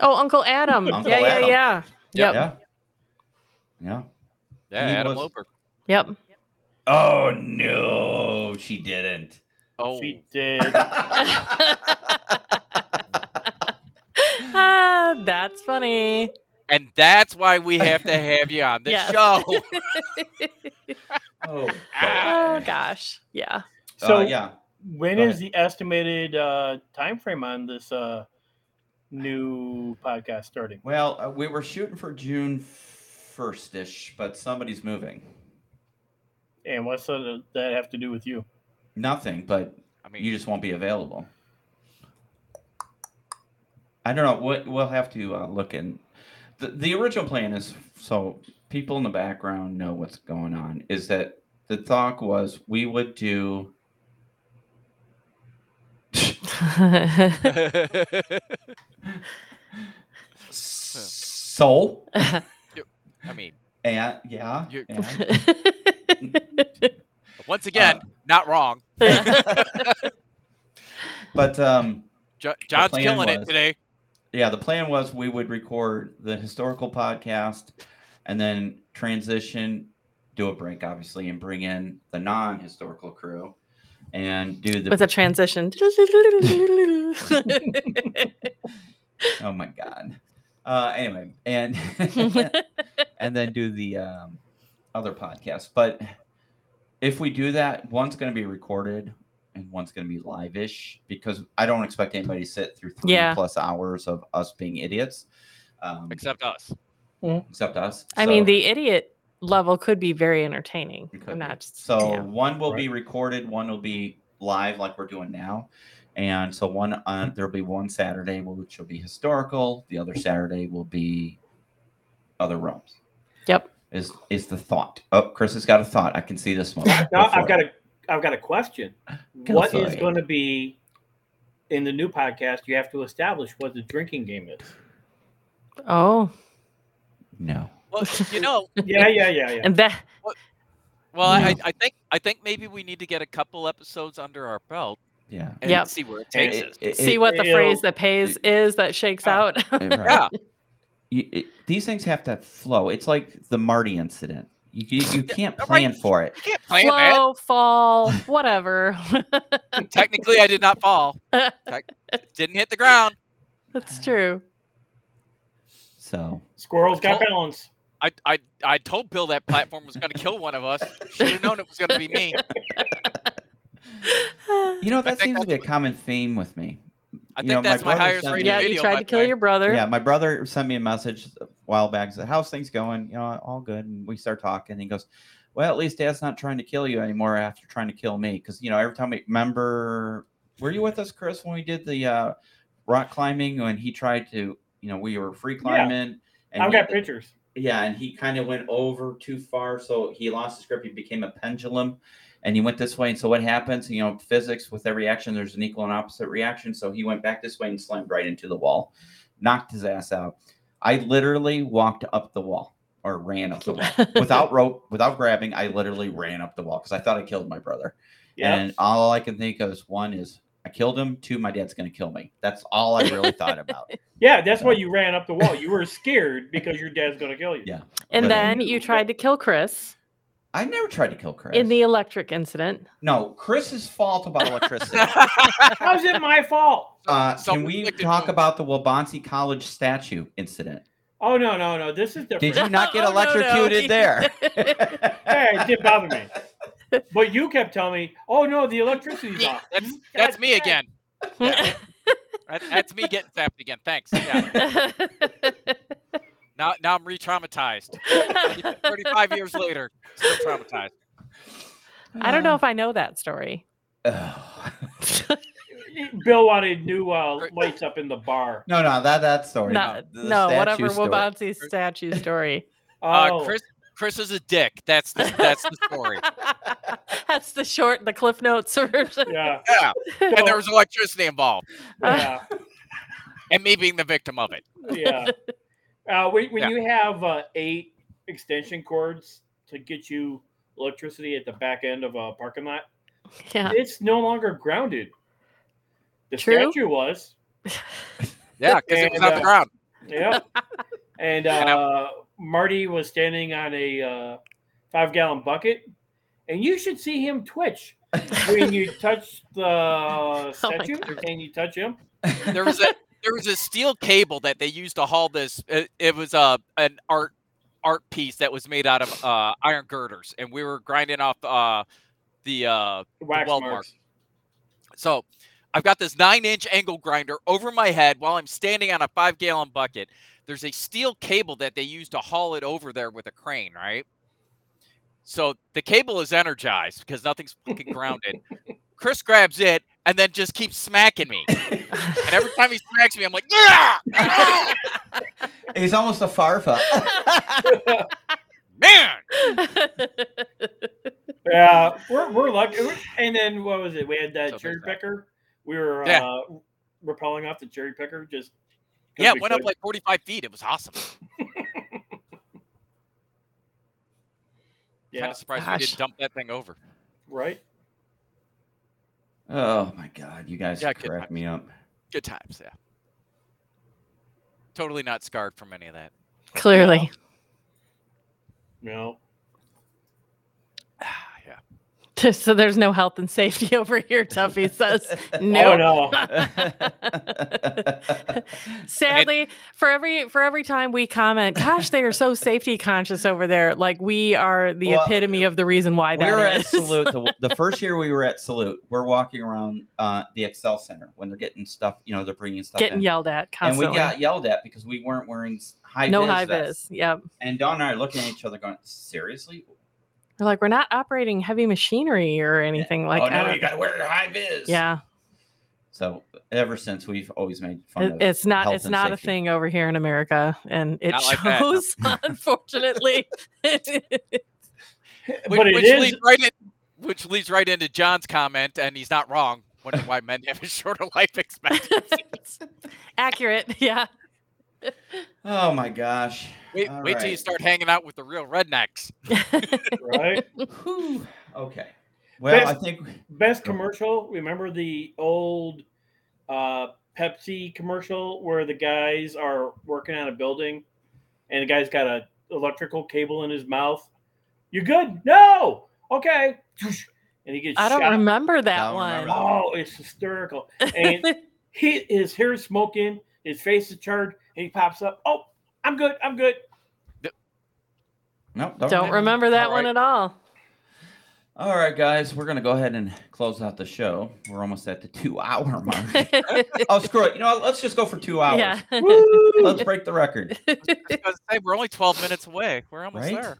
S2: Oh, Uncle Adam.
S1: Uncle
S2: yeah,
S1: Adam.
S2: yeah, yeah. Yep.
S1: Yeah. Uh, Yeah.
S4: Yeah,
S1: He
S4: Adam
S1: was-
S4: Loper.
S2: Yep.
S1: Oh no, she didn't.
S4: Oh,
S3: she did.
S2: Ah, that's funny.
S4: And that's why we have to have you on the
S2: Yes.
S4: show. Ah,
S1: oh,
S2: gosh. Yeah.
S3: So
S1: Uh, yeah.
S3: When
S1: Go
S3: is the estimated uh, time frame on this uh, new podcast starting?
S1: Well, uh, we were shooting for June first ish, but somebody's moving.
S3: And what's that that have to do with you?
S1: Nothing, but you just won't be available. I don't know. We'll, we'll have to uh, look in. The, the original plan is so people in the background know what's going on. Is that the thought was we would do. Soul.
S4: I mean,
S1: And yeah.
S4: You-
S1: and-
S4: once again, not wrong.
S1: but um,
S4: Jo-
S1: the
S4: John's
S1: plan
S4: killing it today.
S1: Yeah, the plan was we would record the historical podcast, and then transition, do a break, obviously, and bring in the non-historical crew, and do the
S2: With a transition.
S1: oh my god. Uh, anyway, and and then do the um, other podcast. But if we do that, one's going to be recorded and one's going to be live-ish because I don't expect anybody to sit through three
S2: Yeah.
S1: plus hours of us being idiots. Um,
S4: except us.
S1: Except us.
S2: I mean,
S1: So-
S2: the idiot level could be very entertaining. I'm not.
S1: so
S2: yeah.
S1: one will be recorded, one will be live like we're doing now. And so one
S3: Mm-hmm.
S1: on there'll be one Saturday which will be historical, the other Saturday will be other realms.
S2: Yep.
S1: Is is the thought. Oh, Chris has got a thought. I can see this one.
S3: No, I've got a I've got a question.
S1: Go
S3: What
S1: for
S3: is
S1: it.
S3: going to be in the new podcast? You have to establish what the drinking game is.
S2: Oh.
S1: No.
S4: Well, you know.
S3: Yeah, yeah, yeah, yeah.
S2: And that.
S4: Well,
S2: Yeah.
S4: I, I think I think maybe we need to get a couple episodes under our belt.
S1: Yeah.
S4: And
S2: Yep.
S4: see where it takes us.
S2: See what the phrase that pays is that shakes out.
S1: Yeah. these things have to flow. It's like the Marty incident. You, you, you can't plan for it.
S4: Plan that.
S2: Flow, fall, whatever.
S4: Technically, I did not fall. Tec- Didn't hit the ground.
S2: That's true.
S1: So
S3: Squirrels got
S4: Well-
S3: balance.
S4: I, I I told Bill that platform was going to kill one of us. Should have known it was going to be me.
S1: You know, that seems to be a common theme with me.
S4: I
S1: You
S4: think
S1: know,
S4: that's my
S1: brother
S4: highest
S1: sent
S4: rated
S1: me-
S4: Yeah, you video, tried by to the kill way. your
S2: brother.
S1: Yeah, my brother sent me a message a while back. Said, "How's things going?" You know, all good. And we start talking. And he goes, "Well, at least Dad's not trying to kill you anymore after trying to kill me." Because you know, every time we remember, were you with us, Chris, when we did the uh, rock climbing when he tried to, you know, we were free climbing. And
S3: I've
S1: he-
S3: got pictures.
S1: Yeah, and he kind of went over too far, so he lost his grip. He became a pendulum, and he went this way. And so what happens? You know, physics with every action, there's an equal and opposite reaction. So he went back this way and slammed right into the wall, knocked his ass out. I literally walked up the wall or ran up the wall without rope, without grabbing. I literally ran up the wall because I thought I killed my brother.
S3: Yeah.
S1: And uh, all I can think of is one is I killed him. Two, my dad's going to kill me. That's all I really thought about.
S3: Yeah, that's why you ran up the wall. You were scared because your dad's going to kill you.
S1: uh, Yeah.
S2: And
S1: But-
S2: then you tried to kill Chris
S1: I never tried to kill Chris.
S2: in the electric incident.
S1: No, Chris's fault about electricity.
S3: How's it my fault?
S1: uh, can we talk about the Wabansie College statue incident?
S3: Oh no, no, no. This is different.
S1: Did you not get Oh, no, no. electrocuted there?
S3: hey, it didn't bother me. But you kept telling me, "Oh no, the electricity's off."
S4: That's that's me again. Yeah. That- that's me getting zapped again. Thanks. Yeah. now now I'm re-traumatized. Thirty-five years later, still traumatized.
S2: I don't know if I know that story.
S3: Bill wanted new uh, lights up in the bar.
S1: No, no, that that story.
S2: no,
S1: the
S2: no,
S1: statue
S2: whatever
S1: story.
S2: Wabansie statue story.
S4: Uh,
S3: Oh.
S4: Chris Chris is a dick. That's the that's the story.
S2: That's the short, the Cliff Notes version.
S3: Oh, Yeah.
S4: Yeah. And there was electricity involved.
S3: Yeah.
S4: And me being the victim of it.
S3: yeah. Uh, when when
S4: Yeah.
S3: you have uh, eight extension cords to get you electricity at the back end of a parking lot,
S2: Yeah.
S3: it's no longer grounded. The
S4: True.
S3: statue was.
S4: Yeah, 'cause it was on the
S3: uh,
S4: ground.
S3: Yeah. And uh, Marty was standing on a uh, five gallon bucket and you should see him twitch when you touch
S4: Oh
S3: the statue and you touch him.
S4: There was a there was a steel cable that they used to haul this. It, it was a an art art piece that was made out of uh, iron girders, and we were grinding off uh, the, uh, the
S3: Wax
S4: weld mark.
S3: marks.
S4: So I've got this nine inch angle grinder over my head while I'm standing on a five gallon bucket. There's a steel cable that they use to haul it over there with a crane, right? So the cable is energized because nothing's fucking grounded. Chris grabs it and then just keeps smacking me. and every time he smacks me, I'm like, "Ah!"
S1: He's almost a farfa.
S4: man.
S3: Yeah, we're, we're lucky. And then what was it? We had that cherry picker. We were
S4: Yeah.
S3: uh, repelling off the cherry picker. Just 'cause
S4: yeah,
S3: we
S4: it went up
S3: could.
S4: like 45 feet. It was awesome. Kind
S3: Yeah.
S4: of surprised we
S3: Gosh.
S4: didn't dump that thing over.
S3: right.
S1: Oh my god, you guys
S4: Yeah, good
S1: crack me up.
S4: Good times, yeah. Totally not scarred from any of that.
S2: Clearly.
S3: No.
S2: So there's no health and safety over here, Tuffy says. No.
S3: Oh,
S2: Sadly, for every for every time we comment, gosh, they are so safety conscious over there. Like we are the
S1: Well,
S2: epitome of the reason why
S1: we
S2: that
S1: were at
S2: is.
S1: Salute the, the first year we were at Salute. We're walking around uh, the Excel Center when they're getting stuff. You know, they're bringing stuff.
S2: Getting
S1: in.
S2: yelled at
S1: And
S2: constantly.
S1: we got yelled at because we weren't wearing s- high
S2: no
S1: vis
S2: high
S1: vests.
S2: vis. Yep.
S1: And Don and I are looking at each other, going, "Seriously?
S2: We're like, we're not operating heavy machinery or anything like
S1: oh
S2: that.
S1: no, you got to wear your high vis."
S2: yeah.
S1: So ever since we've always made fun
S2: It-
S1: of
S2: it's not
S1: Oh, health
S2: it's
S1: and
S2: not a
S1: safety.
S2: thing over here in America. And it
S1: Not like that, no.
S2: shows, unfortunately.
S4: Which,
S2: But it
S4: which
S2: is-
S4: leads right in, which leads right into John's comment, and he's not wrong. Wondering why men have a shorter life expectancy.
S2: Accurate. Yeah.
S1: Oh my gosh!
S4: Wait,
S1: All
S4: wait till you
S1: right.
S4: start hanging out with the real rednecks.
S3: Right.
S1: Okay. Well, I
S3: Best-
S1: think
S3: best commercial. Remember the old uh, Pepsi commercial where the guys are working on a building, and the guy's got a electrical cable in his mouth. You're good. No. Okay. And he gets.
S2: I don't
S3: shot.
S2: remember that one.
S3: Oh, it's hysterical. And he his hair smoking, his face is charred, and he pops up. Oh, I'm good. I'm good.
S1: no,
S2: Don't remember that one at all.
S1: All right, guys, we're gonna go ahead and close out the show. We're almost at the two-hour mark. oh, screw it. You know, what? let's just go for two hours.
S4: Yeah.
S1: Woo! Let's break the record.
S4: I was gonna say, we're only 12 minutes away. We're almost
S1: Right?
S4: there.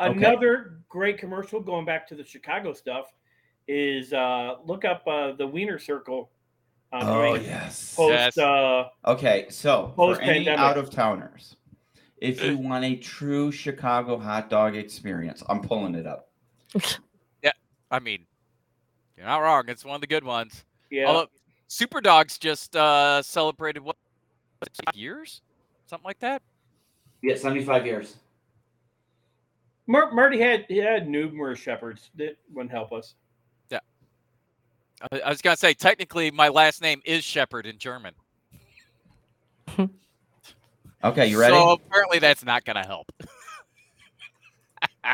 S1: Okay.
S3: Another great commercial going back to the Chicago stuff is uh, look up uh, the Wiener Circle. Um, on
S1: Oh
S3: Duane
S1: yes.
S3: Post, Uh,
S1: okay, so for any
S3: post-pandemic.
S1: out of towners, if you want a true Chicago hot dog experience, I'm pulling it up.
S4: Yeah, I mean, you're not wrong. It's one of the good ones.
S3: Yeah.
S4: Super Dogs just uh, celebrated what years, something like that.
S1: Yeah, 75 years.
S3: Mar- Marty had he had numerous shepherds that wouldn't help us.
S4: Yeah. I, I was gonna say technically my last name is Shepherd in German.
S1: Okay, you ready?
S4: So apparently that's not gonna help.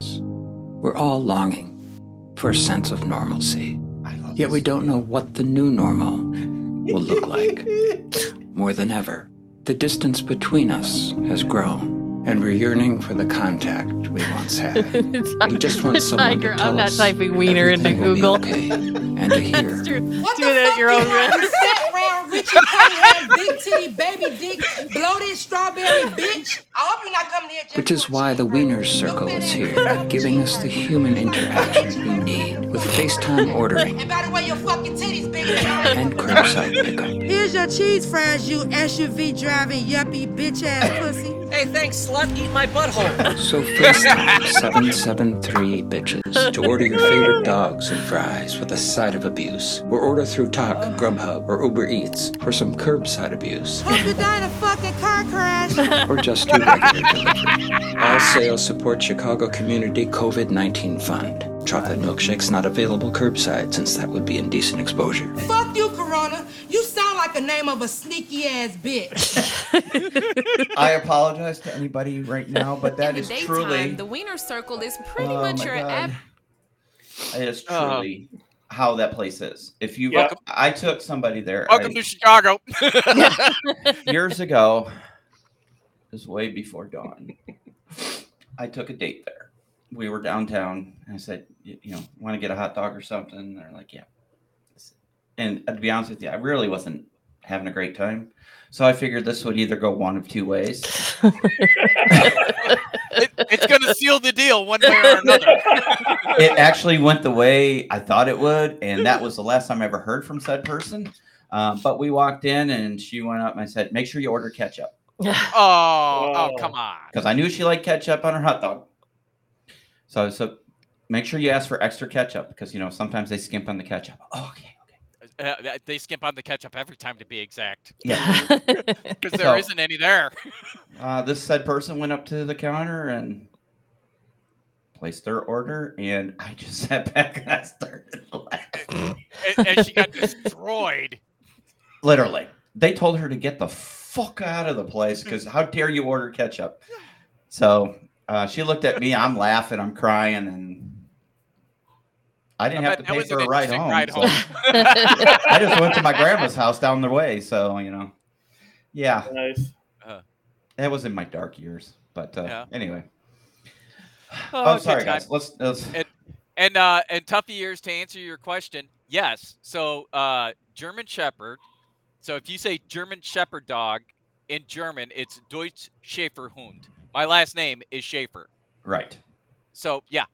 S15: We're all longing for a sense of normalcy. Yet we don't know what the new normal will look like. More than ever, the distance between us has grown, and we're yearning for the contact we once had. We just want someone to
S2: Tiger,
S15: tell
S2: I'm not
S15: us
S2: typing wiener into
S15: everything will be
S2: Google.
S15: And to hear
S2: Do it at your own risk.
S16: Fat round, Richie Cunningham, big titty, baby dick, bloated strawberry bitch. I hope you're not coming here.
S15: Which is why the Wiener Circle is here, giving us the human interaction we need with FaceTime ordering
S16: And by the way, your fucking titties big.
S15: and curbside pickup.
S16: Here's your cheese fries, you SUV driving yuppie bitch ass pussy. Hey, thanks, slut. Eat my butthole.
S15: So FaceTime 773 bitches to order your favorite dogs and fries with a side of abuse, or order through Talk, Grubhub, or Uber Eats for some curbside abuse,
S16: Hope you die in a fucking car crash.
S15: or just do regular delivery. All sales support Chicago Community COVID 19 Fund. Chocolate milkshakes not available curbside since that would be indecent exposure.
S16: Fuck you, Corona. You sound like the name of a sneaky ass bitch.
S1: I apologize to anybody right now, but that
S17: In the
S1: is
S17: daytime,
S1: truly
S17: the wiener circle is pretty
S1: Oh
S17: much
S1: my
S17: your
S1: God.
S17: average.
S1: It is
S4: Um,
S17: Oh.
S1: truly how that place is. If you,
S4: Welcome-
S1: I took somebody there.
S4: Welcome
S1: I-
S4: to Chicago.
S1: years ago, it was way before dawn. I took a date there. We were downtown. And I said, "Y- you know, want to get a hot dog or something? And they're like, yeah. And uh, to be honest with you, I really wasn't having a great time. So I figured this would either go one of two ways.
S4: it's going to seal the deal one way or another.
S1: it actually went the way I thought it would, and that was the last time I ever heard from said person. Um, but we walked in, and she went up and I said, "Make sure you order ketchup,"
S4: Oh, oh, come on.
S1: because I knew she liked ketchup on her hot dog. So, so make sure you ask for extra ketchup because you know sometimes they skimp on the ketchup. Oh, okay.
S4: Uh, th- they skimp on the ketchup every time to be exact.
S1: Yeah.
S4: Because there
S1: So-
S4: not any there.
S1: Uh, this said person went up to the counter and placed their order, and I just sat back and I started laughing.
S4: And, and she got destroyed.
S1: Literally, they told her to get the fuck out of the place because how dare you order ketchup? So uh, she looked at me. I'm laughing. I'm crying, and I didn't
S4: I
S1: have to
S4: bet that
S1: pay
S4: was
S1: for
S4: an
S1: a ride
S4: interesting
S1: home.
S4: ride
S1: so-
S4: home.
S1: I just went to my grandma's house down the way. So you know, yeah,
S3: Nice.
S1: that was in my dark years. But uh,
S4: Yeah.
S1: anyway,
S4: Oh,
S1: oh,
S4: good
S1: sorry
S4: time.
S1: guys. Let's, let's
S4: And and uh, and toughy ears to answer your question. Yes. So uh, German Shepherd. So if you say German Shepherd dog in German, it's Deutsch Schäferhund. My last name is Schaefer.
S1: right.
S4: So yeah,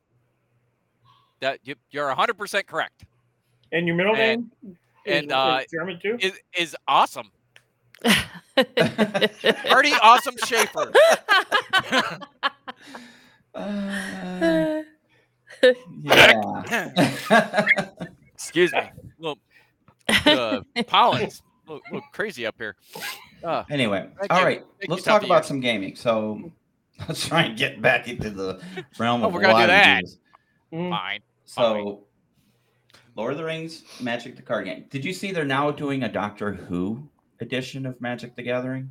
S4: that you, you're 100 percent correct.
S3: And your middle
S4: And-
S3: name?
S4: And
S3: is,
S4: uh,
S3: is German too?
S4: Is is awesome. Pretty awesome Schaefer.
S1: Uh,
S4: Excuse me. Little uh, pollens. Look, look crazy up here. Uh,
S1: Anyway,
S4: thank
S1: all
S4: you.
S1: right.
S4: Thank
S1: Let's
S4: you,
S1: talk
S4: Tuffy
S1: about
S4: ears.
S1: some gaming. So let's try and get back into the realm
S4: Oh,
S1: of
S4: we're gonna do
S1: live
S4: that.
S1: games.
S3: Mm.
S4: Fine.
S1: So, Lord of the Rings, Magic the Card Game. Did you see they're now doing a Doctor Who edition of Magic the Gathering?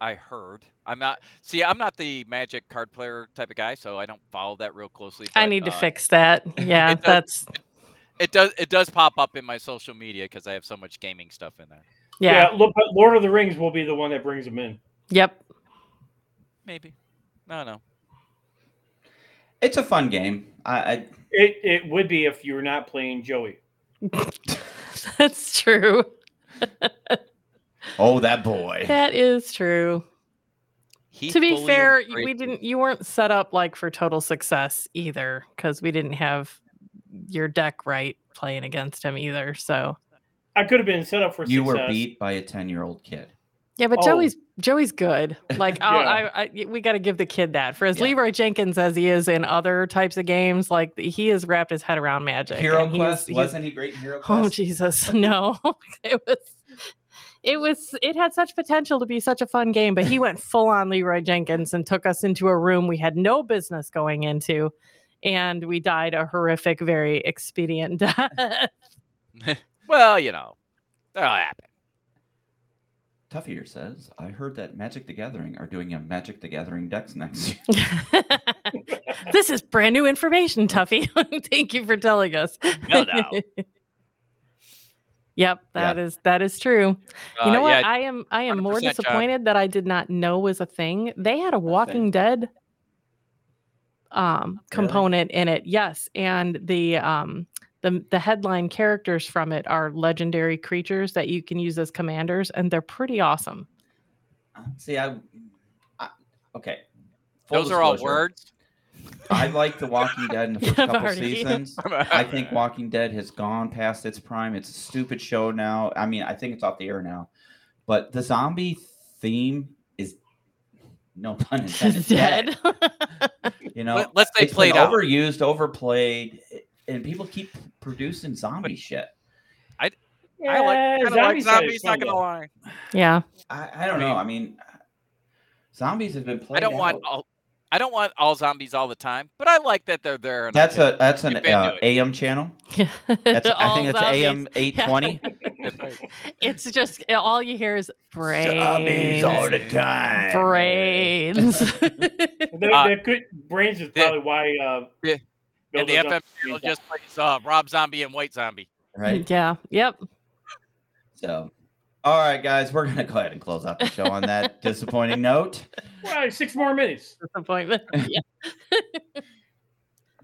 S4: I heard. I'm not. See, I'm not the Magic card player type of guy, so I don't follow that real closely.
S2: I
S4: but,
S2: need to
S4: uh,
S2: fix that. Yeah,
S4: it does-
S2: that's
S4: It does. It does pop up in my social media because I have so much gaming stuff in there.
S2: Yeah.
S3: look, but Lord of the Rings will be the one that brings them in.
S2: yep.
S4: Maybe. No, no.
S1: It's a fun game. I, I
S3: It it would be if you were not playing Joey.
S2: That's true.
S1: oh that boy.
S2: That is true.
S1: He
S2: to be
S1: fully
S2: fair, y- we
S1: embraced
S2: didn't. You weren't set up like for total success either, because we didn't have your deck right playing against him either. So
S3: I could have been set up for
S1: You
S3: success.
S1: were beat by a ten-year-old kid.
S2: yeah, but
S3: Oh.
S2: Joey's Joey's good. Like I'll-
S3: Yeah.
S2: I, I, y- we got to give the kid that. For as
S1: Yeah.
S2: Leroy Jenkins as he is in other types of games, like he has wrapped his head around magic.
S1: Hero
S2: and he's-
S1: Quest
S2: he's-
S1: wasn't he great in Hero Quest?
S2: Oh Jesus, no! it was, it was, it had such potential to be such a fun game, but he went full on Leroy Jenkins and took us into a room we had no business going into, and we died a horrific, very expedient death.
S4: Well, you know, that'll happen.
S1: Tuffier says, I heard that Magic the Gathering are doing a Magic the Gathering decks next year.
S2: this is brand new information, Tuffy. Thank you for telling us.
S4: No doubt.
S2: Yep, that is that is true.
S4: Uh,
S2: you know what?
S4: yeah,
S2: I am I am more
S4: 100% John.
S2: disappointed that I did not know was a thing. They had a Walking Dead um component in it. Yes, and the um the the headline characters from it are legendary creatures that you can use as commanders and they're pretty awesome.
S1: See, I, I okay.
S4: Those are all
S1: disclosure,
S4: words.
S1: I like The Walking Dead in the first
S2: I've
S1: couple
S2: already-
S1: seasons. I think Walking Dead has gone past its prime. It's a stupid show now. I mean, I think it's off the air now. But the zombie theme is no pun intended. dead. You know,
S4: Let- let's say
S1: it's been
S4: played out.
S1: overused, overplayed, and people keep producing zombie shit.
S4: I I like,
S3: Yeah,
S4: kinda like
S3: zombies had
S4: zombies.
S3: its
S4: Not gonna
S3: fun,
S4: lie.
S2: Yeah.
S1: I, I don't know. I mean, zombies have been played.
S4: I don't want
S1: out.
S4: all. I don't want all zombies all the time, but I like that they're there. and I
S1: That's
S4: can-
S1: a that's an
S4: dip into
S1: uh,
S4: it.
S1: AM channel. That's, I think that's AM eight twenty.
S2: it's just all you hear is brains.
S1: Zombies all the time.
S2: Brains.
S3: That, that could brains is probably why. Uh,
S4: Uh, and the
S3: Build
S4: FM
S3: up-
S4: channel just plays uh, Rob Zombie and White Zombie.
S1: Right.
S2: Yeah. Yep.
S1: So, all right, guys, we're gonna go ahead and close out the show on that disappointing note.
S3: well, six more minutes.
S2: Disappointment. Yeah.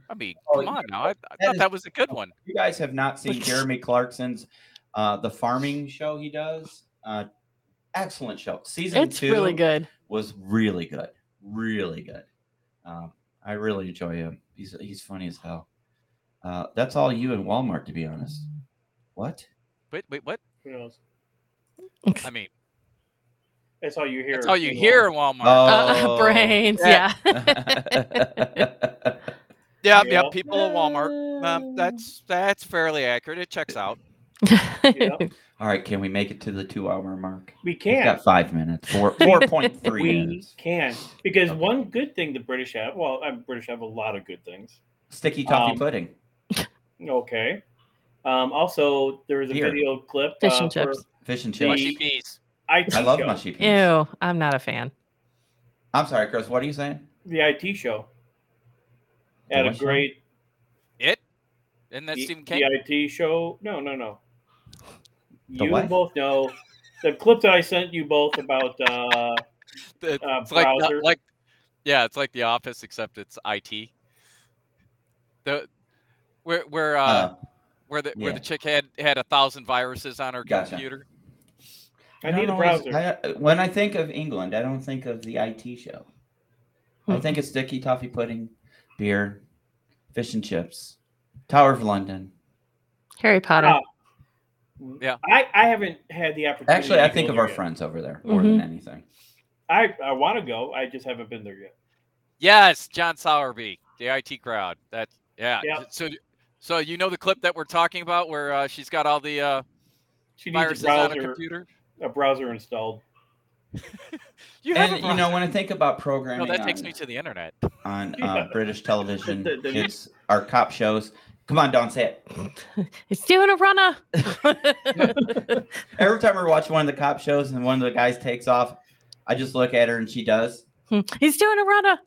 S4: I mean,
S1: Oh,
S4: come on now. I, I
S1: that
S4: thought
S1: is-
S4: that was a good one.
S1: You guys have not seen Jeremy Clarkson's uh, the farming show he does. Uh, excellent show. Season
S2: It's
S1: two
S2: really good.
S1: Was really good. Really good. Um, I really enjoy him. He's he's funny as hell. Uh, that's all you and Walmart, to be honest. What?
S4: Wait, wait, what?
S3: Who knows?
S4: I mean,
S3: That's all you hear.
S4: that's all you
S3: in
S4: hear in Walmart.
S3: Walmart.
S2: Uh,
S1: Oh.
S4: yeah,
S3: Yeah.
S4: yeah. People at Walmart. Um, that's that's fairly accurate. It checks out.
S1: All right, can we make it to the two hour mark?
S3: We
S1: We've
S3: can.
S1: got five minutes. Four four point three
S3: We
S1: minutes.
S3: can because one good thing the British have. Well, i British have a lot of good things.
S1: Sticky toffee
S3: Um,
S1: pudding.
S3: Okay. Um, also, there was a
S1: Here.
S3: video clip.
S2: Fish
S3: uh,
S2: and chips.
S3: for
S1: Fish and
S3: the
S1: chips.
S4: peas.
S3: IT
S1: I love
S3: show.
S1: mushy peas.
S2: Ew. I'm not a fan.
S1: I'm sorry, Chris. What are you saying?
S3: The IT show.
S1: The
S3: Had a
S1: what show?
S3: great
S4: It. Isn't that Stephen King?
S3: the IT show. No, no, no.
S4: The
S3: you
S4: what?
S3: both know the clip that I sent you both about uh,
S4: The-
S3: uh,
S4: it's like, the-
S3: browser.
S4: like yeah, it's like The Office except it's IT. The where where uh,
S1: Uh,
S4: where the where the
S1: yeah.
S4: chick had had a thousand viruses on her
S1: Gotcha.
S4: computer.
S3: I
S1: don't
S3: need a
S1: know what's-
S3: browser.
S1: I- uh, when I think of England, I don't think of the IT show. I think it's sticky toffee pudding, beer, fish and chips, Tower of London.
S2: Harry Potter.
S3: Ah,
S4: Yeah.
S3: I, I haven't had the opportunity.
S1: Actually, I
S3: to
S1: think
S3: go
S1: of our
S3: there yet.
S1: friends over there more than
S2: Mhm.
S1: anything.
S3: I, I want to go. I just haven't been there yet.
S4: Yes, John Sowerby, the IT crowd. That yeah.
S3: Yeah.
S4: So so you know the clip that we're talking about where uh, she's got all the uh,
S3: She needs
S4: viruses
S3: a
S4: on her
S3: browser.
S4: computer.
S3: A browser installed.
S4: You have
S1: and
S4: a
S1: you know, when I um, think about programming
S4: No, that takes
S1: on,
S4: me to the internet.
S1: on uh, British television,
S4: The- the-
S1: it's our cop shows. Come on, Don, say it.
S2: It's doing a runner.
S1: Every time we watch one of the cop shows and one of the guys takes off, I just look at her and she does.
S2: He's doing a runner.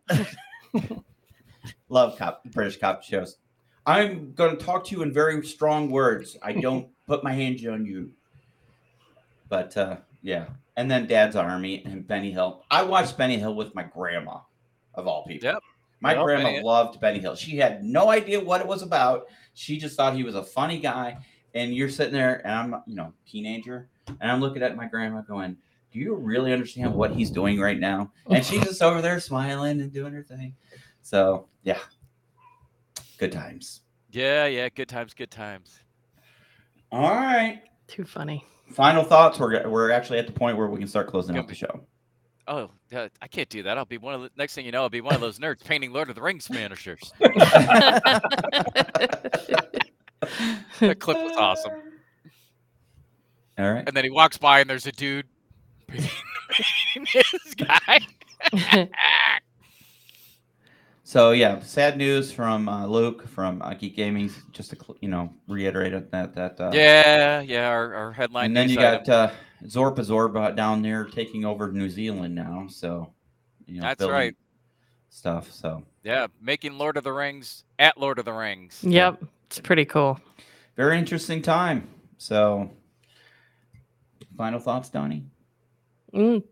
S1: Love cop British cop shows. I'm going to talk to you in very strong words. I don't put my hands on you. But uh, yeah, and then Dad's Army and Benny Hill. I watched Benny Hill with my grandma, of all people.
S4: Yep.
S1: My
S4: Yep.
S1: grandma
S4: Benny-
S1: loved Benny Hill. She had no idea what it was about. She just thought he was a funny guy. And you're sitting there, and I'm, you know, teenager, and I'm looking at my grandma going, "Do you really understand what he's doing right now?" And she's just over there smiling and doing her thing. So yeah, good times.
S4: Yeah, yeah. Good times, good times.
S1: All right.
S2: Too funny.
S1: Final thoughts. We're we're actually at the point where we can start closing out the show.
S4: Oh, uh, I can't do that. I'll be one of the next thing you know, I'll be one of those nerds painting Lord of the Rings managers. that clip was awesome.
S1: All right.
S4: And then he walks by and there's a dude painting this guy.
S1: So yeah, sad news from uh, Luke from uh, Geek Gaming. Just to cl- you know reiterate it, that that. Uh,
S4: yeah, yeah. Our, our headline.
S1: And then
S4: news
S1: you
S4: item.
S1: got uh, Zorba Zorba down there taking over New Zealand now. So you know
S4: That's
S1: building
S4: right.
S1: stuff. So
S4: Yeah, making Lord of the Rings at Lord of the Rings.
S2: Yep. It's pretty cool.
S1: very interesting time. So final thoughts, Donnie.
S2: Mm,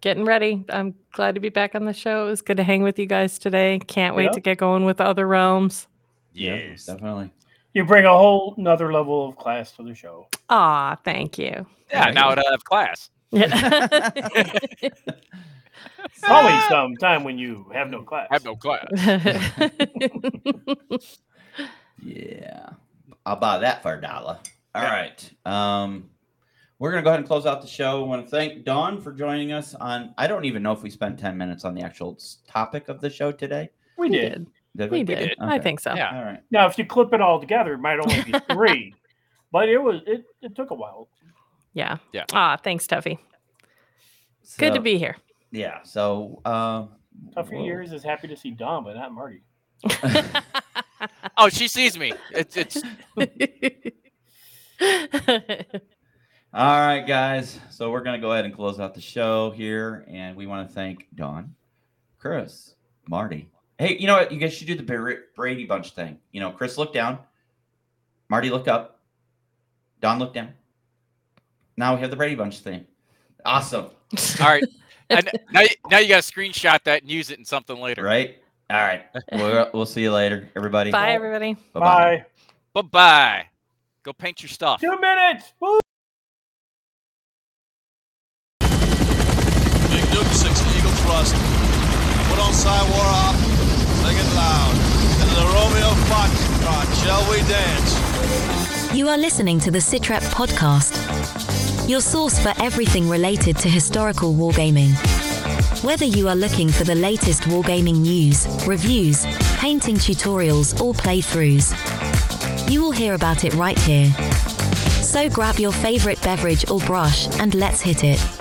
S2: getting ready. I'm glad to be back on the show. It was good to hang with you guys today. Can't wait
S3: Yeah.
S2: to get going with the other realms.
S1: Yes, definitely.
S3: You bring a whole another level of class to the show.
S2: Aw, thank you.
S4: Yeah, now it'll have class.
S2: Yeah.
S3: It's Always some time when you have no class. Have
S4: no class.
S1: Yeah. I'll buy that for a dollar. All right. Um, we're going to go ahead and close out the show. I want to thank Dawn for joining us on. I don't even know if we spent 10 minutes on the actual s- topic of the show today.
S3: We did.
S2: We did. I think so.
S1: All right.
S3: Now, if you clip it all together, it might only be three, but it was it, it took a while.
S2: Yeah.
S4: Yeah.
S2: Ah, thanks, Tuffy. Good to
S1: So-
S2: be here.
S1: Yeah. So uh,
S3: Tough for
S4: Whoa.
S3: years is happy to see Don, but not Marty.
S4: Oh, she sees me. It's it's.
S1: All right, guys. So we're going to go ahead and close out the show here. And we want to thank Don, Chris, Marty. Hey, you know what? You guys should do the Bra- Brady Bunch thing. You know, Chris looked down, Marty looked up, Don looked down. Now we have the Brady Bunch thing. Awesome.
S4: All right. And now, you- now you got to screenshot that and use it in something later.
S1: Right? All right. We'll, we'll see you later, everybody.
S4: Bye, everybody.
S1: Bye-bye.
S4: Bye bye. Go paint your stuff.
S3: Two minutes. Woo!
S5: Big Duke six eagle thrust. Put on side war up. Make it loud. And the Romeo Foxtrot. Shall we dance?
S6: You are listening to the Sitrep podcast, your source for everything related to historical wargaming. Whether you are looking for the latest wargaming news, reviews, painting tutorials, or playthroughs, you will hear about it right here. So grab your favorite beverage or brush and let's hit it.